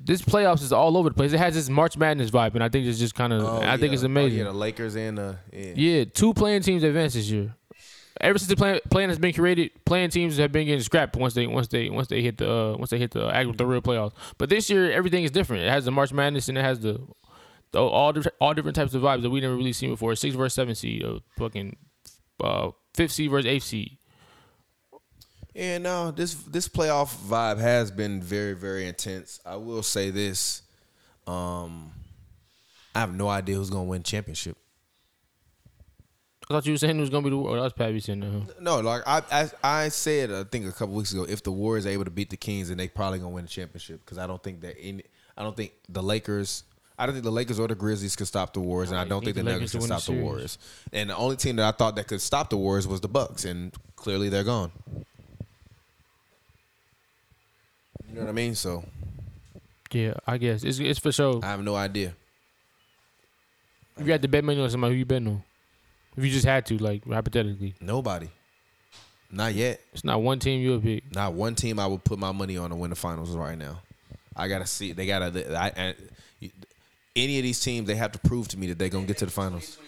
This playoffs is all over the place. It has this March Madness vibe, and I think it's just kind of. I think it's amazing. Oh, yeah, the Lakers and uh, yeah. Yeah, two playing teams advanced this year. Ever since the plan, plan has been created, playing teams have been getting scrapped once they once they once they hit the uh, once they hit the actual the real playoffs. But this year everything is different. It has the March Madness and it has the, the all different all different types of vibes that we never really seen before. Six versus seven seed, uh, fucking uh, fifth seed versus eighth seed. Yeah, no, this this playoff vibe has been very, very intense. I will say this. Um I have no idea who's gonna win championship. I thought you were saying it was gonna be the oh, world. That was Pappy saying that. huh? No, like I, I I said I think a couple weeks ago, if the Warriors are able to beat the Kings, then they probably gonna win the championship because I don't think that any I don't think the Lakers. I don't think the Lakers or the Grizzlies could stop the Warriors, and I don't need think the the Lakers Nuggets to can win the stop the series. Warriors. And the only team that I thought that could stop the Warriors was the Bucks, and clearly they're gone. You know what I mean? So Yeah, I guess it's it's for sure. I have no idea. If you had to bet money on somebody, who you betting on? If you just had to, like hypothetically, Nobody. Not yet. it's not one team you would pick. Not one team I would put my money on to win the finals right now. I gotta see. They gotta. they- I, I, you- any of these teams, they have to prove to me that they're gonna get to the finals.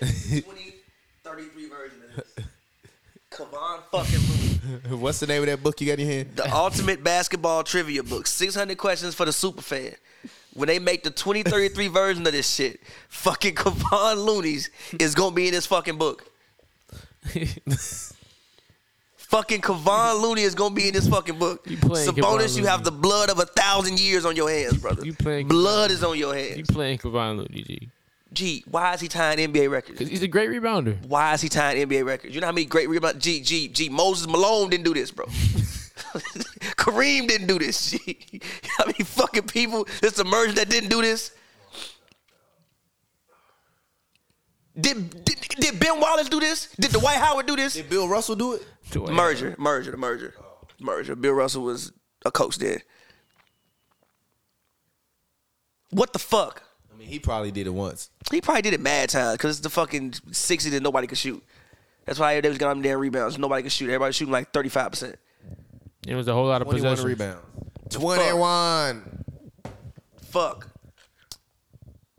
2023 ver- the- the- when they make the 2033 version of this. Kevon fucking Looney. What's the name of that book you got in your hand? The ultimate basketball trivia book. 600 questions for the super fan. When they make the 2033 version of this shit, fucking Kevon Looney's is going to be in this fucking book. Fucking Kevon Looney is gonna be in this fucking book. You playing Sabonis, Kevon you have Looney. the blood of a thousand years on your hands, brother. you playing Kevon- blood is on your hands. You playing Kevon Looney, G. Gee, why is he tying NBA records? Because he's a great rebounder. Why is he tying NBA records? You know how many great rebound? G, G, G. Moses Malone didn't do this, bro. Kareem didn't do this. G. You know how many fucking people that's emerged that didn't do this? Did, did did Ben Wallace do this? Did Dwight Howard do this? Did Bill Russell do it? Dwight Merger, merger, the merger, merger. Bill Russell was a coach then. What the fuck? I mean, he probably did it once. He probably did it mad times because it's the fucking 60 that nobody could shoot. That's why they was getting them damn rebounds. Nobody could shoot. Everybody shooting like 35%. It was a whole lot of 21 possession. rebounds. 21. Fuck.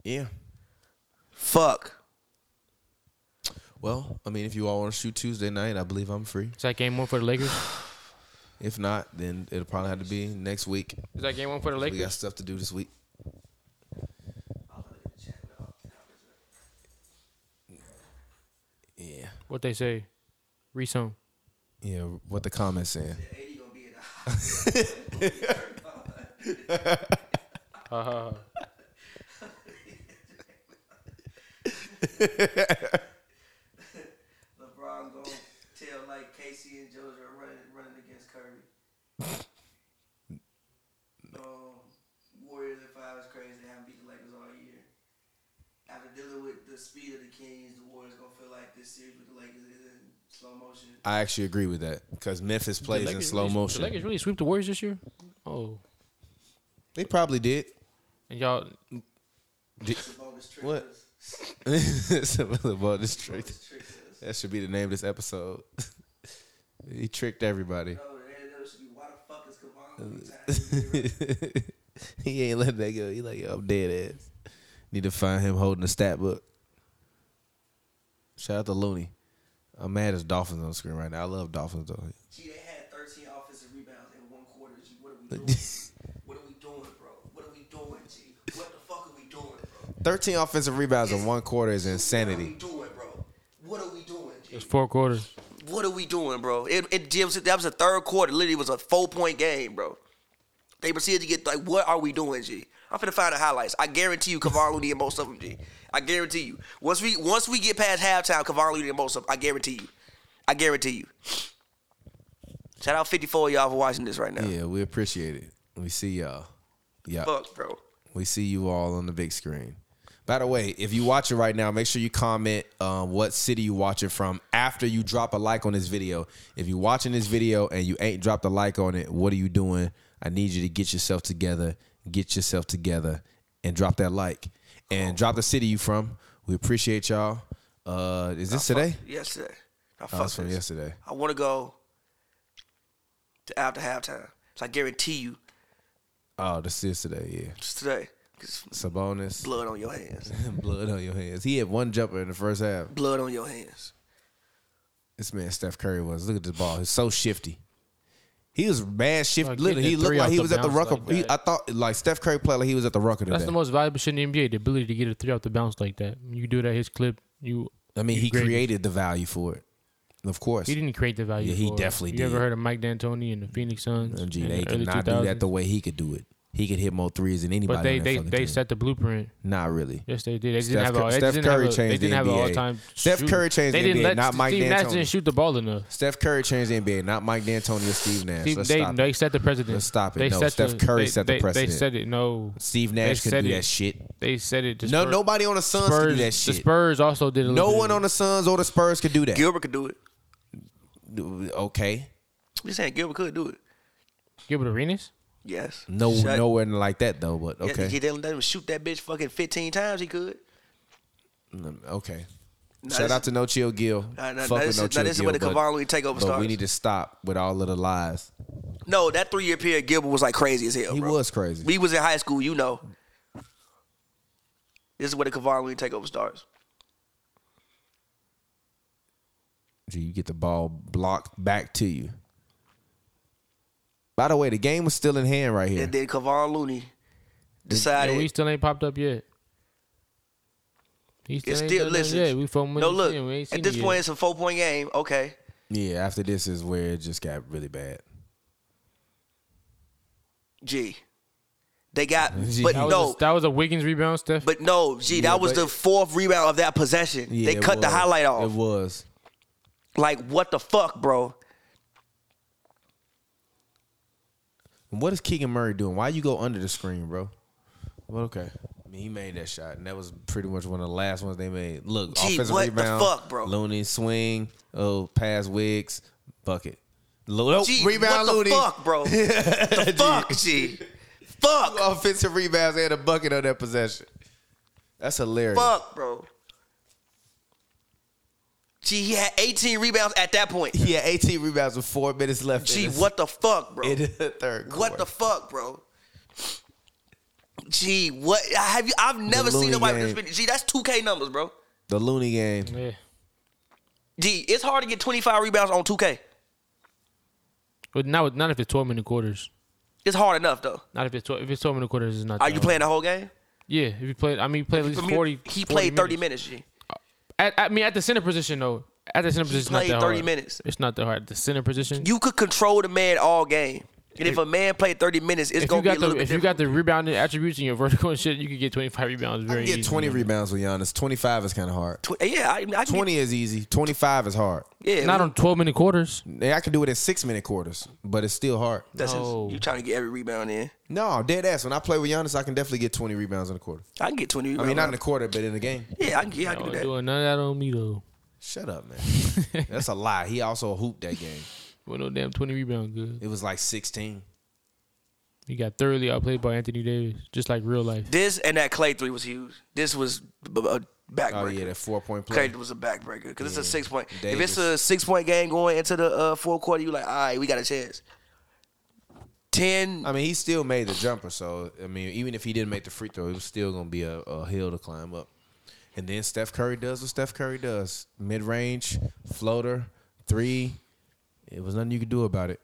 Yeah. Fuck. Well, I mean, if you all want to shoot Tuesday night, I believe I'm free. Is that game one for the Lakers? If not, then it'll probably have to be next week. Is that game one for the We Lakers? got stuff to do this week. Yeah. What they say? Resume. Yeah, what the comments saying. LeBron going to tell like Casey and Georgia running, running against Curry. um, Warriors at five is crazy. They haven't beat the Lakers all year. After dealing with the speed of the Kings, the Warriors gonna feel like this series with the Lakers is in slow motion. I actually agree with that because Memphis plays in slow really, motion. The Lakers really sweep the Warriors this year? Oh. They probably did. And y'all, Sabonis trick What? us. it's a little ball district. Sabonis tricked us. That should be the name of this episode. he tricked everybody. No, they- they should be, why the fuck is Kevon Looney tied to he ain't letting that go. He like, yo, I'm dead ass. Need to find him holding a stat book. Shout out to Looney. I'm mad as Dolphins on the screen right now. I love Dolphins though. Gee, they had 13 offensive rebounds in one quarter. Gee, what are we doing? what are we doing, bro? What are we doing, G? What the fuck are we doing, bro? 13 offensive rebounds in one quarter is insanity. What are we doing, bro? What are we doing, G? it's four quarters. What are we doing, bro? It, it Jim, that was the third quarter. Literally, it was a four point game, bro. They proceeded to get like, what are we doing, G? I'm finna find the highlights. I guarantee you, Kevon Looney and most of them, G. I guarantee you. Once we once we get past halftime, Kevon Looney and most of them, I guarantee you. I guarantee you. Shout out 54 of y'all for watching this right now. Yeah, we appreciate it. We see y'all. Yeah. Fuck, bro. We see you all on the big screen. By the way, if you watch it right now, make sure you comment um, what city you watch it from after you drop a like on this video. If you're watching this video and you ain't dropped a like on it, what are you doing? I need you to get yourself together, get yourself together, and drop that like. And drop the city you from. We appreciate y'all. Uh, is this today? Yesterday. I Oh, fuck it's from this. yesterday. I want to go to after halftime. So I guarantee you, Oh, this is today. Yeah. it's today. 'Cause Sabonis, blood on your hands. blood on your hands. He had one jumper in the first half. Blood on your hands. This man Steph Curry was. Look at this ball. He's so shifty. He was mad shifty. Like, Literally, getting he the looked three like off he the was at the bounce rucker. like he, that. I thought like Steph Curry played like he was at the rucker today. That's the most valuable shit in the NBA, the ability to get a three off the bounce like that. You do that, his clip, you. I mean, you he great. created the value for it. Of course, He didn't create the value. Yeah, he for it. definitely you did. ever heard of Mike D'Antoni and the Phoenix Suns? Uh, Gee, in they the early could not do 2000s? that the way he could do it. He could hit more threes than anybody. But they on that they, fucking they team. set the blueprint. Not really. Yes, they did. They Steph didn't have Cur- all. They Steph didn't Curry have a, they changed the didn't have an NBA. all-time. Steph shooter. Curry changed They the didn't NBA, let not Mike Steve Nash D'Antoni. didn't shoot the ball enough. Steph Curry changed the NBA, not Mike D'Antoni or Steve Nash. See, Let's they stop it. they set the precedent. Let's stop it. They No, set Steph the, Curry they, set the they- precedent. They said it. No, Steve they Nash said couldn't do it. that shit. They said it. The No, Spurs- nobody on the Suns could Spurs, do that The shit. Spurs also did a little No bit of one it. on the Suns or the Spurs could do that. Gilbert could do it. okay. We saying Gilbert could do it. Gilbert Arenas. Yes. No, Shut- nowhere like that though. But Yeah, okay, He didn't let him shoot that bitch fucking 15 times. He could. Mm, okay. Now Shout this- out to No Chill Gill. Now, now- now this, Fuck with No is, now Chill this is Gill. where the But, Kavali takeover but starts. we need to stop with all of the lies. no, that three year period, Gilbert was like crazy as hell. He bro. was crazy. We was in high school, you know. This is where the Kavali takeover starts. Gee, you get the ball blocked back to you. By the way, the game was still in hand right here. And then Kavon Looney decided. Yeah, we still ain't popped up yet. He still it's ain't still done nothing listen. yet. We four minutes no in. We look. ain't seen At this it point, yet. it's a four point game. Okay, Yeah, after this is where it just got really bad. G. They got, Gee, but that that was, no, a, that was a Wiggins rebound, Steph. but no, G. Yeah, that was but- the fourth rebound of that possession. Yeah, they it cut the was. highlight It off. was. Like what the fuck, bro? And What is Keegan Murray doing? Why you go under the screen, bro? Well, okay. I mean, he made that shot, and that was pretty much one of the last ones they made. Look, Gee, offensive what the rebound, fuck, bro? Looney swing, oh, pass Wicks, bucket. Lo- oh, G, what rebound, the Looney. fuck, bro? the fuck, G. Two Fuck, Offensive rebounds and a bucket on that possession. That's hilarious. fuck, bro. G, he had 18 rebounds at that point. He had 18 rebounds with four minutes left. G, in the- what the fuck, bro? in the third? What the quarter. fuck, bro? Gee, what have you? I've never Looney seen nobody with this game. many. Gee, that's two K numbers, bro. the Looney game. yeah. Gee, it's hard to get twenty five rebounds on two K. But not not if it's twelve minute quarters. It's hard enough though. Not if it's twelve. If it's twelve minute quarters, it's not. Are that you hard. playing the whole game? Yeah, if you played, I mean, you played at least I mean, forty. He 40 played thirty minutes. minutes. G. At, I mean, at the center position though. At the center position, it's not played that 30 hard. minutes. It's not that hard. The center position. You could control the man all game, and if a man played thirty minutes, it's if gonna you be a got little the bit if you got the rebounding attributes and your vertical and shit, you could get twenty five rebounds I very can get easily. 20 rebounds with Giannis. 25 is kind of hard. different. Tw- eh, yeah, I, I can get- 20 is easy. 25 is hard. Yeah, Not on twelve minute quarters. Yeah, I can do it in six minute quarters, but it's still hard. That's his- No. you trying to get every rebound in. No, dead ass. When I play with Giannis, I can definitely get 20 rebounds in a quarter. I can get twenty. I Rebounds. mean, not in a quarter, but in a game. yeah, I can, yeah, I can Oh, do that. doing none of that on me though. Shut up, man. That's a lie. He also hooped that game. With no damn twenty rebound good. It was like 16. He got thoroughly outplayed by Anthony Davis, just like real life. This and that Clay three was huge. This was b- b- a backbreaker. Oh, yeah, that four point play. Clay was a backbreaker because it's a six point. If Davis. it's a six point game going into the uh, fourth quarter, you like, all right, we got a chance. Ten. I mean, he still made the jumper, so I mean, even if he didn't make the free throw, it was still gonna be a, a hill to climb up. And then Steph Curry does what Steph Curry does: mid range floater, three. It was nothing you could do about it.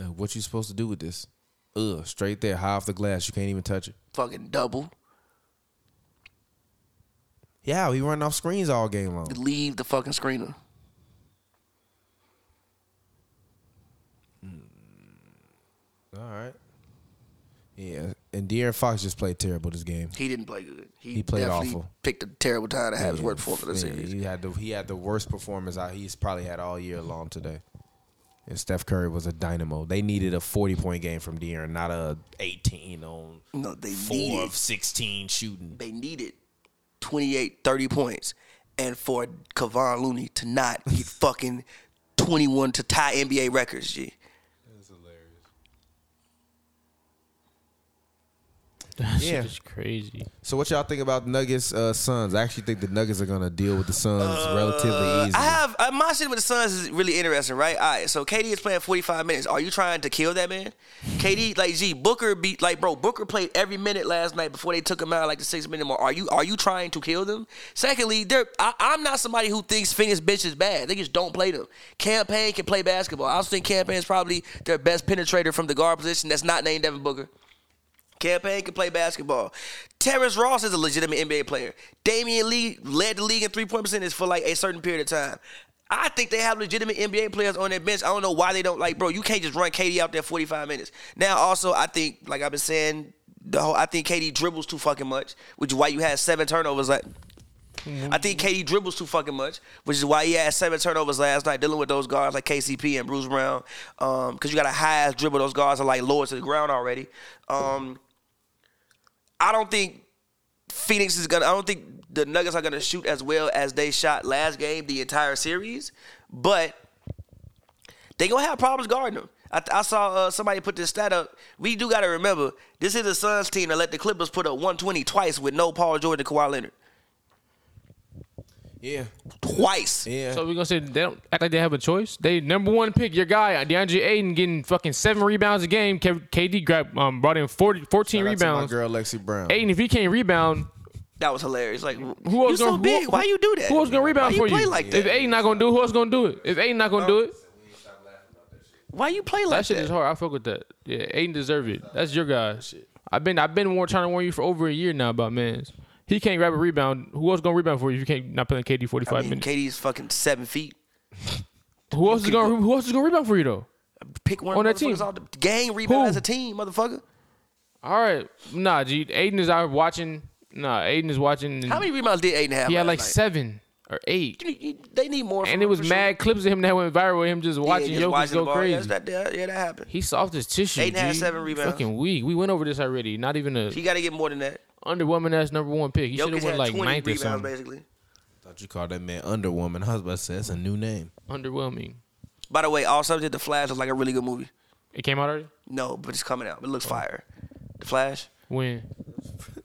Now, what you supposed to do with this? Ugh, straight there, high off the glass. You can't even touch it. fucking double. Yeah, he running off screens all game long. Leave the fucking screener. All right. Yeah, and De'Aaron Fox just played terrible this game. He didn't play good. He, He played definitely awful. Picked a terrible time to have his Yeah, work for for the yeah, series. He had the he had the worst performance out he's probably had all year long today. And Steph Curry was a dynamo. They needed a forty point game from De'Aaron, not a eighteen on No, they four needed of sixteen shooting. they needed 28, 30 points, and for Kevon Looney to not get fucking twenty one to tie NBA records. G. That's Yeah. just crazy. So what y'all think about Nuggets uh, Suns? I actually think the Nuggets are gonna deal with the Suns relatively easily. Uh, I have uh, my shit with the Suns is really interesting, right? All right, so KD is playing 45 minutes. Are you trying to kill that man? KD, like G Booker beat like bro Booker played every minute last night before they took him out like the six minute mark. Are you are you trying to kill them? Secondly, they're I, I'm not somebody who thinks Phoenix bitch is bad. They just don't play them. Campaign can play basketball. I also think Campaign is probably their best penetrator from the guard position. That's not named Devin Booker. Campaign can play basketball. Terrence Ross is a legitimate NBA player. Damian Lee led the league in three point percentage for like a certain period of time. I think they have legitimate NBA players on their bench. I don't know why they don't like, bro. You can't just run KD out there 45 minutes. Now, also, I think, like I've been saying, the whole I think KD dribbles too fucking much, which is why you had seven turnovers. Like, I think KD dribbles too fucking much, which is why he had seven turnovers last night, dealing with those guards like KCP and Bruce Brown. Because you got a high ass dribble, those guards are like lower to the ground already. Um, I don't think Phoenix is gonna. I don't think the Nuggets are gonna shoot as well as they shot last game, the entire series. But they gonna have problems guarding them. I, I saw uh, somebody put this stat up. We do gotta remember this is the Suns team that let the Clippers put up 120 twice with no Paul George and Kawhi Leonard. Yeah, Twice. yeah. So we're gonna say they don't act like they have a choice. They number one pick, your guy DeAndre Ayton getting fucking seven rebounds a game. K- KD grabbed, um, brought in 40, 14 Shout out to rebounds. My girl Lexi Brown. Ayton, if he can't rebound, That was hilarious. Like who who else you so gonna, big? Who, Why you do that? Who else gonna rebound Why you for play you? like if that? Ayton not gonna do it, who else gonna do it? If Ayton not gonna do it, Why you play like that that? shit is hard. I fuck with that. Yeah, Aiden deserve it. That's your guy. I've been I've been war, trying to warn you for over a year now about man's. He can't grab a rebound. Who else gonna rebound for you if you can't not playing KD forty I five mean, minutes? KD's fucking seven feet. who else is gonna Who else is gonna rebound for you though? Pick one of On that motherfuckers team. off the gang rebound Who? as a team, motherfucker. All right, nah, G. Aiden is out watching. Nah, Aiden is watching. And How many rebounds did Aiden have? He last had like night? seven or eight, You- you- They need more. from and it him was for sure. mad clips of him that went viral. with Him just Yeah, watching just Jokic watching the go ball. crazy. Yeah, that, that- yeah, that happened. he soft as tissue. Aiden had G. seven rebounds. Fucking weak. We went over this already. Not even a He got to get more than that. underwhelming ass number one pick. He should Jokic have had went like 20 ninth or rebounds, something. basically. thought you called that man Underwoman. I was about to say that's a new name. Underwhelming. By the way, All Subject, The Flash was like a really good movie. It came out already. No, but it's coming out. It Oh. looks fire. The Flash. When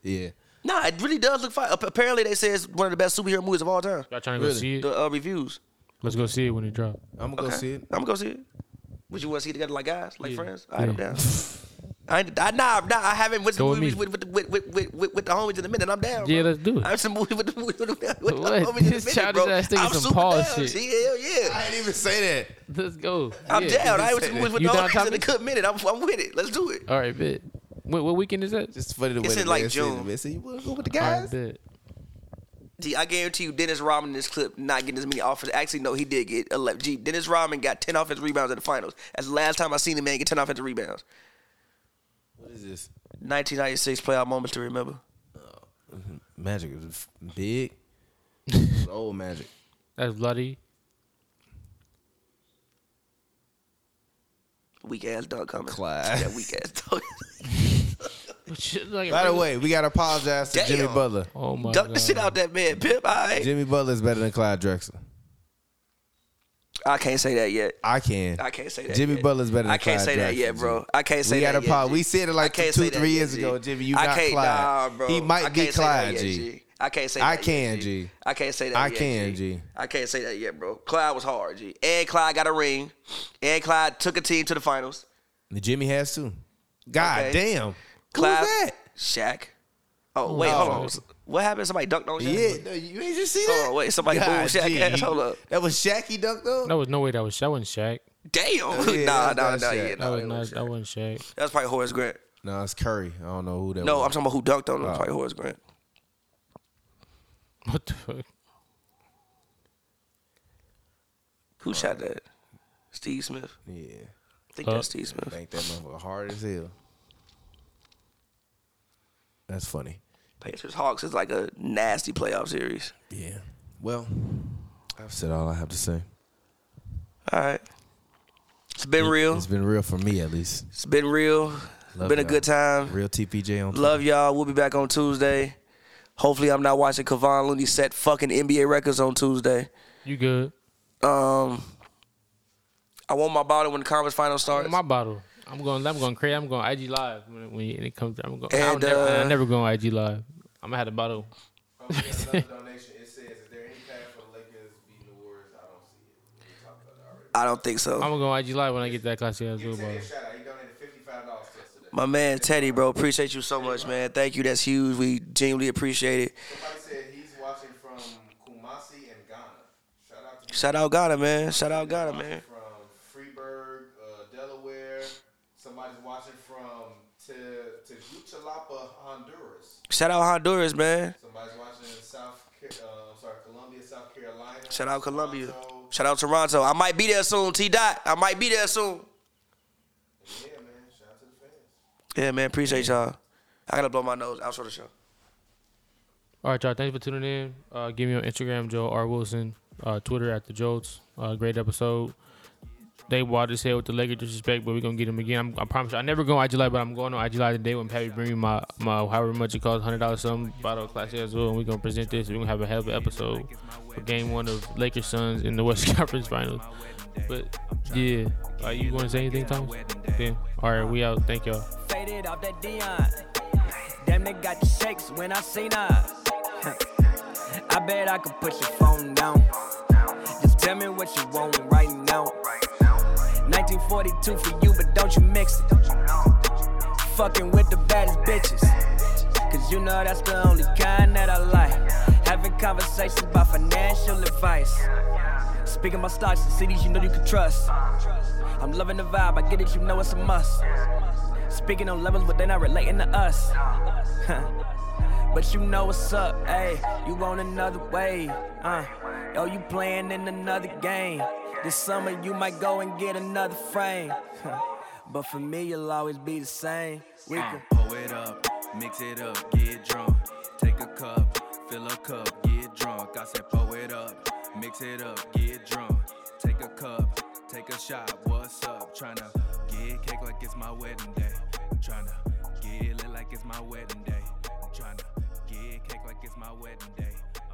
Yeah, Nah, it really does look fire. Ap- Apparently, they say it's one of the best superhero movies of all time. y'all trying to go Really? see it, The uh, reviews. let's go see it when it drops. I'm gonna go see it. I'm gonna go see it. Would you want to see it together like guys, like friends? I Yeah. am down. I, ain't- I nah, nah, I haven't went to Go the with movies me. with, with, with, with, with, with, with the homies in a minute. I'm down. Yeah, bro. let's do it. I went to the movie with the, with the, with the What? homies in a This minute, childish bro. ass thing is I'm some super Paul down. shit. See, hell yeah. I didn't even say that. Let's go. I'm Yeah. down. I went to the movies with You the homies down, in Tommy? Oh. a good minute. I'm, I'm with it. Let's do it. All right, bet. What, what weekend is that? Just funny the way It's the in, like, man said it, June. man. Say, you wanna go with the All right, guys? bet. See, I guarantee you, Dennis Rodman in this clip not getting as many offers. Actually, no, he did get 11. Gee, Dennis Rodman got 10 offensive rebounds in the finals. That's the last time I seen the man get 10 offensive rebounds. What is this? 1996 playoff moments to remember. Magic is f- big. It's old magic. That's bloody. Weak ass dunk coming. Clyde. That weak ass dunk. By the way, we gotta apologize to Damn. Jimmy Butler. oh my dunk god. the shit out that man, Pip. All right. Jimmy Butler is better than Clyde Drexler. I can't say that yet. I can. I can't say that. Jimmy yet. Butler's better than I can't Clyde say that Drexler, yet, bro. G. I can't say we that had a yet, problem. G. We said it I like can't two, say that three yet, years G. ago. Jimmy, you I not can't, Clyde. Nah, bro. He I might be can't say that Clyde, yet, G. I can't say that. I yet, can, G. I can't say that. I yet, can, G. I can't say that yet, bro. Clyde was hard, G. And Clyde got a ring. And Clyde took a team to the finals. Jimmy has too. God Okay. damn. Clyde, Who's that? Shaq. Oh wait, hold on. What happened? Somebody dunked on Yeah, Shaq. no, you ain't just see Hold that. on, wait, somebody God, pulled Shaq G. ass. Hold up. That was Shacky dunk though. That was no way. That was that wasn't Shaq. Damn. Oh, yeah, nah, that's nah, not nah. Shaq. Yeah, That nah. was not. That wasn't Shaq. That's probably Horace Grant. No, it's Curry. I don't know who that No, I'm was. talking about who dunked on him. It's Probably Horace Grant. What the fuck? Who shot that? Steve Smith. No, I'm. Yeah. I think Huh? that's Steve Smith. Bank that motherfucker hard as hell. That's funny. Pacers Hawks is like a nasty playoff series. Yeah. Well, I've said all I have to say. All right. It's been real. It's been real for me at least. It's been real. Love been a y'all. good time. Real TPJ on Love y'all. We'll be back on Tuesday. Hopefully, I'm not watching Kevon Looney set fucking NBA records on Tuesday. You good? Um, I want my bottle when the conference final starts. My bottle. I'm going. I'm going crazy. I'm going IG live when, it- when it comes. I'm going. I'm And, never, uh, I never going IG live. I'm gonna have the bottle. Oh, we got another donation. It says, is there any path for the Lakers beating the Warriors? I don't see it. We talked about it already. I don't think I'm so. gonna go IG live when I get that classy ass Give little Teddy bottle. a shout out. He donated $55 to us today. My man Teddy, bro, appreciate you so much, man. Thank you. That's huge. We genuinely appreciate it. Somebody said he's watching from Kumasi and Ghana. Shout out to Shout out Ghana, man. Shout out Ghana, man. From Freeburg, uh, Delaware. Somebody's watching from Te- Tegucigalpa, Honduras. Shout out Honduras, man. Somebody's watching in South Car- uh, I'm sorry, Columbia, South Carolina. Shout out Columbia. Toronto. Shout out Toronto. I might be there soon. T dot. I might be there soon. Yeah, man. Shout out to the fans. Yeah, man. Appreciate y'all. I gotta blow my nose. Outro the show. All right, y'all. Thanks for tuning in. Uh, give me on Instagram, Joe R Wilson. Uh, Twitter at the Jolts. Uh, great episode. They wild as hell with the Laker disrespect, but we're gonna get them again. I'm, I promise you. I never go on IG Live, but I'm going on IG Live today when Pappy bring me my my however much it costs, hundred dollars some bottle of class as well, and we're gonna present this. We're gonna have a hell of an episode for Game One of Lakers Suns in the West Conference Finals. But yeah, uh, you want to say anything, Thomas? Then all right, we out. Thank y'all. faded off that Dion. Damn, they got the shakes when I seen her. I bet I could put your phone down. Just tell me what you want right now. 1942 for you, but don't you mix it. Fucking with the baddest bitches. Cause you know that's the only kind that I like. Having conversations about financial advice. Speaking my stocks and cities you know you can trust. I'm loving the vibe, I get it, you know it's a must. Speaking on levels, but they're not relating to us. Huh. but you know what's up, ayy. You on another way, uh. Yo, you playing in another game. This summer you might go and get another frame. Huh. but for me, you'll always be the same. We Uh, could. Pull it up, mix it up, get drunk. Take a cup, fill a cup, get drunk. I said, pull it up, mix it up, get drunk. Take a cup, take a shot, what's up? Tryna get cake like it's my wedding day. Tryna get lit like it's my wedding day. Tryna get cake like it's my wedding day.